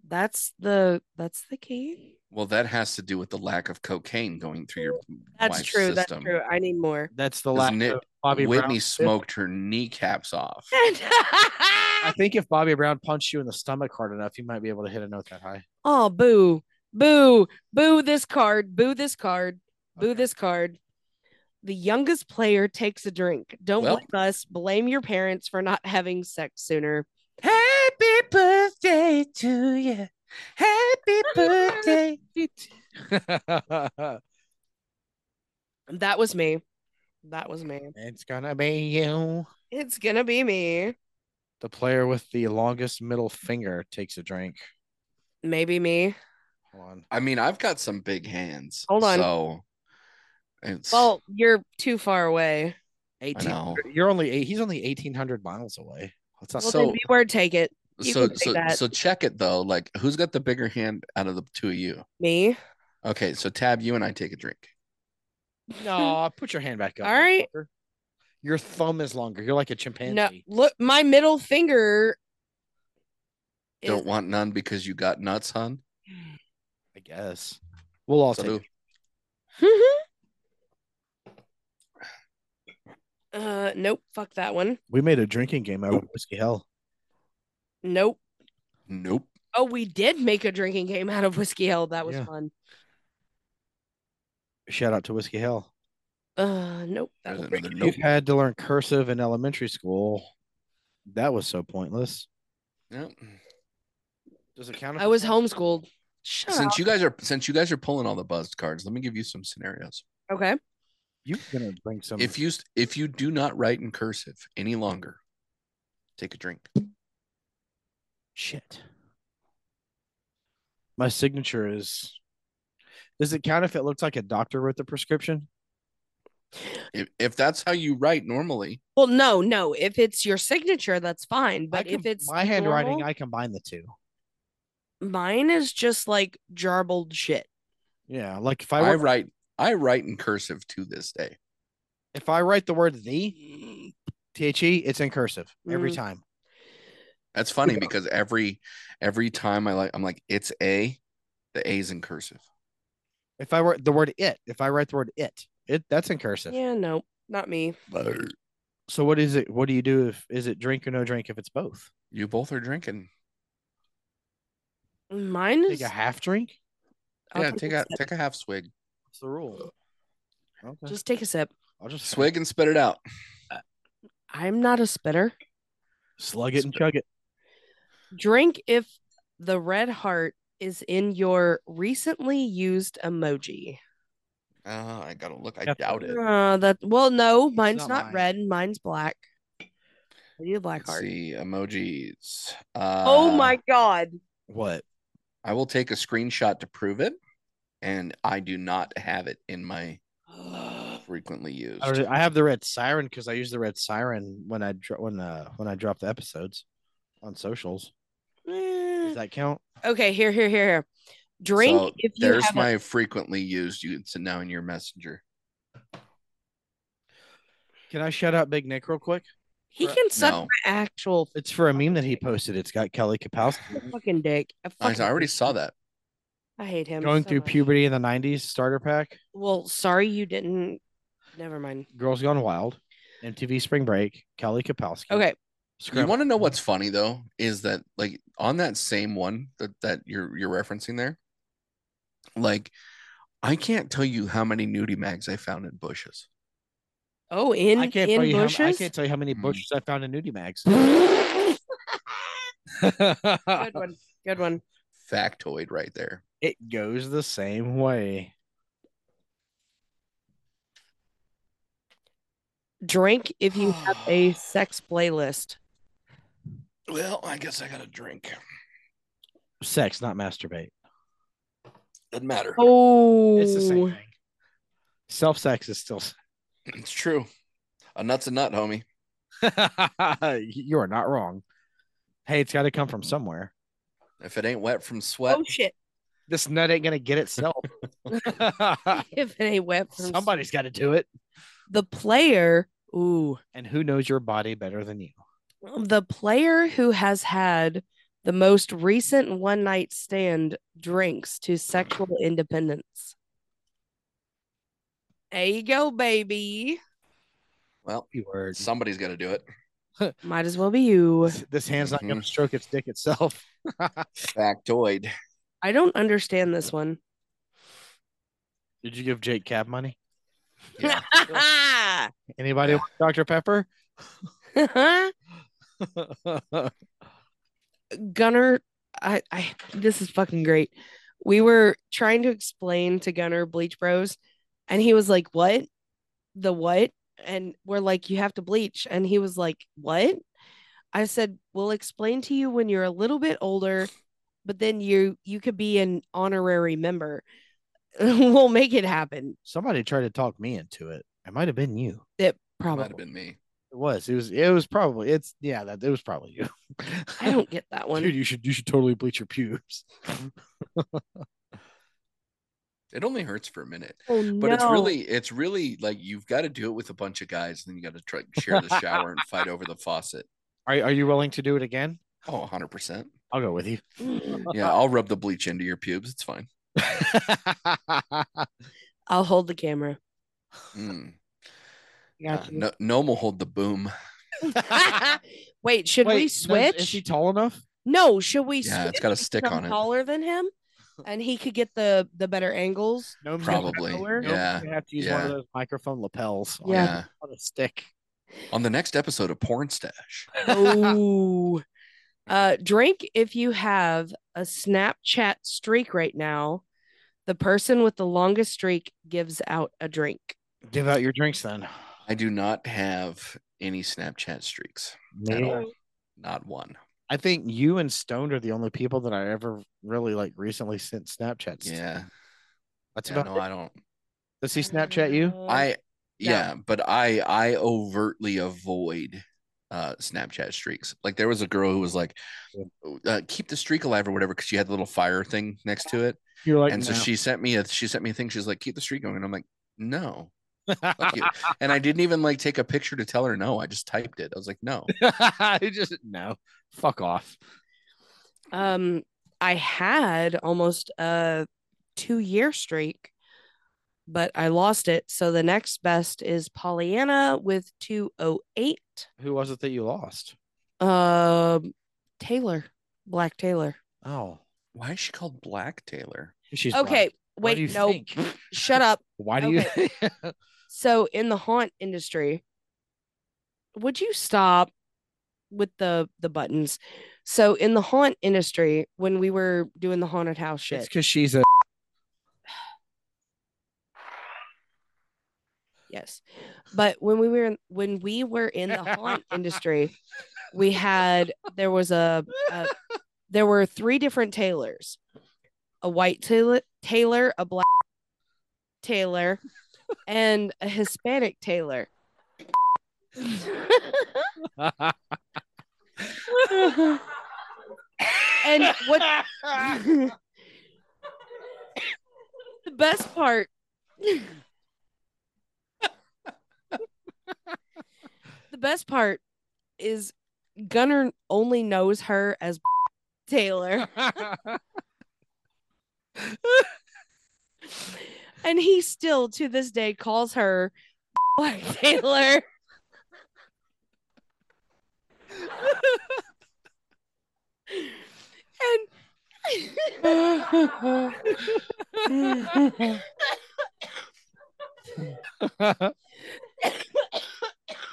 Speaker 1: that's the that's the key
Speaker 3: Well, that has to do with the lack of cocaine going through your
Speaker 1: that's
Speaker 3: wife's
Speaker 1: true that's
Speaker 3: system.
Speaker 1: true i need more
Speaker 2: That's the
Speaker 3: Isn't
Speaker 2: last.
Speaker 3: it
Speaker 2: of Bobby
Speaker 3: Whitney
Speaker 2: Brown.
Speaker 3: smoked her kneecaps off.
Speaker 2: I think if Bobby Brown punched you in the stomach hard enough, you might be able to hit a note that high.
Speaker 1: oh boo boo boo this card boo this card boo
Speaker 2: Okay.
Speaker 1: this card the youngest player takes a drink don't
Speaker 3: Well-
Speaker 1: blame us blame your parents for not having sex sooner
Speaker 2: Happy birthday to you. Happy birthday.
Speaker 1: that was me that was me
Speaker 2: it's gonna be you.
Speaker 1: it's gonna be me
Speaker 2: The player with the longest middle finger takes a drink.
Speaker 1: maybe me
Speaker 2: Hold on.
Speaker 3: I mean, I've got some big hands.
Speaker 1: Hold on.
Speaker 3: So it's
Speaker 1: well you're too far away
Speaker 3: I
Speaker 2: 18.
Speaker 3: know.
Speaker 2: You're only eight. He's only 1800 miles away. That's not
Speaker 1: well
Speaker 2: so.
Speaker 1: then
Speaker 3: Uh, so-
Speaker 1: B word take it you
Speaker 3: so
Speaker 1: can say
Speaker 3: so
Speaker 1: that.
Speaker 3: so check it though. Like who's got the bigger hand out of the two of you?
Speaker 1: me
Speaker 3: Okay, so tab you and I take a drink.
Speaker 2: No, put your hand back up.
Speaker 1: All right.
Speaker 2: motherfucker. Your thumb is longer. You're like a
Speaker 1: no
Speaker 2: chimpanzee.
Speaker 1: look my middle finger is-
Speaker 3: Don't want none because you got nuts, hon.
Speaker 2: I guess. We'll all
Speaker 3: So
Speaker 2: take.
Speaker 3: do-
Speaker 1: uh nope fuck that one
Speaker 2: We made a drinking game out of whiskey hell.
Speaker 1: nope
Speaker 3: Nope.
Speaker 1: Oh, we did make a drinking game out of Whiskey Hell. That was
Speaker 2: Yeah.
Speaker 1: fun.
Speaker 2: Shout out to whiskey hell.
Speaker 1: Uh, nope. That
Speaker 3: There's
Speaker 1: was
Speaker 3: another nope.
Speaker 2: You've had to learn cursive in elementary school. That was so pointless.
Speaker 3: Nope.
Speaker 2: Does it count?
Speaker 1: I was homeschooled. Shut
Speaker 3: Since you guys are since you guys are pulling all the buzzed cards, let me give you some scenarios.
Speaker 1: up. Okay.
Speaker 2: You're gonna bring some.
Speaker 3: If you if you do not write in cursive any longer, take a drink.
Speaker 2: Shit. My signature is. Does it count if it looks like a doctor wrote the prescription?
Speaker 3: If, if that's how you write normally,
Speaker 1: Well, no, no. If it's your signature, that's fine.
Speaker 2: I
Speaker 1: But if
Speaker 2: com-
Speaker 1: it's
Speaker 2: my handwriting,
Speaker 1: normal,
Speaker 2: I combine the two.
Speaker 1: mine is just like jarbled shit.
Speaker 2: Yeah, like if I,
Speaker 3: I,
Speaker 2: write,
Speaker 3: write I write in cursive to this day.
Speaker 2: if I write the word the T H E, it's in cursive every
Speaker 1: Mhm.
Speaker 2: time.
Speaker 3: That's funny because every every time I like I'm like it's a, the A's in cursive.
Speaker 2: If I write the word it, if I write the word it, it that's in cursive.
Speaker 1: Yeah, nope. Not me.
Speaker 2: So what is it? What do you do if is it drink or no drink if it's both?
Speaker 3: You both are drinking.
Speaker 1: Mine
Speaker 2: Take
Speaker 1: is.
Speaker 2: a half drink.
Speaker 1: I'll
Speaker 3: yeah, take
Speaker 1: a
Speaker 3: a
Speaker 1: sip.
Speaker 3: take a half swig,
Speaker 2: What's the rule? Okay.
Speaker 1: Just take a sip.
Speaker 2: I'll just
Speaker 3: swig and spit it out.
Speaker 1: I'm not a spitter.
Speaker 2: slug it, and chug it.
Speaker 1: Drink if the red heart is in your recently used emoji.
Speaker 3: Uh, I gotta look. I
Speaker 2: That's-
Speaker 3: doubt it.
Speaker 1: Uh, that well, no, mine's not,
Speaker 2: not mine.
Speaker 1: red. Mine's black. I need a black
Speaker 3: Let's
Speaker 1: heart.
Speaker 3: see emojis. Uh,
Speaker 1: oh my god!
Speaker 2: What?
Speaker 3: I will take a screenshot to prove it, and I do not have it in my frequently used.
Speaker 2: I, don't know. I have the red siren because I use the red siren when I dro- when uh when I drop the episodes on socials.
Speaker 1: Eh,
Speaker 2: Does that count?
Speaker 1: Okay, here, here, here, here. Drink
Speaker 3: So
Speaker 1: if you
Speaker 3: There's
Speaker 1: have. a-
Speaker 3: my frequently used. You it's now in your messenger.
Speaker 2: Can I shout out Big Nick real quick?
Speaker 1: he can suck
Speaker 3: No,
Speaker 1: my actual
Speaker 2: It's for a meme that he posted. It's got Kelly Kapowski
Speaker 1: fucking dick. I,
Speaker 3: I,
Speaker 1: fucking
Speaker 3: I Mm-hmm. already
Speaker 1: hate
Speaker 3: saw
Speaker 1: him.
Speaker 3: that.
Speaker 1: I hate him.
Speaker 2: going
Speaker 1: so
Speaker 2: through
Speaker 1: much.
Speaker 2: puberty in the '90s starter pack.
Speaker 1: Well, sorry you didn't. Never mind.
Speaker 2: Girls Gone Wild, MTV Spring Break, Kelly Kapowski.
Speaker 1: Okay,
Speaker 3: You
Speaker 2: Scrim-
Speaker 3: want to know what's funny though is that like on that same one that that you're you're referencing there, like I can't tell you how many nudie mags I found in bushes.
Speaker 1: Oh, in
Speaker 2: I can't
Speaker 1: in
Speaker 2: tell you
Speaker 1: bushes.
Speaker 2: how I can't tell you how many
Speaker 3: Hmm.
Speaker 2: bushes I found in nudie mags.
Speaker 1: Good one. Good one.
Speaker 3: Factoid right there.
Speaker 2: it goes the same way.
Speaker 1: Drink if you have a sex playlist.
Speaker 3: Well, I guess I got to drink.
Speaker 2: Sex, not masturbate.
Speaker 3: Doesn't matter.
Speaker 1: Oh,
Speaker 2: It's the same thing. Self sex is still.
Speaker 3: It's true. A nut's a nut, homie.
Speaker 2: you are not wrong. Hey, it's got to come from somewhere.
Speaker 3: If it ain't wet from sweat,
Speaker 1: Oh shit!
Speaker 2: This nut ain't gonna get itself.
Speaker 1: if it ain't wet from somebody,
Speaker 2: Somebody's got to do it,
Speaker 1: the player. Ooh,
Speaker 2: and who knows your body better than you?
Speaker 1: the player who has had the most recent one night stand drinks to sexual independence. There you go, baby.
Speaker 3: well,
Speaker 2: Few words.
Speaker 3: somebody's got to do it.
Speaker 1: Might as well be you.
Speaker 2: This, this hand's not gonna
Speaker 3: Mhm.
Speaker 2: stroke its dick itself.
Speaker 3: Factoid.
Speaker 1: I don't understand this one.
Speaker 2: Did you give Jake cab money?
Speaker 3: Yeah.
Speaker 2: Anybody
Speaker 3: Yeah.
Speaker 2: want Dr. Pepper?
Speaker 1: Gunner, I, I this is fucking great. We were trying to explain to Gunner Bleach Bros, and he was like, What? The what? And we're like, You have to bleach. And he was like, What? I said, We'll explain to you when you're a little bit older, but then you you could be an honorary member. we'll make it happen.
Speaker 2: Somebody tried to talk me into it. It might have been you.
Speaker 1: It
Speaker 3: Might
Speaker 1: probably
Speaker 3: have been me.
Speaker 2: It was. It was. It was probably. It's yeah. That it was probably you.
Speaker 1: I don't get that one.
Speaker 2: Dude, you should. You should totally bleach your pubes.
Speaker 3: It only hurts for a minute,
Speaker 1: oh,
Speaker 3: but it's
Speaker 1: no.
Speaker 3: really, it's really like you've got to do it with a bunch of guys, and then you got to try share the shower and fight over the faucet.
Speaker 2: Are Are you willing to do it again?
Speaker 3: Oh, 100 percent.
Speaker 2: I'll go with you.
Speaker 3: Yeah, I'll rub the bleach into your pubes. It's fine.
Speaker 1: I'll hold the camera.
Speaker 3: Mm. Uh,
Speaker 1: Got you.
Speaker 3: no, Gnome will hold the boom.
Speaker 1: Wait, should
Speaker 2: Wait,
Speaker 1: we
Speaker 2: does-
Speaker 1: switch?
Speaker 2: Is he tall enough?
Speaker 1: No, should we
Speaker 3: Yeah,
Speaker 1: switch?
Speaker 3: it's got a stick
Speaker 1: Some
Speaker 3: on it.
Speaker 1: taller than him, and he could get the the better angles.
Speaker 2: No,
Speaker 3: Probably, yeah,
Speaker 2: You have to use one of
Speaker 3: yeah.
Speaker 2: those microphone lapels. On,
Speaker 1: Yeah.
Speaker 3: Yeah.
Speaker 2: on a stick.
Speaker 3: On the next episode of Porn Stash.
Speaker 1: Ooh. Uh, drink if you have a Snapchat streak right now. The person with the longest streak gives out a drink.
Speaker 2: Give out your drinks then.
Speaker 3: I do not have any Snapchat streaks. At all. Not one.
Speaker 2: I think you and Stoned are the only people that I ever really like recently sent Snapchats. to.
Speaker 3: Yeah.
Speaker 2: That's
Speaker 3: yeah
Speaker 2: about.
Speaker 3: no,
Speaker 2: it.
Speaker 3: I don't.
Speaker 2: Does he Snapchat you?
Speaker 3: I
Speaker 1: Yeah.
Speaker 3: yeah, but I I overtly avoid uh Snapchat streaks. Like there was a girl who was like
Speaker 2: Yeah.
Speaker 3: uh, keep the streak alive or whatever cuz she had the little fire thing next to it.
Speaker 2: You're like,
Speaker 3: and so
Speaker 2: "No."
Speaker 3: she sent me a she sent me a thing she's like keep the streak going and I'm like no. fuck you." and I didn't even like take a picture to tell her no. I just typed it. I was like no.
Speaker 2: I just no. Fuck off.
Speaker 1: Um, I had almost a two year streak, but I lost it. So the next best is Pollyanna with 208.
Speaker 2: Who was it that you lost?
Speaker 1: Um, Taylor, Black Taylor.
Speaker 2: Oh,
Speaker 3: Why is she called Black Taylor?
Speaker 2: she's
Speaker 1: Okay,
Speaker 2: Why do
Speaker 1: wait,
Speaker 2: you
Speaker 1: no,
Speaker 2: think?
Speaker 1: shut up.
Speaker 2: Why do you?
Speaker 1: So in the haunt industry, would you stop with the the buttons? So in the haunt industry, when we were doing the haunted house
Speaker 2: it's
Speaker 1: shit,
Speaker 2: because she's a.
Speaker 1: Yes. But when we were in, when we were in the haunt industry, we had there was a, a there were three different tailors. A white tailor, tailor, a black tailor, and a Hispanic tailor.
Speaker 2: I
Speaker 1: and And what the best part the best part is Gunner only knows her as Taylor and he still to this day calls her Taylor and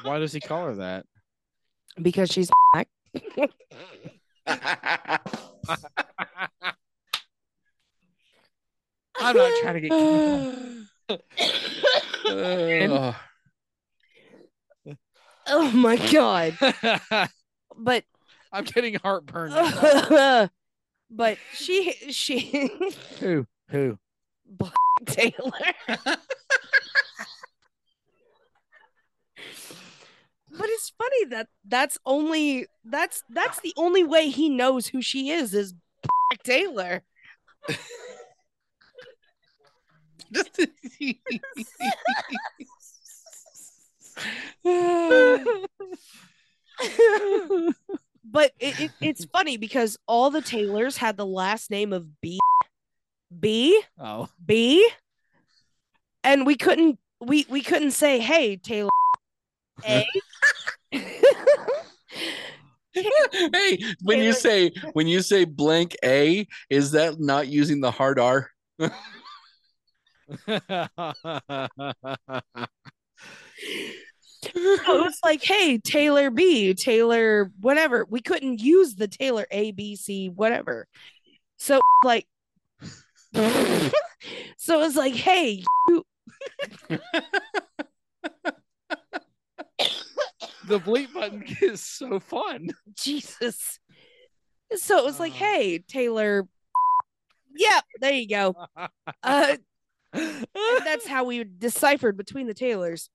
Speaker 2: Why does he call her that?
Speaker 1: because she's black
Speaker 2: I'm not trying to get canceled.
Speaker 3: Ugh.
Speaker 1: oh my god but
Speaker 2: I'm getting heartburn.
Speaker 1: but she she
Speaker 2: who? Who?
Speaker 1: Taylor. but it's funny that that's only that's that's the only way he knows who she is is Taylor. but it, it, it's funny because all the Taylors had the last name of B B
Speaker 2: Oh.
Speaker 1: B, and we couldn't we we couldn't say hey Taylor A.
Speaker 3: hey, when
Speaker 1: Taylor-
Speaker 3: you say when you say blank A, is that not using the hard R?
Speaker 1: so it's like hey Taylor B, Taylor whatever. We couldn't use the Taylor A B C whatever. So like, so it's like hey you
Speaker 2: the bleep button is so fun.
Speaker 1: Jesus. So it was like
Speaker 2: Oh.
Speaker 1: hey Taylor. Yep, there you go. Uh, and that's how we deciphered between the Taylors.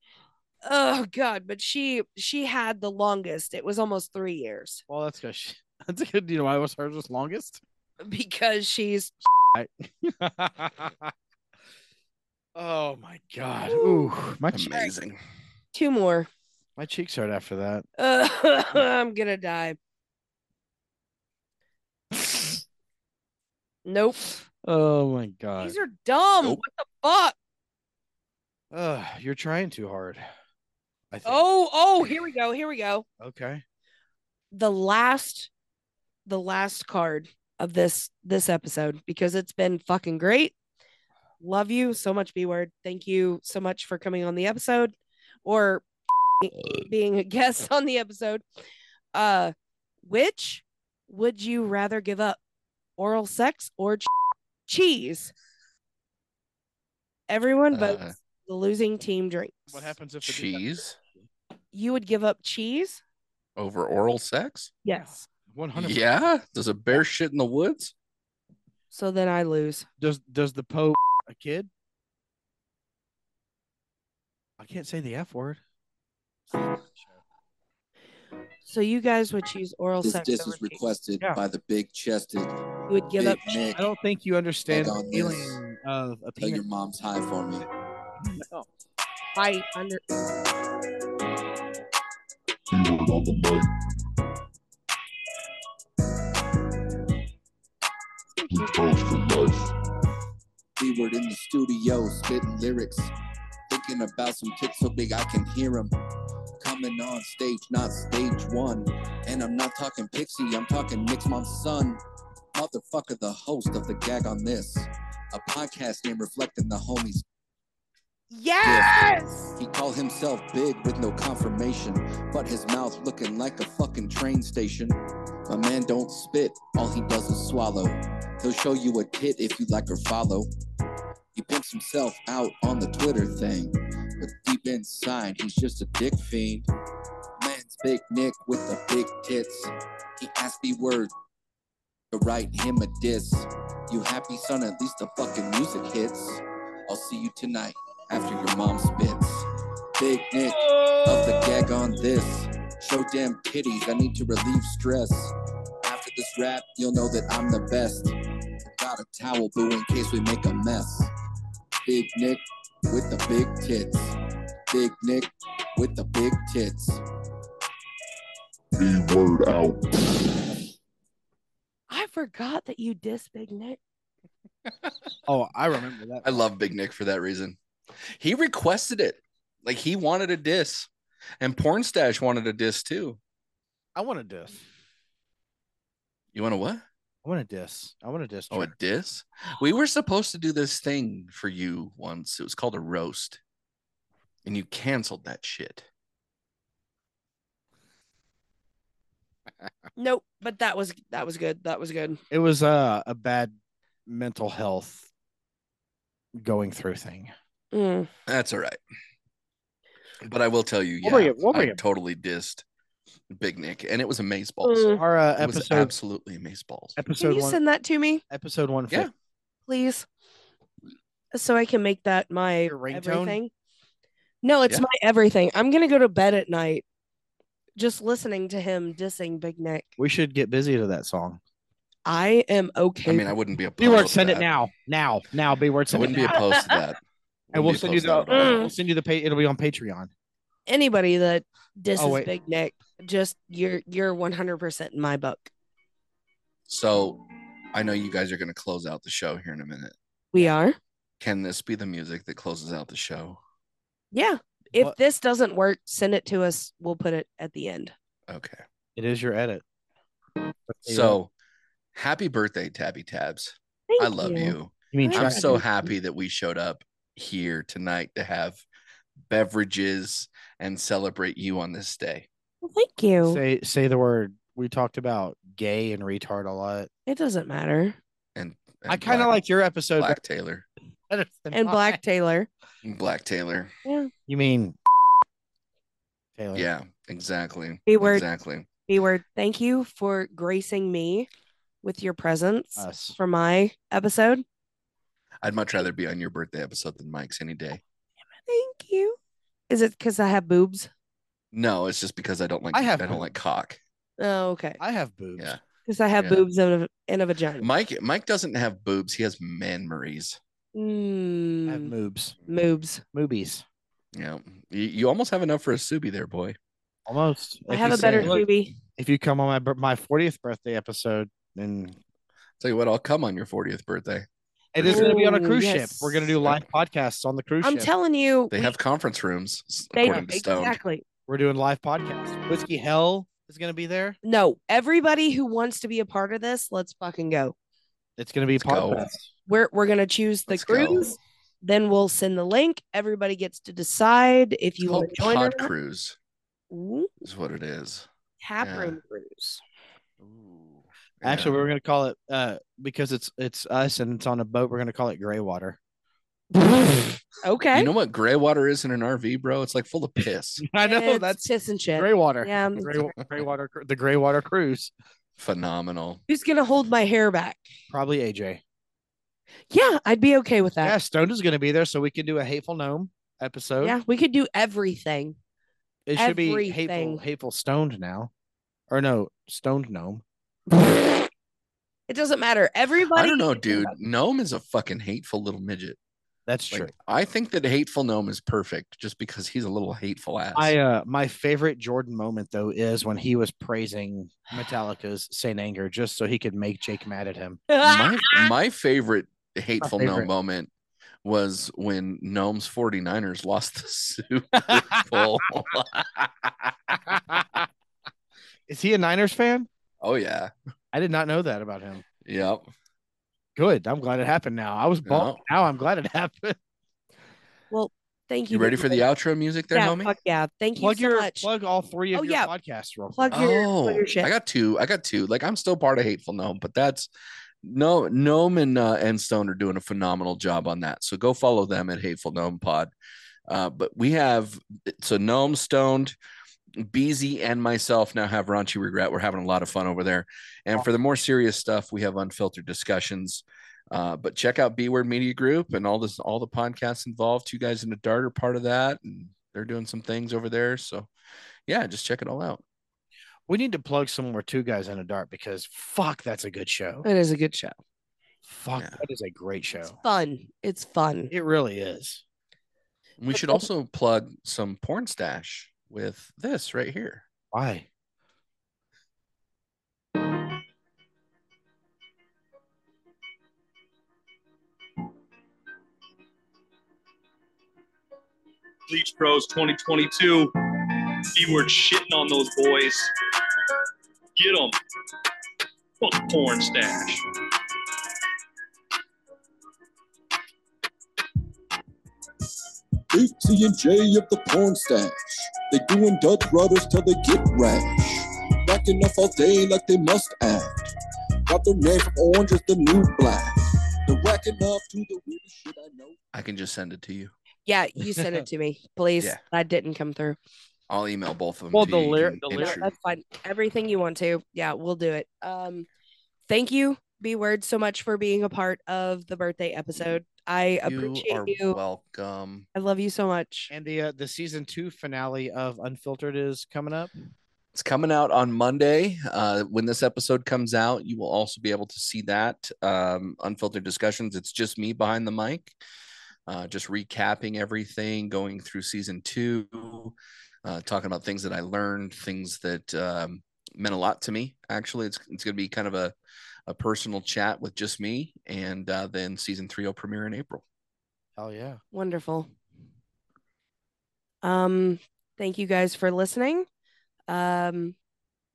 Speaker 1: Oh God! But she she had the longest. It was almost three years
Speaker 2: well, that's good. She, that's good. You know why was hers was longest?
Speaker 1: because she's
Speaker 2: oh my god.
Speaker 1: Ooh.
Speaker 2: Ooh, my cheeks,
Speaker 3: Amazing.
Speaker 1: two more.
Speaker 2: my cheeks hurt after that.
Speaker 1: Uh, I'm gonna die. Nope.
Speaker 2: Oh my god.
Speaker 1: These are dumb.
Speaker 3: Nope.
Speaker 1: What the fuck?
Speaker 2: Ugh, you're trying too hard. I think.
Speaker 1: Oh oh! Here we go. Here we go.
Speaker 2: Okay.
Speaker 1: The last, the last card of this this episode because it's been fucking great. love you so much b word thank you so much for coming on the episode or being a guest on the episode uh which would you rather give up oral sex or ch- cheese everyone votes
Speaker 3: Uh.
Speaker 1: the losing team drinks
Speaker 2: What happens if the dude-
Speaker 3: Cheese
Speaker 1: you would give up cheese
Speaker 3: over oral sex?
Speaker 1: yes
Speaker 2: 100
Speaker 3: Yeah. Does a bear shit in the woods?
Speaker 1: so then i lose
Speaker 2: Does does the Pope a kid? I can't say the F word.
Speaker 1: so you guys would choose oral
Speaker 4: This
Speaker 1: sex
Speaker 4: diss
Speaker 1: over
Speaker 4: is
Speaker 1: cheese.
Speaker 4: requested
Speaker 2: Yeah.
Speaker 4: by the big chested
Speaker 1: you would give
Speaker 4: Big
Speaker 1: up
Speaker 4: Nick.
Speaker 2: I don't think you understand
Speaker 4: Hold
Speaker 2: the
Speaker 4: on,
Speaker 2: feeling of a
Speaker 4: Tell your
Speaker 2: penis.
Speaker 4: mom's hi for me.
Speaker 2: No.
Speaker 1: i under
Speaker 4: We were in the studio spitting lyrics, thinking about some tits so big I can hear them. Coming on stage, not stage one. And I'm not talking Pixie, I'm talking Nick's mom's son. Motherfucker, the host of the gag on this. A podcast name reflecting the homies
Speaker 1: yes
Speaker 4: He called himself big with no confirmation, but his mouth looking like a fucking train station. My man don't spit, all he does is swallow. He'll show you a tit if you like or follow. He pimps himself out on the Twitter thing, but deep inside he's just a dick fiend. Man's big Nick with the big tits. He asked me word to write him a diss. You happy son? At least the fucking music hits. I'll see you tonight after your mom spits. Big Nick of the gag on this. Show damn titties, I need to relieve stress. After this rap, you'll know that I'm the best. Got a towel, boo, in case we make a mess. Big Nick with the big tits. Big Nick with the big tits.
Speaker 5: B word out.
Speaker 1: I forgot that you diss Big Nick.
Speaker 2: Oh, I remember that.
Speaker 3: I love Big Nick for that reason. He requested it. Like he wanted a diss. And Pornstash wanted a diss too.
Speaker 2: I want to diss.
Speaker 3: You want a what?
Speaker 2: I want to diss. I want to diss.
Speaker 3: Oh, a
Speaker 2: Trey.
Speaker 3: diss? We were supposed to do this thing for you once. It was called a roast. And you canceled that shit.
Speaker 1: Nope, but that was that was good. That was good.
Speaker 2: it was uh, a bad mental health going through thing.
Speaker 1: Mm.
Speaker 3: That's all right. But I will tell you, yeah,
Speaker 2: What were you- what were
Speaker 3: I
Speaker 2: you-
Speaker 3: totally dissed Big Nick, and it was amazeballs.
Speaker 1: Mm.
Speaker 2: Our uh,
Speaker 3: It was
Speaker 2: episode
Speaker 3: absolutely amazeballs.
Speaker 1: Can
Speaker 2: episode
Speaker 1: you
Speaker 2: one
Speaker 1: send that to me,
Speaker 2: episode one.
Speaker 3: Yeah.
Speaker 1: please, so I can make that my
Speaker 2: Your ringtone?
Speaker 1: everything? No, it's
Speaker 3: Yeah.
Speaker 1: my everything. I'm gonna go to bed at night, just listening to him dissing Big Nick.
Speaker 2: We should get busy to that song.
Speaker 1: I am okay.
Speaker 3: I mean, I wouldn't be opposed.
Speaker 2: B word,
Speaker 3: to
Speaker 2: send it
Speaker 3: that.
Speaker 2: now, now, now. B word,
Speaker 3: I
Speaker 2: send it
Speaker 3: wouldn't be
Speaker 2: now.
Speaker 3: opposed to that.
Speaker 2: and
Speaker 3: Wouldn't
Speaker 2: we'll
Speaker 3: be
Speaker 2: send you the. Mm.
Speaker 1: Mm.
Speaker 3: opposed to that at all.
Speaker 2: We'll send you the pay. It'll be on Patreon.
Speaker 1: Anybody that disses
Speaker 2: Oh, wait.
Speaker 1: Big Nick, just you're you're 100 percent in my book.
Speaker 3: So I know you guys are going to close out the show here in a minute.
Speaker 1: We are.
Speaker 3: Can this be the music that closes out the show?
Speaker 1: Yeah. If
Speaker 2: What-
Speaker 1: this doesn't work, send it to us. We'll put it at the end.
Speaker 3: Okay.
Speaker 2: It is your edit.
Speaker 3: So happy birthday, Tabby Tabs.
Speaker 1: Thank
Speaker 3: I love you.
Speaker 2: you
Speaker 1: I'm
Speaker 2: mean
Speaker 3: I'm
Speaker 2: Trey?
Speaker 1: Thank
Speaker 3: so
Speaker 1: you.
Speaker 3: happy that we showed up here tonight to have beverages and celebrate you on this day.
Speaker 1: Well, thank you.
Speaker 2: say say the word. We talked about gay and retard a lot.
Speaker 1: it doesn't matter.
Speaker 3: And, and
Speaker 2: I kind of
Speaker 3: Black-
Speaker 2: like your episode
Speaker 3: Black Taylor.
Speaker 2: better than
Speaker 1: And
Speaker 2: mine.
Speaker 1: Black Taylor.
Speaker 3: Black Taylor.
Speaker 2: You mean Taylor?
Speaker 3: Yeah, exactly.
Speaker 1: B word.
Speaker 3: Exactly.
Speaker 1: B word. Thank you for gracing me with your presence
Speaker 3: Uh,
Speaker 2: Us.
Speaker 1: for my episode.
Speaker 3: I'd much rather be on your birthday episode than Mike's any day.
Speaker 1: Thank you. Is it because I have boobs?
Speaker 3: No, it's just because I don't like
Speaker 2: I have
Speaker 3: I don't
Speaker 2: boobs.
Speaker 3: like cock.
Speaker 1: Oh, okay.
Speaker 2: I have boobs.
Speaker 3: Yeah.
Speaker 1: Because I have
Speaker 3: Yeah.
Speaker 1: boobs and a, and a vagina.
Speaker 3: Mike Mike doesn't have boobs. He has man maries.
Speaker 2: I have
Speaker 1: Mm,
Speaker 2: moobs.
Speaker 1: moobs.
Speaker 2: Moobies.
Speaker 3: Yeah. You, you almost have enough for a subi there, boy.
Speaker 2: Almost.
Speaker 1: I
Speaker 2: If
Speaker 1: have
Speaker 2: you
Speaker 1: a better
Speaker 2: say-
Speaker 1: boobie.
Speaker 2: If you come on my bir- my 40th birthday episode, and
Speaker 3: Tell you what, I'll come on your 40th birthday.
Speaker 2: it is going to be on a
Speaker 1: Ooh,
Speaker 2: cruise ship.
Speaker 1: yes.
Speaker 2: We're going to do live podcasts on the cruise
Speaker 1: I'm
Speaker 2: ship.
Speaker 1: telling you.
Speaker 3: They
Speaker 1: we-
Speaker 3: have conference rooms, s-
Speaker 1: they-
Speaker 3: according to Stone.
Speaker 1: exactly.
Speaker 2: We're doing live podcasts. Whiskey Hell is going to be there.
Speaker 1: No, everybody who wants to be a part of this, let's fucking go.
Speaker 2: It's going to be
Speaker 3: Let's go.
Speaker 2: podcast.
Speaker 1: We're we're gonna choose the
Speaker 3: Let's go.
Speaker 1: cruise. Then we'll send the link. Everybody gets to decide if
Speaker 3: It's
Speaker 1: you want
Speaker 3: called
Speaker 1: to join or
Speaker 3: Pod
Speaker 1: not.
Speaker 3: Cruise
Speaker 1: Ooh,
Speaker 3: is what it is.
Speaker 1: tap
Speaker 3: Yeah.
Speaker 1: room cruise.
Speaker 2: Actually,
Speaker 3: Yeah.
Speaker 2: we were going to call it uh, because it's it's us and it's on a boat. We're going to call it Graywater.
Speaker 1: okay.
Speaker 3: you know what gray water is in an RV, bro? It's like full of piss.
Speaker 2: I know
Speaker 1: It's
Speaker 2: that's
Speaker 1: piss and shit.
Speaker 2: Graywater.
Speaker 1: Yeah. I'm
Speaker 2: Gray,
Speaker 1: sorry.
Speaker 2: Graywater, cru- the Graywater cruise.
Speaker 3: Phenomenal.
Speaker 1: Who's gonna hold my hair back?
Speaker 2: Probably AJ.
Speaker 1: Yeah, I'd be okay with
Speaker 2: Yeah,
Speaker 1: that.
Speaker 2: Stone is going to be there, so we can do a hateful gnome episode.
Speaker 1: Yeah, we could do everything.
Speaker 2: It should be
Speaker 1: Everything.
Speaker 2: hateful, hateful stoned now, or no, stoned gnome.
Speaker 1: it doesn't matter. Everybody.
Speaker 3: I don't know, dude. Gnome is a fucking hateful little midget.
Speaker 2: That's
Speaker 3: Like,
Speaker 2: true.
Speaker 3: I think that hateful gnome is perfect just because he's a little hateful ass.
Speaker 2: I uh, my favorite Jordan moment though is when he was praising Metallica's Saint Anger just so he could make Jake mad at him.
Speaker 3: my, my favorite hateful gnome
Speaker 2: favorite.
Speaker 3: moment was when gnome's 49ers lost the Super Bowl.
Speaker 2: Is he a Niners fan?
Speaker 3: oh yeah.
Speaker 2: I did not know that about him.
Speaker 3: Yep.
Speaker 2: Good. I'm glad it happened now. I was bald. Now I'm glad it happened.
Speaker 1: Thank you.
Speaker 3: You ready
Speaker 1: Big
Speaker 3: for the
Speaker 1: Mike.
Speaker 3: outro music there,
Speaker 1: yeah,
Speaker 3: homie?
Speaker 1: fuck yeah. Thank you
Speaker 2: Plug
Speaker 1: so
Speaker 2: your
Speaker 1: much.
Speaker 2: plug all three of
Speaker 1: Oh,
Speaker 2: your
Speaker 1: yeah.
Speaker 2: podcasts real
Speaker 1: Plug
Speaker 2: quick.
Speaker 1: your-
Speaker 3: oh,
Speaker 1: your shit.
Speaker 3: I got two. I got two. Like I'm still part of hateful gnome, but that's no gnome and uh, and stone are doing a phenomenal job on that. So go follow them at hateful gnome pod. Uh, but we have so gnome stoned. Beezy and myself now have raunchy regret. We're having a lot of fun over there, and for the more serious stuff, we have unfiltered discussions. Uh, but check out B Word Media Group and all this, all the podcasts involved. Two guys in the dart are part of that, and they're doing some things over there. So, yeah, just check it all out.
Speaker 2: We need to plug somewhere two guys in a dart because fuck, that's a good show.
Speaker 1: It is a good show.
Speaker 2: Fuck,
Speaker 3: Yeah.
Speaker 2: that is a great show.
Speaker 1: It's fun. It's fun.
Speaker 2: It really is.
Speaker 3: We should also plug some porn stash with this right here.
Speaker 2: Why?
Speaker 5: Bleach Bros 2022. Keyword shitting on those boys. Get them. Fuck porn stash.
Speaker 4: AT and J of the porn stash. They doing Dutch rudders till they get rash. Backing off all day like they must act. Got their name from orange is the new black. They're racking up to the weirdest shit I know.
Speaker 3: I can just send it to you.
Speaker 1: Yeah, you sent it to me, please.
Speaker 3: Yeah.
Speaker 1: That didn't come through.
Speaker 3: I'll email both of them.
Speaker 2: Well,
Speaker 3: to
Speaker 2: the
Speaker 3: you. You
Speaker 2: lyri-
Speaker 3: can
Speaker 2: the
Speaker 3: pick
Speaker 1: No,
Speaker 2: lyric-
Speaker 3: your-
Speaker 1: that's fine. Everything you want to. Yeah, we'll do it. Um, thank you, B word, so much for being a part of the birthday episode. I appreciate
Speaker 3: are
Speaker 1: you.
Speaker 3: welcome.
Speaker 1: I love you so much.
Speaker 2: And the uh, the season two finale of Unfiltered is coming up.
Speaker 3: It's coming out on Monday. Uh, when this episode comes out, you will also be able to see that um, unfiltered discussions. It's just me behind the mic, uh, just recapping everything, going through season two, uh, talking about things that I learned, things that um, meant a lot to me. Actually, it's it's going to be kind of a a personal chat with just me, and uh, then season three will premiere in April.
Speaker 2: Hell yeah.
Speaker 1: Wonderful. Um, thank you guys for listening. Um,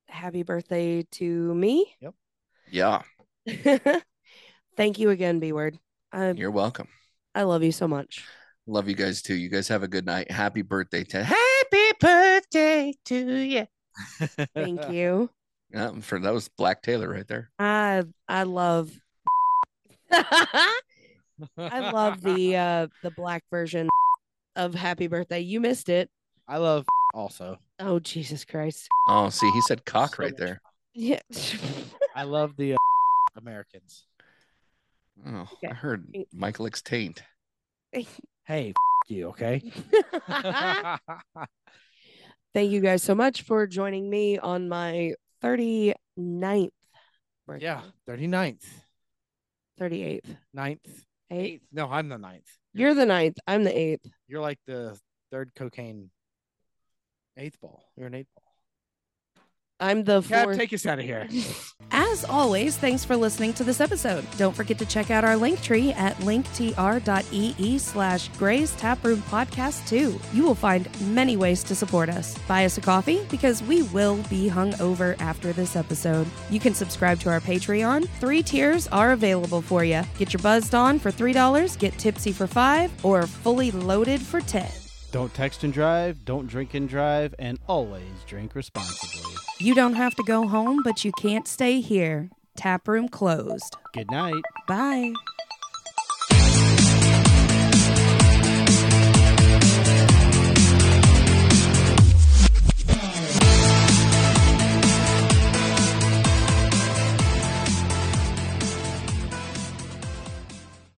Speaker 1: happy birthday to me.
Speaker 3: Yeah,
Speaker 1: thank you again, B word. I
Speaker 3: you're welcome.
Speaker 1: I love you so much.
Speaker 3: Love you guys too. You guys have a good night. Happy birthday, Ted.
Speaker 2: Happy birthday to you.
Speaker 1: Thank you.
Speaker 3: Yeah, for that was Black Taylor right there.
Speaker 1: I I love I love the uh the black version of happy birthday. You missed it.
Speaker 2: I love also.
Speaker 1: Oh Jesus Christ.
Speaker 3: Oh, see, he said cock
Speaker 2: So
Speaker 3: right
Speaker 2: much
Speaker 3: there.
Speaker 1: Yeah.
Speaker 2: I love the uh, Americans.
Speaker 3: Oh,
Speaker 1: Okay.
Speaker 3: I heard
Speaker 1: Thank-
Speaker 3: Michael X taint.
Speaker 2: Hey, f- you okay?
Speaker 1: Thank you guys so much for joining me on my 39th birthday.
Speaker 2: yeah, 39th,
Speaker 1: 38th.
Speaker 2: 9th,
Speaker 1: Eighth.
Speaker 2: No, I'm the ninth.
Speaker 1: You're the ninth. I'm the eighth.
Speaker 2: You're like the third cocaine eighth ball. You're an eighth ball.
Speaker 1: I'm the
Speaker 2: Cat,
Speaker 1: fourth.
Speaker 2: take us out of here.
Speaker 6: As always, thanks for listening to this episode. Don't forget to check out our link tree at linktr.ee slash Gray's Taproom Podcast 2. You will find many ways to support us. Buy us a coffee because we will be hungover after this episode. You can subscribe to our Patreon. Three tiers are available for you. Get your buzzed on for $3, get tipsy for 5 or fully loaded for 10
Speaker 7: Don't text and drive, don't drink and drive, and always drink responsibly.
Speaker 6: You don't have to go home, but you can't stay here. Taproom closed.
Speaker 7: Good night.
Speaker 6: Bye.